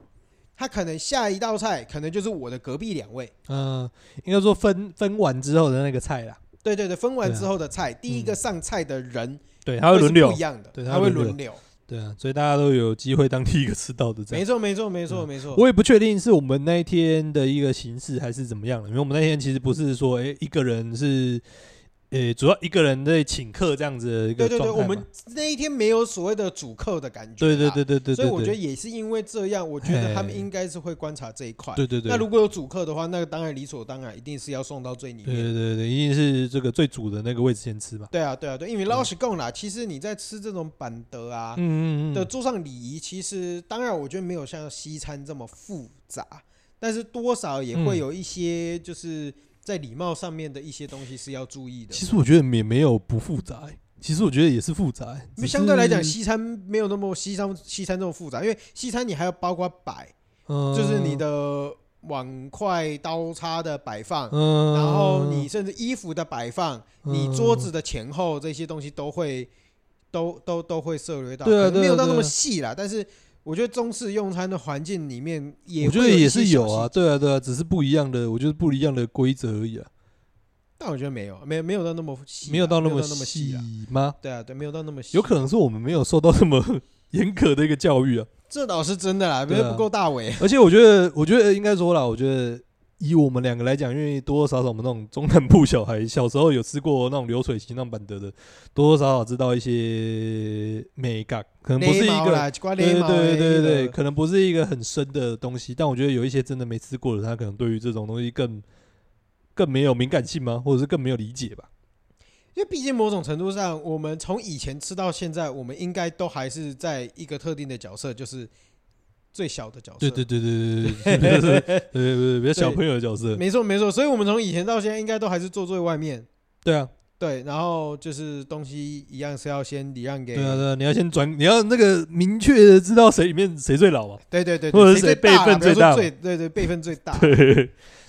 [SPEAKER 1] 他可能下一道菜可能就是我的隔壁两位，
[SPEAKER 3] 嗯，应该说分分完之后的那个菜啦，
[SPEAKER 1] 对对对，分完
[SPEAKER 3] 对啊
[SPEAKER 1] 之后的菜，第一个上菜的人
[SPEAKER 3] 对，还会
[SPEAKER 1] 是
[SPEAKER 3] 轮流
[SPEAKER 1] 不一，样的，
[SPEAKER 3] 对他
[SPEAKER 1] 他
[SPEAKER 3] 会
[SPEAKER 1] 会
[SPEAKER 3] 轮
[SPEAKER 1] 轮流，
[SPEAKER 3] 对啊，所以大家都有机会当第一个吃到的这
[SPEAKER 1] 没
[SPEAKER 3] 样。嗯
[SPEAKER 1] 错没错没错没错，
[SPEAKER 3] 我也不确定是我们那一天的一个形式还是怎么样了，因为我们那天其实不是说，
[SPEAKER 1] 嗯
[SPEAKER 3] 诶一个人是，诶、主要一个人在请客这样子的一个
[SPEAKER 1] 对对
[SPEAKER 3] 状态
[SPEAKER 1] 对，我
[SPEAKER 3] 嘛。
[SPEAKER 1] 们那一天没有所谓的主客的感觉啦，
[SPEAKER 3] 对对对对对对，
[SPEAKER 1] 所以我觉得
[SPEAKER 3] 对
[SPEAKER 1] 也是因为这样，我觉
[SPEAKER 3] 嘿
[SPEAKER 1] 得他们应该是会观察这一块。
[SPEAKER 3] 对对对，
[SPEAKER 1] 那如果有主客的话，那个当然理所当然，一定是要送到最里
[SPEAKER 3] 对对
[SPEAKER 1] 面。
[SPEAKER 3] 对对，一定是这个最主的那个位置先吃嘛。
[SPEAKER 1] 对啊，对啊，对，因为老实讲啦，其实你在吃这种板德啊
[SPEAKER 3] 嗯嗯嗯，
[SPEAKER 1] 的桌上礼仪，其实当然我觉得没有像西餐这么复杂，但是多少也
[SPEAKER 3] 嗯
[SPEAKER 1] 会有一些就是在礼貌上面的一些东西是要注意的。
[SPEAKER 3] 其实我觉得也没有不复杂、欸其实我觉得也是复杂、欸
[SPEAKER 1] 因为相对来讲，
[SPEAKER 3] 只是
[SPEAKER 1] 西餐没有那么西餐西餐这么复杂，因为西餐你还要包括摆，
[SPEAKER 3] 嗯
[SPEAKER 1] 就是你的碗筷、刀叉的摆放，
[SPEAKER 3] 嗯，
[SPEAKER 1] 然后你甚至衣服的摆放，你桌子的前后这些东西都会，都都都会涉略到，
[SPEAKER 3] 对啊
[SPEAKER 1] 可能没有到
[SPEAKER 3] 对啊
[SPEAKER 1] 那
[SPEAKER 3] 对啊
[SPEAKER 1] 么细啦。但是我觉得中式用餐的环境里面也，
[SPEAKER 3] 我觉得也是有啊，，对啊，对啊，只是不一样的，我觉得不一样的规则而已啊，
[SPEAKER 1] 但我觉得没有，没有没有到那么细啦，
[SPEAKER 3] 没有到
[SPEAKER 1] 那
[SPEAKER 3] 那么
[SPEAKER 1] 么
[SPEAKER 3] 细
[SPEAKER 1] 啦。
[SPEAKER 3] 吗？
[SPEAKER 1] 对啊，对，没有到那么细，
[SPEAKER 3] 有可能是我们没有受到那么严格的一个教育啊，
[SPEAKER 1] 这倒是真的啦，
[SPEAKER 3] 对
[SPEAKER 1] 因
[SPEAKER 3] 啊
[SPEAKER 1] 为不够大尾。
[SPEAKER 3] 而且我觉得，我觉得应该说啦，我觉得以我们两个来讲，因为多多少少我们那种中南部小孩，小时候有吃过那种流水席、那种板德的，多多少少知道一些美感，可能不是
[SPEAKER 1] 勒
[SPEAKER 3] 一
[SPEAKER 1] 毛
[SPEAKER 3] 个
[SPEAKER 1] 啦，刮
[SPEAKER 3] 对
[SPEAKER 1] 勒
[SPEAKER 3] 对
[SPEAKER 1] 毛
[SPEAKER 3] 对对
[SPEAKER 1] 勒
[SPEAKER 3] 对，
[SPEAKER 1] 的，
[SPEAKER 3] 可能不是一个很深的东西，但我觉得有一些真的没吃过的，他可能对于这种东西更更没有敏感性吗？或者是更没有理解吧？
[SPEAKER 1] 因为毕竟某种程度上，我们从以前吃到现在，我们应该都还是在一个特定的角色，就是最小的角色。
[SPEAKER 3] 对对对对对对对对对，比较小朋友的角色，
[SPEAKER 1] 没错没错，所以我们从以前到现在应该都还是坐最外面。
[SPEAKER 3] 对啊，
[SPEAKER 1] 对，然后就是东西一样是要先礼让给，
[SPEAKER 3] 对啊，对啊，你要先转，你要那个明确的知道谁里面谁最
[SPEAKER 1] [LAUGHS]
[SPEAKER 3] 老嘛，
[SPEAKER 1] 对对对
[SPEAKER 6] 或者
[SPEAKER 1] 对，
[SPEAKER 6] 是
[SPEAKER 1] 谁
[SPEAKER 6] 谁
[SPEAKER 1] 大啦
[SPEAKER 6] 辈分
[SPEAKER 1] 不要
[SPEAKER 6] 最大嘛
[SPEAKER 1] 说最对对辈分最
[SPEAKER 3] [LAUGHS]
[SPEAKER 1] 大，
[SPEAKER 6] 对，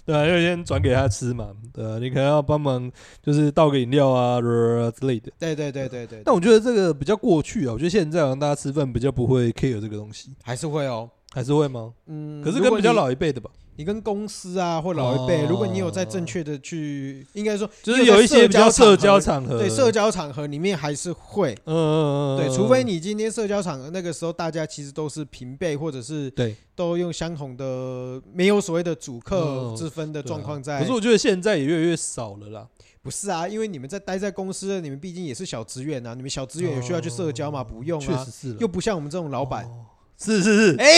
[SPEAKER 3] 对啊，要先转给他吃嘛，对啊，你可能要帮忙就是倒个饮料啊之类的。
[SPEAKER 1] 对对对对对，
[SPEAKER 3] 但我觉得这个比较过去啊，我觉得现在好像大家吃饭比较不会 care 这个东西，
[SPEAKER 1] 还是会哦，
[SPEAKER 3] 还是会吗？
[SPEAKER 1] 嗯，
[SPEAKER 3] 可是
[SPEAKER 1] 如
[SPEAKER 3] 跟
[SPEAKER 1] 果
[SPEAKER 3] 比较
[SPEAKER 1] 你
[SPEAKER 3] 老一辈的吧，
[SPEAKER 1] 你跟公司啊或老一辈，
[SPEAKER 3] 哦
[SPEAKER 1] 如果你有在正确的去，应该说
[SPEAKER 3] 就是有一些比较社交
[SPEAKER 1] 场
[SPEAKER 3] 场合，
[SPEAKER 1] 合对社，交场合里面还是会。
[SPEAKER 3] 嗯嗯嗯，
[SPEAKER 1] 对，除非你今天社交场合那个时候，大家其实都是平辈，或者是
[SPEAKER 3] 对
[SPEAKER 1] 都用相同的，没有所谓的主客
[SPEAKER 3] 哦
[SPEAKER 1] 之分的状况在。
[SPEAKER 3] 啊可是我觉得现在也越来越少了啦。
[SPEAKER 1] 不是啊，因为你们在待在公司，你们毕竟也是小职员啊，你们小职员有需要去社交嘛？不用
[SPEAKER 3] 哦确
[SPEAKER 1] 啊
[SPEAKER 3] 实，是啦，
[SPEAKER 1] 又不像我们这种老板。
[SPEAKER 3] 哦是是是，
[SPEAKER 1] 哎、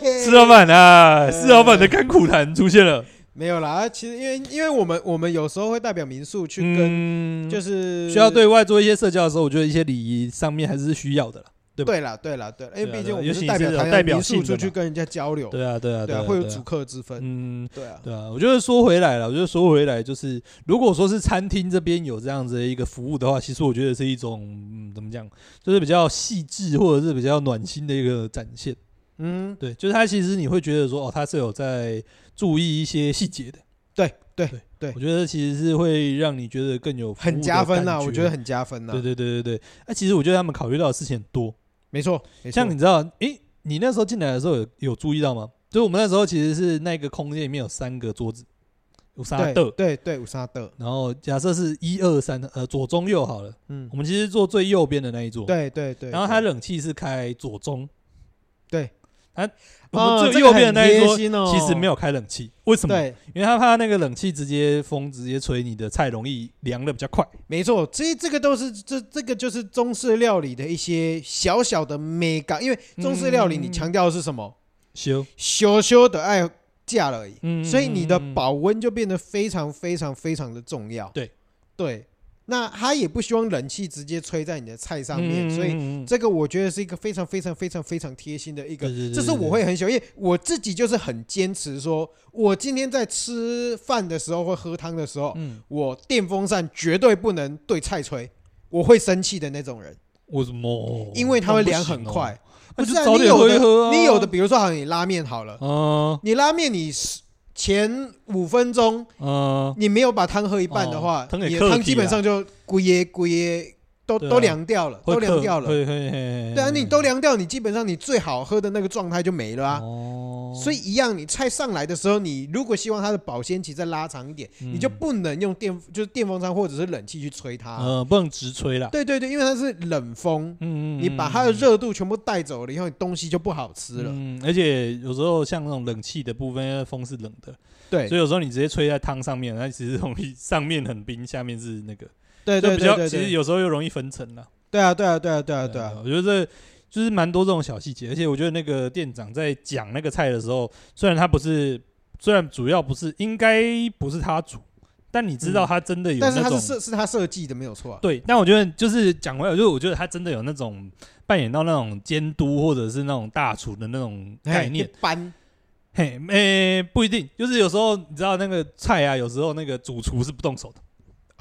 [SPEAKER 1] 嘿
[SPEAKER 3] 是老板啊，是老
[SPEAKER 1] 嗯
[SPEAKER 3] 板的甘苦谈出现了。
[SPEAKER 1] 没有啦，啊其实因为因为我们我们有时候会代表民宿去跟，
[SPEAKER 3] 嗯，
[SPEAKER 1] 就是
[SPEAKER 3] 需要对外做一些社交的时候，我觉得一些礼仪上面还是需要的啦。对吧
[SPEAKER 1] 对啦对啦对啦，因为
[SPEAKER 6] 对啊
[SPEAKER 1] 毕竟我
[SPEAKER 6] 尤
[SPEAKER 1] 们
[SPEAKER 6] 其是
[SPEAKER 1] 是代表
[SPEAKER 6] 有
[SPEAKER 1] 台
[SPEAKER 6] 代
[SPEAKER 1] 南
[SPEAKER 6] 表
[SPEAKER 1] 民宿
[SPEAKER 6] 性的
[SPEAKER 1] 出去
[SPEAKER 6] 嘛
[SPEAKER 1] 跟人家交流，
[SPEAKER 3] 对啊，对啊，
[SPEAKER 1] 对
[SPEAKER 3] 啊，
[SPEAKER 1] 啊，会有
[SPEAKER 3] 对啊
[SPEAKER 1] 主客之分，
[SPEAKER 3] 嗯，
[SPEAKER 1] 对啊，
[SPEAKER 3] 对啊，我觉得说回来了，我觉得说回来就是，如果说是餐厅这边有这样子的一个服务的话，其实我觉得是一种、嗯、怎么讲，就是比较细致或者是比较暖心的一个展现。
[SPEAKER 1] 嗯，
[SPEAKER 3] 对，就是他其实你会觉得说，哦，他是有在注意一些细节的。
[SPEAKER 1] 对对
[SPEAKER 3] 对
[SPEAKER 1] 对
[SPEAKER 3] 我觉得其实是会让你觉得更有服务
[SPEAKER 1] 很
[SPEAKER 3] 的
[SPEAKER 1] 加分
[SPEAKER 3] 感
[SPEAKER 1] 呐，我觉得很加分呐
[SPEAKER 3] 对，对对对对。那、其实我觉得他们考虑到的事情很多，
[SPEAKER 1] 没错，没错
[SPEAKER 3] 像你知道，诶，你那时候进来的时候有有注意到吗？就是我们那时候其实是那个空间里面有三个桌子，有三
[SPEAKER 1] 对
[SPEAKER 3] 的，
[SPEAKER 1] 对对，五沙的，
[SPEAKER 3] 然后假设是一二三，呃，左中右好了，
[SPEAKER 1] 嗯
[SPEAKER 3] 我，们其实坐最右边的那一桌，，
[SPEAKER 1] 对对对，
[SPEAKER 3] 然后它
[SPEAKER 1] 对
[SPEAKER 3] 冷气是开左中，
[SPEAKER 1] 对，
[SPEAKER 3] 它我
[SPEAKER 1] 哦
[SPEAKER 3] 们
[SPEAKER 1] 这
[SPEAKER 3] 最
[SPEAKER 1] 个
[SPEAKER 3] 右边的那一
[SPEAKER 1] 很
[SPEAKER 3] 桌
[SPEAKER 1] 贴心哦
[SPEAKER 3] 其实没有开冷气，为什么？
[SPEAKER 1] 对，
[SPEAKER 3] 因为他怕那个冷气直接风直接吹，你的菜容易凉的比较快。
[SPEAKER 1] 没错，这这个都是这这个就是中式料理的一些小小的美感，因为中式料理你
[SPEAKER 3] 嗯
[SPEAKER 1] 强调的是什么？
[SPEAKER 3] 修，
[SPEAKER 1] 羞羞的爱嫁了而已，
[SPEAKER 3] 嗯
[SPEAKER 1] 所以你的保温就变得非常非常非常的重要。
[SPEAKER 3] 对
[SPEAKER 1] 对，那他也不希望冷气直接吹在你的菜上
[SPEAKER 3] 嗯
[SPEAKER 1] 面，所以
[SPEAKER 3] 以
[SPEAKER 1] 这个我觉得是一个非常非常非常非常贴心的一个
[SPEAKER 3] 对对，对
[SPEAKER 1] 这是我会很喜欢，因为我自己就是很坚持说，我今天在吃饭的时候或喝汤的时候，
[SPEAKER 3] 嗯，
[SPEAKER 1] 我电风扇绝对不能对菜吹。我会生气的那种人，
[SPEAKER 3] 为什么？
[SPEAKER 1] 因为它会凉很快。不
[SPEAKER 3] 那哦不
[SPEAKER 1] 是
[SPEAKER 3] 行哦，那
[SPEAKER 1] 啊，你
[SPEAKER 3] 就早点
[SPEAKER 1] 有
[SPEAKER 3] 喝一喝
[SPEAKER 1] 的，
[SPEAKER 3] 啊。
[SPEAKER 1] 你有的，比如说好，你拉面好了，
[SPEAKER 3] 嗯
[SPEAKER 1] 你拉面你十前五分钟
[SPEAKER 3] 嗯，
[SPEAKER 1] 你没有把汤喝一半的话
[SPEAKER 3] 哦，汤给
[SPEAKER 1] 你的
[SPEAKER 3] 克
[SPEAKER 1] 汤
[SPEAKER 3] 体
[SPEAKER 1] 基本
[SPEAKER 3] 啦
[SPEAKER 1] 上就咕耶咕耶都
[SPEAKER 3] 对啊
[SPEAKER 1] 都凉掉了，
[SPEAKER 3] 会
[SPEAKER 1] 都凉
[SPEAKER 3] 克
[SPEAKER 1] 掉了。
[SPEAKER 3] 会会会。
[SPEAKER 1] 对啊，你都凉掉，你基本上你最好喝的那个状态就没了啊。
[SPEAKER 3] 哦，
[SPEAKER 1] 所以一样，你菜上来的时候，你如果希望它的保鲜期再拉长一点，
[SPEAKER 3] 嗯
[SPEAKER 1] 你就不啊能用电就是电风扇或者是冷气去吹它。
[SPEAKER 3] 嗯，不能直吹啦。
[SPEAKER 1] 对对对，因为它是冷风，
[SPEAKER 3] 嗯，嗯
[SPEAKER 1] 你把它的热度全部带走了以后，你东西就不好吃了。
[SPEAKER 3] 嗯，而且有时候像那种冷气的部分，因为风是冷的，
[SPEAKER 1] 对
[SPEAKER 3] 所以有时候你直接吹在汤上面，那其实容易上面很冰，下面是那个，
[SPEAKER 1] 对
[SPEAKER 3] 就
[SPEAKER 1] 对
[SPEAKER 3] 比
[SPEAKER 1] 对
[SPEAKER 3] 较
[SPEAKER 1] 对
[SPEAKER 3] 其实
[SPEAKER 1] 对，
[SPEAKER 3] 有呃时候又容易分层啦。
[SPEAKER 1] 对啊对啊对啊对啊对啊，
[SPEAKER 3] 我觉得这就是蛮多这种小细节，而且我觉得那个店长在讲那个菜的时候，虽然他不是，虽然主要不是，应该不是他煮，但你知道他真的有
[SPEAKER 1] 嗯但是
[SPEAKER 3] 那
[SPEAKER 1] 它
[SPEAKER 3] 种、
[SPEAKER 1] 是设是它设计的没有错啊。
[SPEAKER 3] 对，但我觉得就是讲回来，就是我觉得他真的有那种扮演到那种监督或者是那种大厨的那种概
[SPEAKER 1] 嘿
[SPEAKER 3] 念
[SPEAKER 1] 一。般
[SPEAKER 3] 嘿，诶、不一定，就是有时候你知道那个菜啊，有时候那个主厨是不动手的，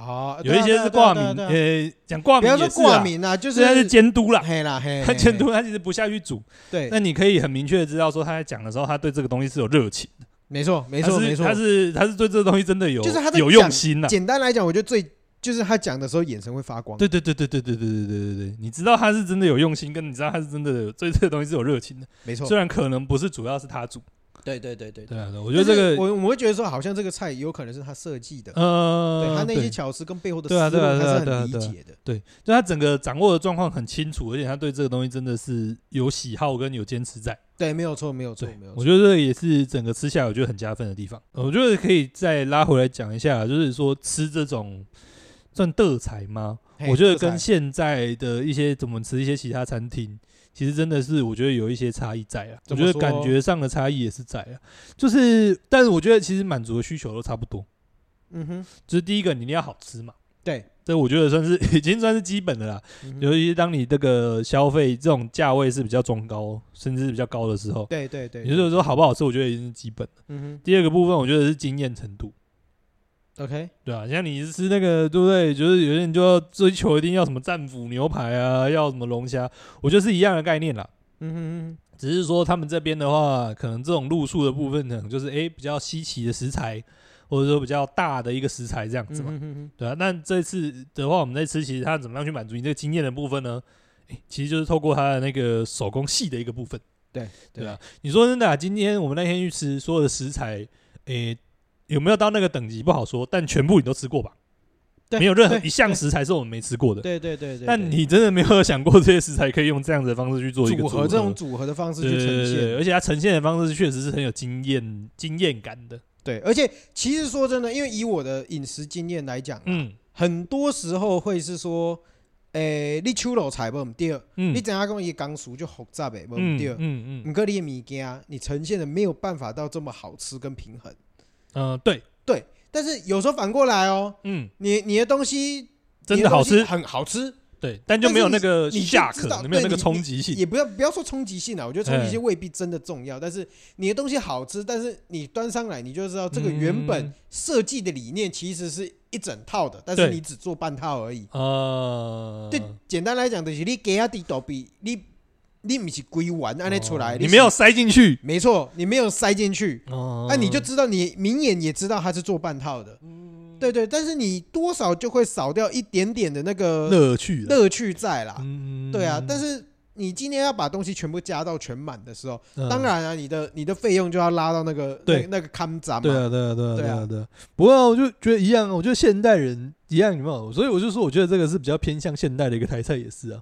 [SPEAKER 1] 哦，
[SPEAKER 3] 有一些是挂名，
[SPEAKER 1] 对啊对啊对啊对啊
[SPEAKER 3] 呃，讲挂
[SPEAKER 1] 不
[SPEAKER 3] 名
[SPEAKER 1] 要说
[SPEAKER 3] 也是
[SPEAKER 1] 挂
[SPEAKER 3] 啊，
[SPEAKER 1] 名啊，就
[SPEAKER 3] 虽然是
[SPEAKER 1] 是
[SPEAKER 3] 监督啦，
[SPEAKER 1] 黑啦
[SPEAKER 3] [LAUGHS]
[SPEAKER 1] 黑，
[SPEAKER 3] 他
[SPEAKER 1] 嘿
[SPEAKER 3] 监督他其实不下去煮，
[SPEAKER 1] 对，
[SPEAKER 3] 那你可以很明确的知道说他在讲的时候，他对这个东西是有热情，
[SPEAKER 1] 没错没
[SPEAKER 3] 没
[SPEAKER 1] 错没错
[SPEAKER 3] 他。是他是对这个东西真的有，
[SPEAKER 1] 就是他在
[SPEAKER 3] 有
[SPEAKER 1] 讲
[SPEAKER 3] 用心呐、
[SPEAKER 1] 简单来讲，我觉得最就是他讲的时候眼神会发光，
[SPEAKER 3] 对对对对对对对对对对对，你知道他是真的有用心，跟你知道他是真的有对这个东西是有热情的，
[SPEAKER 1] 没错
[SPEAKER 3] 虽，然可能不是主要是他煮，
[SPEAKER 1] 对对对对。
[SPEAKER 3] 对啊，对我
[SPEAKER 1] 我
[SPEAKER 3] 觉得这个，
[SPEAKER 1] 我我会觉得说，好像这个菜有可能是他设计的，
[SPEAKER 3] 呃，
[SPEAKER 1] 对他那些
[SPEAKER 3] 对
[SPEAKER 1] 巧思跟背后的思
[SPEAKER 3] 对啊
[SPEAKER 1] 路，
[SPEAKER 3] 对啊
[SPEAKER 1] 他
[SPEAKER 3] 对啊
[SPEAKER 1] 是
[SPEAKER 3] 对啊
[SPEAKER 1] 很理
[SPEAKER 3] 对啊
[SPEAKER 1] 解的。
[SPEAKER 3] 对，就他整个掌握的状况很清楚，而且他对这个东西真的是有喜好跟有坚持在。
[SPEAKER 1] 对，没有错，没有错
[SPEAKER 3] 对，
[SPEAKER 1] 没有，
[SPEAKER 3] 我
[SPEAKER 1] 错。
[SPEAKER 3] 觉得这也是整个吃下来我觉得很加分的地方。我觉得可以再拉回来讲一下，就是说吃这种算德才吗？
[SPEAKER 1] 嘿
[SPEAKER 3] 我觉得
[SPEAKER 1] 这才
[SPEAKER 3] 跟现在的一些怎么吃一些其他餐厅，其实真的是我觉得有一些差异在啊。我
[SPEAKER 1] 怎么
[SPEAKER 3] 觉得
[SPEAKER 1] 说
[SPEAKER 3] 感觉上的差异也是在啊，就是但是我觉得其实满足的需求都差不多，
[SPEAKER 1] 嗯哼，
[SPEAKER 3] 就是第一个你一定要好吃嘛。
[SPEAKER 1] 对，
[SPEAKER 3] 这我觉得算是 [LAUGHS] 已经算是基本的啦，
[SPEAKER 1] 嗯哼
[SPEAKER 3] 尤其是当你这个消费这种价位是比较中高，甚至是比较高的时候，
[SPEAKER 1] 对对对，
[SPEAKER 3] 也就是说好不好吃，我觉得已经是基本了。
[SPEAKER 1] 嗯哼，
[SPEAKER 3] 第二个部分，我觉得是经验程度，
[SPEAKER 1] OK，
[SPEAKER 7] 对啊，像你吃那个，对不对？就是有些人就要追求一定要什么战斧牛排啊，要什么龙虾，我觉得是一样的概念啦。
[SPEAKER 1] 嗯哼
[SPEAKER 7] 只是说他们这边的话，可能这种路数的部分呢，就是诶比较稀奇的食材，或者说比较大的一个食材这样
[SPEAKER 1] 哼，
[SPEAKER 7] 子嘛，
[SPEAKER 1] 嗯哼哼
[SPEAKER 7] 对啊。那这次的话，我们在吃，其实它怎么样去满足你这个经验的部分呢？诶其实就是透过它的那个手工细的一个部分。
[SPEAKER 1] 对
[SPEAKER 7] 对啊，你说真的、啊，今天我们那天去吃所有的食材，诶、有没有到那个等级不好说，但全部你都吃过吧？
[SPEAKER 1] 对，
[SPEAKER 7] [LAUGHS] 没有任何
[SPEAKER 1] 对
[SPEAKER 7] 一项食材是我们没吃过的。
[SPEAKER 1] 对对对对，
[SPEAKER 7] 但你真的没有想过这些食材可以用这样子的方式去做一个
[SPEAKER 1] 组合这种组合的方式
[SPEAKER 7] 对
[SPEAKER 1] 去
[SPEAKER 7] 对
[SPEAKER 1] 呈
[SPEAKER 7] 对对，
[SPEAKER 1] 现，
[SPEAKER 7] 而且它呈现的方式确实是很有经验经验感的。
[SPEAKER 1] 对，而且其实说真的，因为以我的饮食经验来讲，啊
[SPEAKER 7] 嗯
[SPEAKER 1] 很多时候会是说，诶，你手路菜无毋对，
[SPEAKER 7] 嗯
[SPEAKER 1] 你怎样讲伊刚熟就复杂诶，无毋
[SPEAKER 7] 嗯
[SPEAKER 1] 对。
[SPEAKER 7] 嗯嗯
[SPEAKER 1] 你个你的物件，你呈现的没有办法到这么好吃跟平衡。
[SPEAKER 7] 嗯，对，
[SPEAKER 1] 但是有时候反过来哦，
[SPEAKER 7] 嗯，
[SPEAKER 1] 你你的东西
[SPEAKER 7] 真的好
[SPEAKER 1] 你
[SPEAKER 7] 吃
[SPEAKER 1] 东西，很好吃，
[SPEAKER 7] 对，但就没有那个
[SPEAKER 1] 你就
[SPEAKER 7] 下
[SPEAKER 1] 知道
[SPEAKER 7] 可，没有那
[SPEAKER 1] 对
[SPEAKER 7] 个
[SPEAKER 1] 你
[SPEAKER 7] 冲击性。
[SPEAKER 1] 也不要不要说冲击性啊，我觉得冲击性未必真的重要，但是你的东西好吃，但是你端上来你就知道这个原本
[SPEAKER 7] 嗯
[SPEAKER 1] 设计的理念其实是一整套的，但是
[SPEAKER 7] 对
[SPEAKER 1] 你只做半套而已。
[SPEAKER 3] 嗯
[SPEAKER 7] 呃，
[SPEAKER 1] 对，简单来讲就是你给他底倒比你你不是归完按尼出来，
[SPEAKER 3] 嗯
[SPEAKER 7] 哦你没有
[SPEAKER 1] 是
[SPEAKER 7] 塞进去，
[SPEAKER 1] 没错，你没有塞进去，
[SPEAKER 7] 哦
[SPEAKER 1] 那、
[SPEAKER 3] 嗯
[SPEAKER 1] 你就知道你明眼也知道他是做半套的，
[SPEAKER 3] 嗯
[SPEAKER 1] 对对，但是你多少就会少掉一点点的那个
[SPEAKER 3] 乐趣啦，
[SPEAKER 1] 乐趣在啦，
[SPEAKER 7] 嗯
[SPEAKER 1] 对啊，但是你今天要把东西全部加到全满的时候，
[SPEAKER 3] 嗯
[SPEAKER 1] 当然啊，你的你的费用就要拉到那个
[SPEAKER 3] 对
[SPEAKER 1] 那那个看展嘛，
[SPEAKER 3] 对啊，对啊，对啊，
[SPEAKER 1] 对
[SPEAKER 3] 对
[SPEAKER 1] 啊
[SPEAKER 3] 啊，对啊。不过啊我就觉得一样啊，我觉得现代人一样，有没有？所以我就说，我觉得这个是比较偏向现代的一个台菜，也是啊。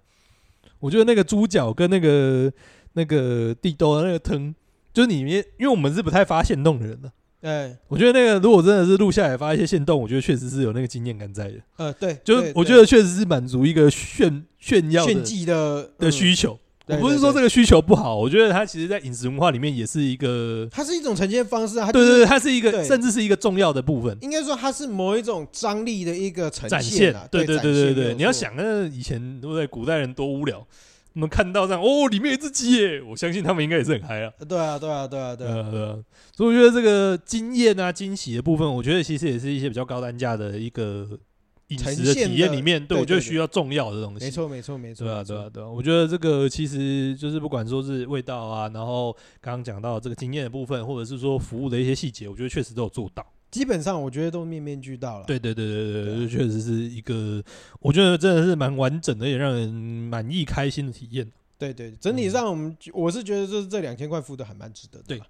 [SPEAKER 3] 我觉得那个猪脚跟那个那个地豆啊那个汤，就是里面，因为我们是不太发现动的人呢、啊
[SPEAKER 1] 哎
[SPEAKER 3] 我觉得那个如果真的是录下来发一些现动，我觉得确实是有那个经验感在的。
[SPEAKER 1] 呃对，
[SPEAKER 3] 就是
[SPEAKER 1] 对
[SPEAKER 3] 我觉
[SPEAKER 1] 对
[SPEAKER 3] 得确实是满足一个炫炫耀的
[SPEAKER 1] 炫技的
[SPEAKER 3] 的
[SPEAKER 1] 嗯
[SPEAKER 3] 需求。
[SPEAKER 1] 对
[SPEAKER 3] 我不是
[SPEAKER 1] 对
[SPEAKER 3] 说
[SPEAKER 1] 对
[SPEAKER 3] 这个需求不好，我觉得它其实在饮食文化里面也是一个，
[SPEAKER 1] 它是一种呈现方式啊，它就
[SPEAKER 3] 对
[SPEAKER 1] 是
[SPEAKER 3] 对对，它是一个
[SPEAKER 1] 对
[SPEAKER 3] 甚至是一个重要的部分。
[SPEAKER 1] 应该说它是某一种张力的一个呈
[SPEAKER 3] 展
[SPEAKER 1] 现
[SPEAKER 3] 现
[SPEAKER 1] 啊，，
[SPEAKER 3] 对
[SPEAKER 1] 对
[SPEAKER 3] 对对对，
[SPEAKER 1] 对，
[SPEAKER 3] 你要想，那以前对不对？古代人多无聊，我们看到这样哦，里面有一只鸡耶，我相信他们应该也是很嗨啊。
[SPEAKER 1] 呃，对啊对啊对啊对
[SPEAKER 3] 对
[SPEAKER 1] 啊，
[SPEAKER 3] 啊，对啊，所以我觉得这个经验啊、惊喜的部分，我觉得其实也是一些比较高单价的一个饮食的体验里面，
[SPEAKER 1] 呈现的
[SPEAKER 3] 对我觉
[SPEAKER 1] 对对对
[SPEAKER 3] 得需要重要的东西。
[SPEAKER 1] 没，错没错没错，
[SPEAKER 3] 对啊，
[SPEAKER 1] 没错
[SPEAKER 3] 对啊，，对啊，我觉得这个其实就是不管说是味道啊，然后刚刚讲到这个经验的部分，或者是说服务的一些细节，我觉得确实都有做到。
[SPEAKER 1] 基本上我觉得都面面俱到了，
[SPEAKER 3] 对对对对
[SPEAKER 1] 对
[SPEAKER 3] 对，
[SPEAKER 1] 啊
[SPEAKER 3] 就确实是一个，我觉得真的是蛮完整的，也让人满意、开心的体验。
[SPEAKER 1] 对对，整体
[SPEAKER 3] 嗯
[SPEAKER 1] 上我们觉我是觉得就是这两千块付的还蛮值得的啦。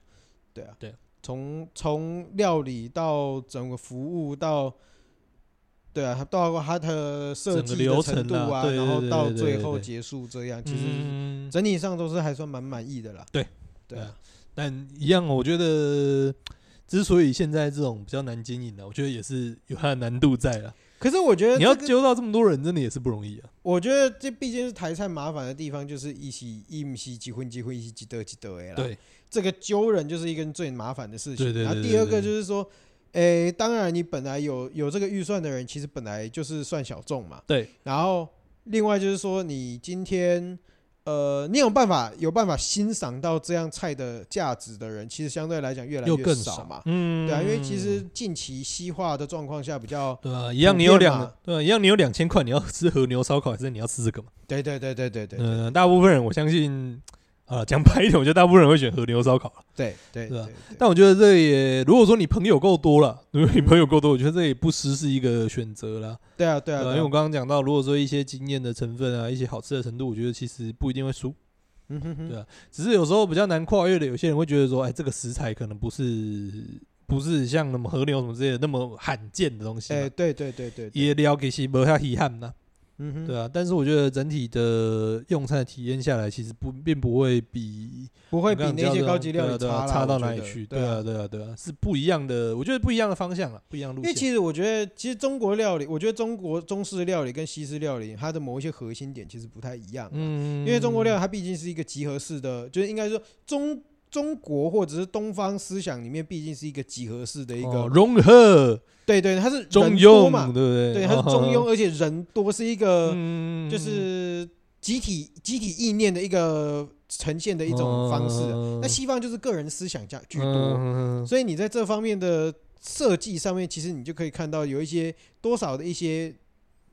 [SPEAKER 1] 对啊，
[SPEAKER 3] 对，
[SPEAKER 1] 从从料理到整个服务到，对啊，到它的设
[SPEAKER 3] 整个
[SPEAKER 1] 计的
[SPEAKER 3] 流
[SPEAKER 1] 程
[SPEAKER 3] 程
[SPEAKER 1] 度
[SPEAKER 3] 啊
[SPEAKER 1] 啊，
[SPEAKER 3] 对对
[SPEAKER 1] 然后
[SPEAKER 3] 对
[SPEAKER 1] 到
[SPEAKER 3] 对
[SPEAKER 1] 最
[SPEAKER 3] 对
[SPEAKER 1] 后
[SPEAKER 3] 对
[SPEAKER 1] 结束这样，其
[SPEAKER 3] 其
[SPEAKER 1] 实
[SPEAKER 3] 实
[SPEAKER 1] 整体上都是还算蛮满意的啦。
[SPEAKER 3] 对，
[SPEAKER 1] 嗯对啊，
[SPEAKER 3] 但一样，哦我觉得之所以现在这种比较难经营的，啊我觉得也是有它的难度在了。
[SPEAKER 1] 可是我觉得
[SPEAKER 3] 你要
[SPEAKER 1] 这个
[SPEAKER 3] 揪到这么多人，真的也是不容易啊。
[SPEAKER 1] 我觉得这毕竟是台菜麻烦的地方，就是一起一不是结婚结婚一起几得几得哎啦。
[SPEAKER 3] 对，
[SPEAKER 1] 这个揪人就是一个最麻烦的事情。
[SPEAKER 3] 对对对
[SPEAKER 1] 然后
[SPEAKER 3] 对
[SPEAKER 1] 第二个
[SPEAKER 3] 对
[SPEAKER 1] 就是说，诶，当然你本来有有这个预算的人，其实本来就是算小众嘛。
[SPEAKER 3] 对。
[SPEAKER 1] 然后另外就是说，你今天呃，你有办法有办法欣赏到这样菜的价值的人，其实相对来讲越来
[SPEAKER 3] 又
[SPEAKER 1] 越
[SPEAKER 3] 更
[SPEAKER 1] 少嘛。
[SPEAKER 3] 嗯
[SPEAKER 1] 对啊，因为其实近期西化的状况下比较，
[SPEAKER 3] 对啊，一样你有两对啊，一样你有两千块，你要吃和牛烧烤还是你要吃这个嘛？
[SPEAKER 1] 对对对对对对对
[SPEAKER 3] 嗯，大部分人我相信。啊，讲白一点，我觉得大部分人会选和牛烧烤啦
[SPEAKER 1] 对对
[SPEAKER 3] 是
[SPEAKER 1] 对
[SPEAKER 3] 啊
[SPEAKER 1] 对
[SPEAKER 3] 但我觉得这也，如果说你朋友够多了，如
[SPEAKER 1] 嗯
[SPEAKER 3] 果你朋友够多，我觉得这也不失是一个选择啦。
[SPEAKER 1] 对啊对啊
[SPEAKER 3] 对啊，因
[SPEAKER 1] 对
[SPEAKER 3] 为
[SPEAKER 1] 啊
[SPEAKER 3] 我！刚刚讲到，如果说一些经验的成分啊，一些好吃的程度，我觉得其实不一定会输。
[SPEAKER 1] 嗯哼哼
[SPEAKER 3] 对啊只是有时候比较难跨越的，有些人会觉得说，哎，这个食材可能不是不是像什么和牛什么之类的那么罕见的东西嘛，
[SPEAKER 1] 哎，对对对对，对
[SPEAKER 3] 也了给西伯下遗憾呐。
[SPEAKER 1] 嗯哼，
[SPEAKER 3] 对啊，但是我觉得整体的用餐的体验下来，其实不并不会比
[SPEAKER 1] 不
[SPEAKER 3] 我
[SPEAKER 1] 会比
[SPEAKER 3] 刚刚
[SPEAKER 1] 那
[SPEAKER 3] 讲
[SPEAKER 1] 些
[SPEAKER 3] 到
[SPEAKER 1] 高级料
[SPEAKER 3] 对
[SPEAKER 1] 理
[SPEAKER 3] 啊对
[SPEAKER 1] 差
[SPEAKER 3] 啊
[SPEAKER 1] 啦
[SPEAKER 3] 差到
[SPEAKER 1] 我觉
[SPEAKER 3] 哪里
[SPEAKER 1] 得
[SPEAKER 3] 去？
[SPEAKER 1] 对
[SPEAKER 3] 对啊，对啊，对啊，是不一样的，我觉得不一样的方向了，不一样的
[SPEAKER 1] 因
[SPEAKER 3] 路
[SPEAKER 1] 为
[SPEAKER 3] 线。
[SPEAKER 1] 其实我觉得，其实中国料理，我觉得中国中式料理跟西式料理，它的某一些核心点其实不太一样。嗯，
[SPEAKER 3] 嗯
[SPEAKER 1] 因为中国料理它毕竟是一个集合式的，就是应该说中中国或者是东方思想里面，毕竟是一个集合式的一
[SPEAKER 3] 哦
[SPEAKER 1] 个，
[SPEAKER 3] 融合
[SPEAKER 1] 对对，它是
[SPEAKER 3] 中
[SPEAKER 1] 人多
[SPEAKER 3] 庸
[SPEAKER 1] 嘛，
[SPEAKER 3] 对不对？
[SPEAKER 1] 对，它是中庸，
[SPEAKER 3] 哦，
[SPEAKER 1] 而且人多是一个
[SPEAKER 3] [LAUGHS] 嗯
[SPEAKER 1] 就是集体集体意念的一个呈现
[SPEAKER 3] 哦
[SPEAKER 1] 啊的一种方式。那西方就是个人思想家居多，
[SPEAKER 3] 嗯
[SPEAKER 1] 所以你在这方面的设计上面，其实你就可以看到有一些多少的一些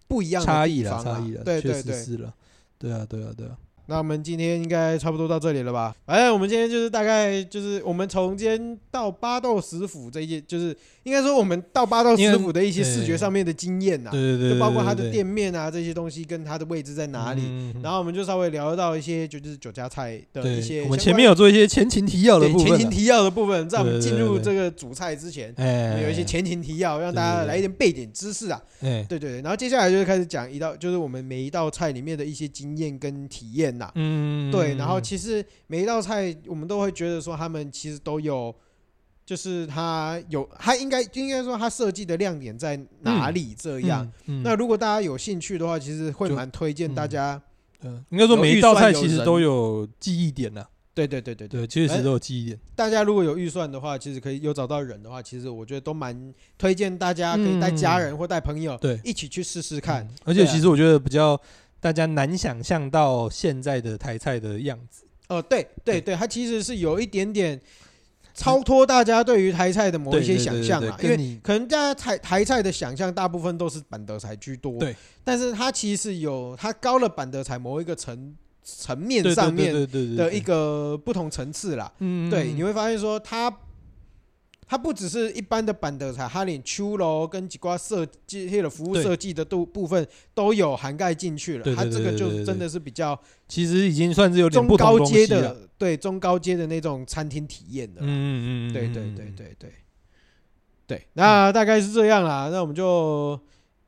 [SPEAKER 1] 不一样的
[SPEAKER 3] 差异
[SPEAKER 1] 地
[SPEAKER 3] 了，
[SPEAKER 1] 方啊
[SPEAKER 3] 差异了，
[SPEAKER 1] 对
[SPEAKER 3] 确
[SPEAKER 1] 对
[SPEAKER 3] 实
[SPEAKER 1] 对。
[SPEAKER 3] 是了，对啊，对啊，对啊，
[SPEAKER 1] 那我们今天应该差不多到这里了吧？反正我们今天就是大概就是我们从今天到巴豆食府这一些，就是应该说我们到巴豆食府的一些视觉上面的经验呐、
[SPEAKER 3] 对对对，
[SPEAKER 1] 啊就包括它的
[SPEAKER 3] 对嗯
[SPEAKER 1] 店面啊这些东西跟它的位置在哪里。？
[SPEAKER 3] 对
[SPEAKER 1] 然后我们就稍微聊到一些就是酒家菜的
[SPEAKER 3] 对
[SPEAKER 1] 一些
[SPEAKER 3] 我
[SPEAKER 1] 相关的，
[SPEAKER 3] 们前面有做一些前情提要的
[SPEAKER 1] 对
[SPEAKER 3] 部分
[SPEAKER 1] 前
[SPEAKER 3] 啊，
[SPEAKER 1] 情提要的部分，在我
[SPEAKER 3] 对
[SPEAKER 1] 们
[SPEAKER 3] 对
[SPEAKER 1] 进入
[SPEAKER 3] 对
[SPEAKER 1] 这个主菜之前，我
[SPEAKER 3] 哎，
[SPEAKER 1] 们有一些前情提要，让大
[SPEAKER 3] 对
[SPEAKER 1] 家
[SPEAKER 3] 对对
[SPEAKER 1] 来一点备点知识啊。
[SPEAKER 3] 哎，
[SPEAKER 1] 对对对，然后接下来就是开始讲一道，就是我们每一道菜里面的一些经验跟体验呐、
[SPEAKER 3] 嗯，
[SPEAKER 1] 对，然后其实每一道菜我们都会觉得说，他们其实都有，就是它有，它应该应该说它设计的亮点在哪里这样。
[SPEAKER 3] 嗯，嗯
[SPEAKER 1] 那如果大家有兴趣的话，其实会
[SPEAKER 3] 就
[SPEAKER 1] 蛮推荐大
[SPEAKER 3] 嗯
[SPEAKER 1] 家。
[SPEAKER 3] 嗯应该说
[SPEAKER 1] 有
[SPEAKER 3] 每
[SPEAKER 1] 预
[SPEAKER 3] 一道
[SPEAKER 1] 算
[SPEAKER 3] 菜
[SPEAKER 1] 有
[SPEAKER 3] 其实
[SPEAKER 1] 人
[SPEAKER 3] 都有记忆点呐，啊
[SPEAKER 1] 对对对对对，
[SPEAKER 3] 对，确
[SPEAKER 1] 哎
[SPEAKER 3] 实都有记忆点，
[SPEAKER 1] 大家如果有预算的话，其实可以有找到人的话，其实我觉得都蛮推荐大家可以带家人或带朋友
[SPEAKER 3] 嗯对
[SPEAKER 1] 一起去试试看。
[SPEAKER 3] 嗯，而且
[SPEAKER 1] 对啊
[SPEAKER 3] 其实我觉得比较大家难想象到现在的台菜的样子，
[SPEAKER 1] 哦，对对对，它其实是有一点点超脱大家对于台菜的某
[SPEAKER 3] 对
[SPEAKER 1] 一些
[SPEAKER 3] 对
[SPEAKER 1] 想
[SPEAKER 3] 对
[SPEAKER 1] 象
[SPEAKER 3] 对
[SPEAKER 1] 啊，因
[SPEAKER 3] 跟
[SPEAKER 1] 为
[SPEAKER 3] 你
[SPEAKER 1] 可能大家台台菜的想象大部分都是板德才居多，
[SPEAKER 3] 对，
[SPEAKER 1] 但是它其实有它高了板德才某一个层层面
[SPEAKER 3] 对对
[SPEAKER 1] 上
[SPEAKER 3] 对
[SPEAKER 1] 面
[SPEAKER 3] 对对对
[SPEAKER 1] 的
[SPEAKER 3] 对
[SPEAKER 1] 一个不同层次啦。
[SPEAKER 3] 嗯，
[SPEAKER 1] 对，
[SPEAKER 3] 嗯
[SPEAKER 1] 你会发现说它它不只是一般的板德菜，它连秋楼跟几挂设计、迄个服务
[SPEAKER 3] 对
[SPEAKER 1] 设计的都部分都有涵盖进去了
[SPEAKER 3] 对。对
[SPEAKER 1] 它这个
[SPEAKER 3] 对对对
[SPEAKER 1] 就
[SPEAKER 3] 对
[SPEAKER 1] 真的是比较
[SPEAKER 3] 其实已经算是有点
[SPEAKER 1] 中
[SPEAKER 3] 不同
[SPEAKER 1] 高
[SPEAKER 3] 东
[SPEAKER 1] 阶
[SPEAKER 3] 西啊了，
[SPEAKER 1] 的，对中高阶的那种餐厅体验的啦。
[SPEAKER 3] 嗯嗯嗯，
[SPEAKER 1] 对对
[SPEAKER 3] 嗯
[SPEAKER 1] 对，对对对，那大概是这样啦。那我们就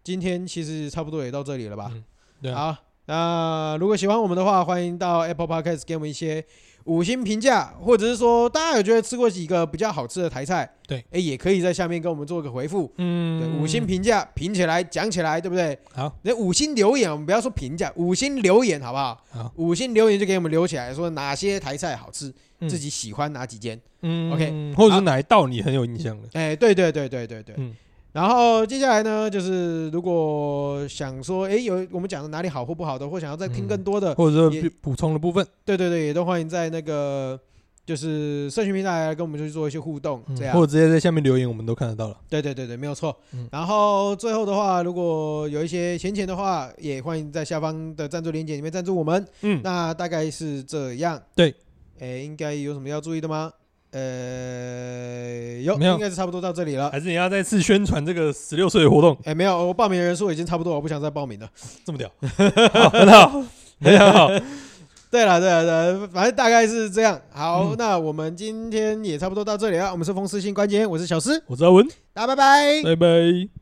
[SPEAKER 1] 今天其实差不多也到这里了吧
[SPEAKER 3] 嗯？对啊，
[SPEAKER 1] 好，那如果喜欢我们的话，欢迎到 Apple Podcast 给我们一些五星评价，或者是说大家有觉得吃过几个比较好吃的台菜，
[SPEAKER 3] 对
[SPEAKER 1] 哎、也可以在下面跟我们做个回复。
[SPEAKER 3] 嗯，
[SPEAKER 1] 对，五星评价评起来，讲起来，对不对？
[SPEAKER 3] 好，
[SPEAKER 1] 那五星留言，我们不要说评价，五星留言好不好？
[SPEAKER 3] 好，
[SPEAKER 1] 五星留言就给我们留起来，说哪些台菜好吃，
[SPEAKER 3] 嗯
[SPEAKER 1] 自己喜欢哪几间。
[SPEAKER 3] 嗯
[SPEAKER 1] OK，
[SPEAKER 3] 或者
[SPEAKER 1] 好
[SPEAKER 3] 是哪一道你很有印象的，
[SPEAKER 1] 哎、对对对对对对。
[SPEAKER 3] 嗯
[SPEAKER 1] 然后接下来呢，就是如果想说，哎，有我们讲的哪里好或不好的，或想要再听
[SPEAKER 3] 嗯
[SPEAKER 1] 更多的，
[SPEAKER 3] 或者
[SPEAKER 1] 呃也
[SPEAKER 3] 说补充的部分，
[SPEAKER 1] 对对对，也都欢迎在那个就是社群平台来跟我们去做一些互动，
[SPEAKER 3] 嗯
[SPEAKER 1] 这
[SPEAKER 3] 或
[SPEAKER 1] 样。
[SPEAKER 3] 者直接在下面留言，我们都看得到了。
[SPEAKER 1] 对对对对，没有错
[SPEAKER 3] 嗯。
[SPEAKER 1] 然后最后的话，如果有一些闲钱的话，也欢迎在下方的赞助链接里面赞助我们。
[SPEAKER 3] 嗯，
[SPEAKER 1] 那大概是这样。
[SPEAKER 3] 对，
[SPEAKER 1] 哎，应该有什么要注意的吗？呃，有，
[SPEAKER 3] 没有
[SPEAKER 1] 应该是差不多到这里了。
[SPEAKER 3] 还是你要再次宣传这个十六岁的活动，
[SPEAKER 1] 哎，没有，我报名的人数已经差不多，我不想再报名了。
[SPEAKER 3] 这么屌， [LAUGHS] 好很 [LAUGHS] 好，很好。
[SPEAKER 1] 对了，对了，对了，反正大概是这样。好，
[SPEAKER 3] 嗯
[SPEAKER 1] 那我们今天也差不多到这里了。我们是风湿性关节炎，我是小诗，
[SPEAKER 3] 我是阿文，
[SPEAKER 1] 大家拜拜。
[SPEAKER 3] 拜拜。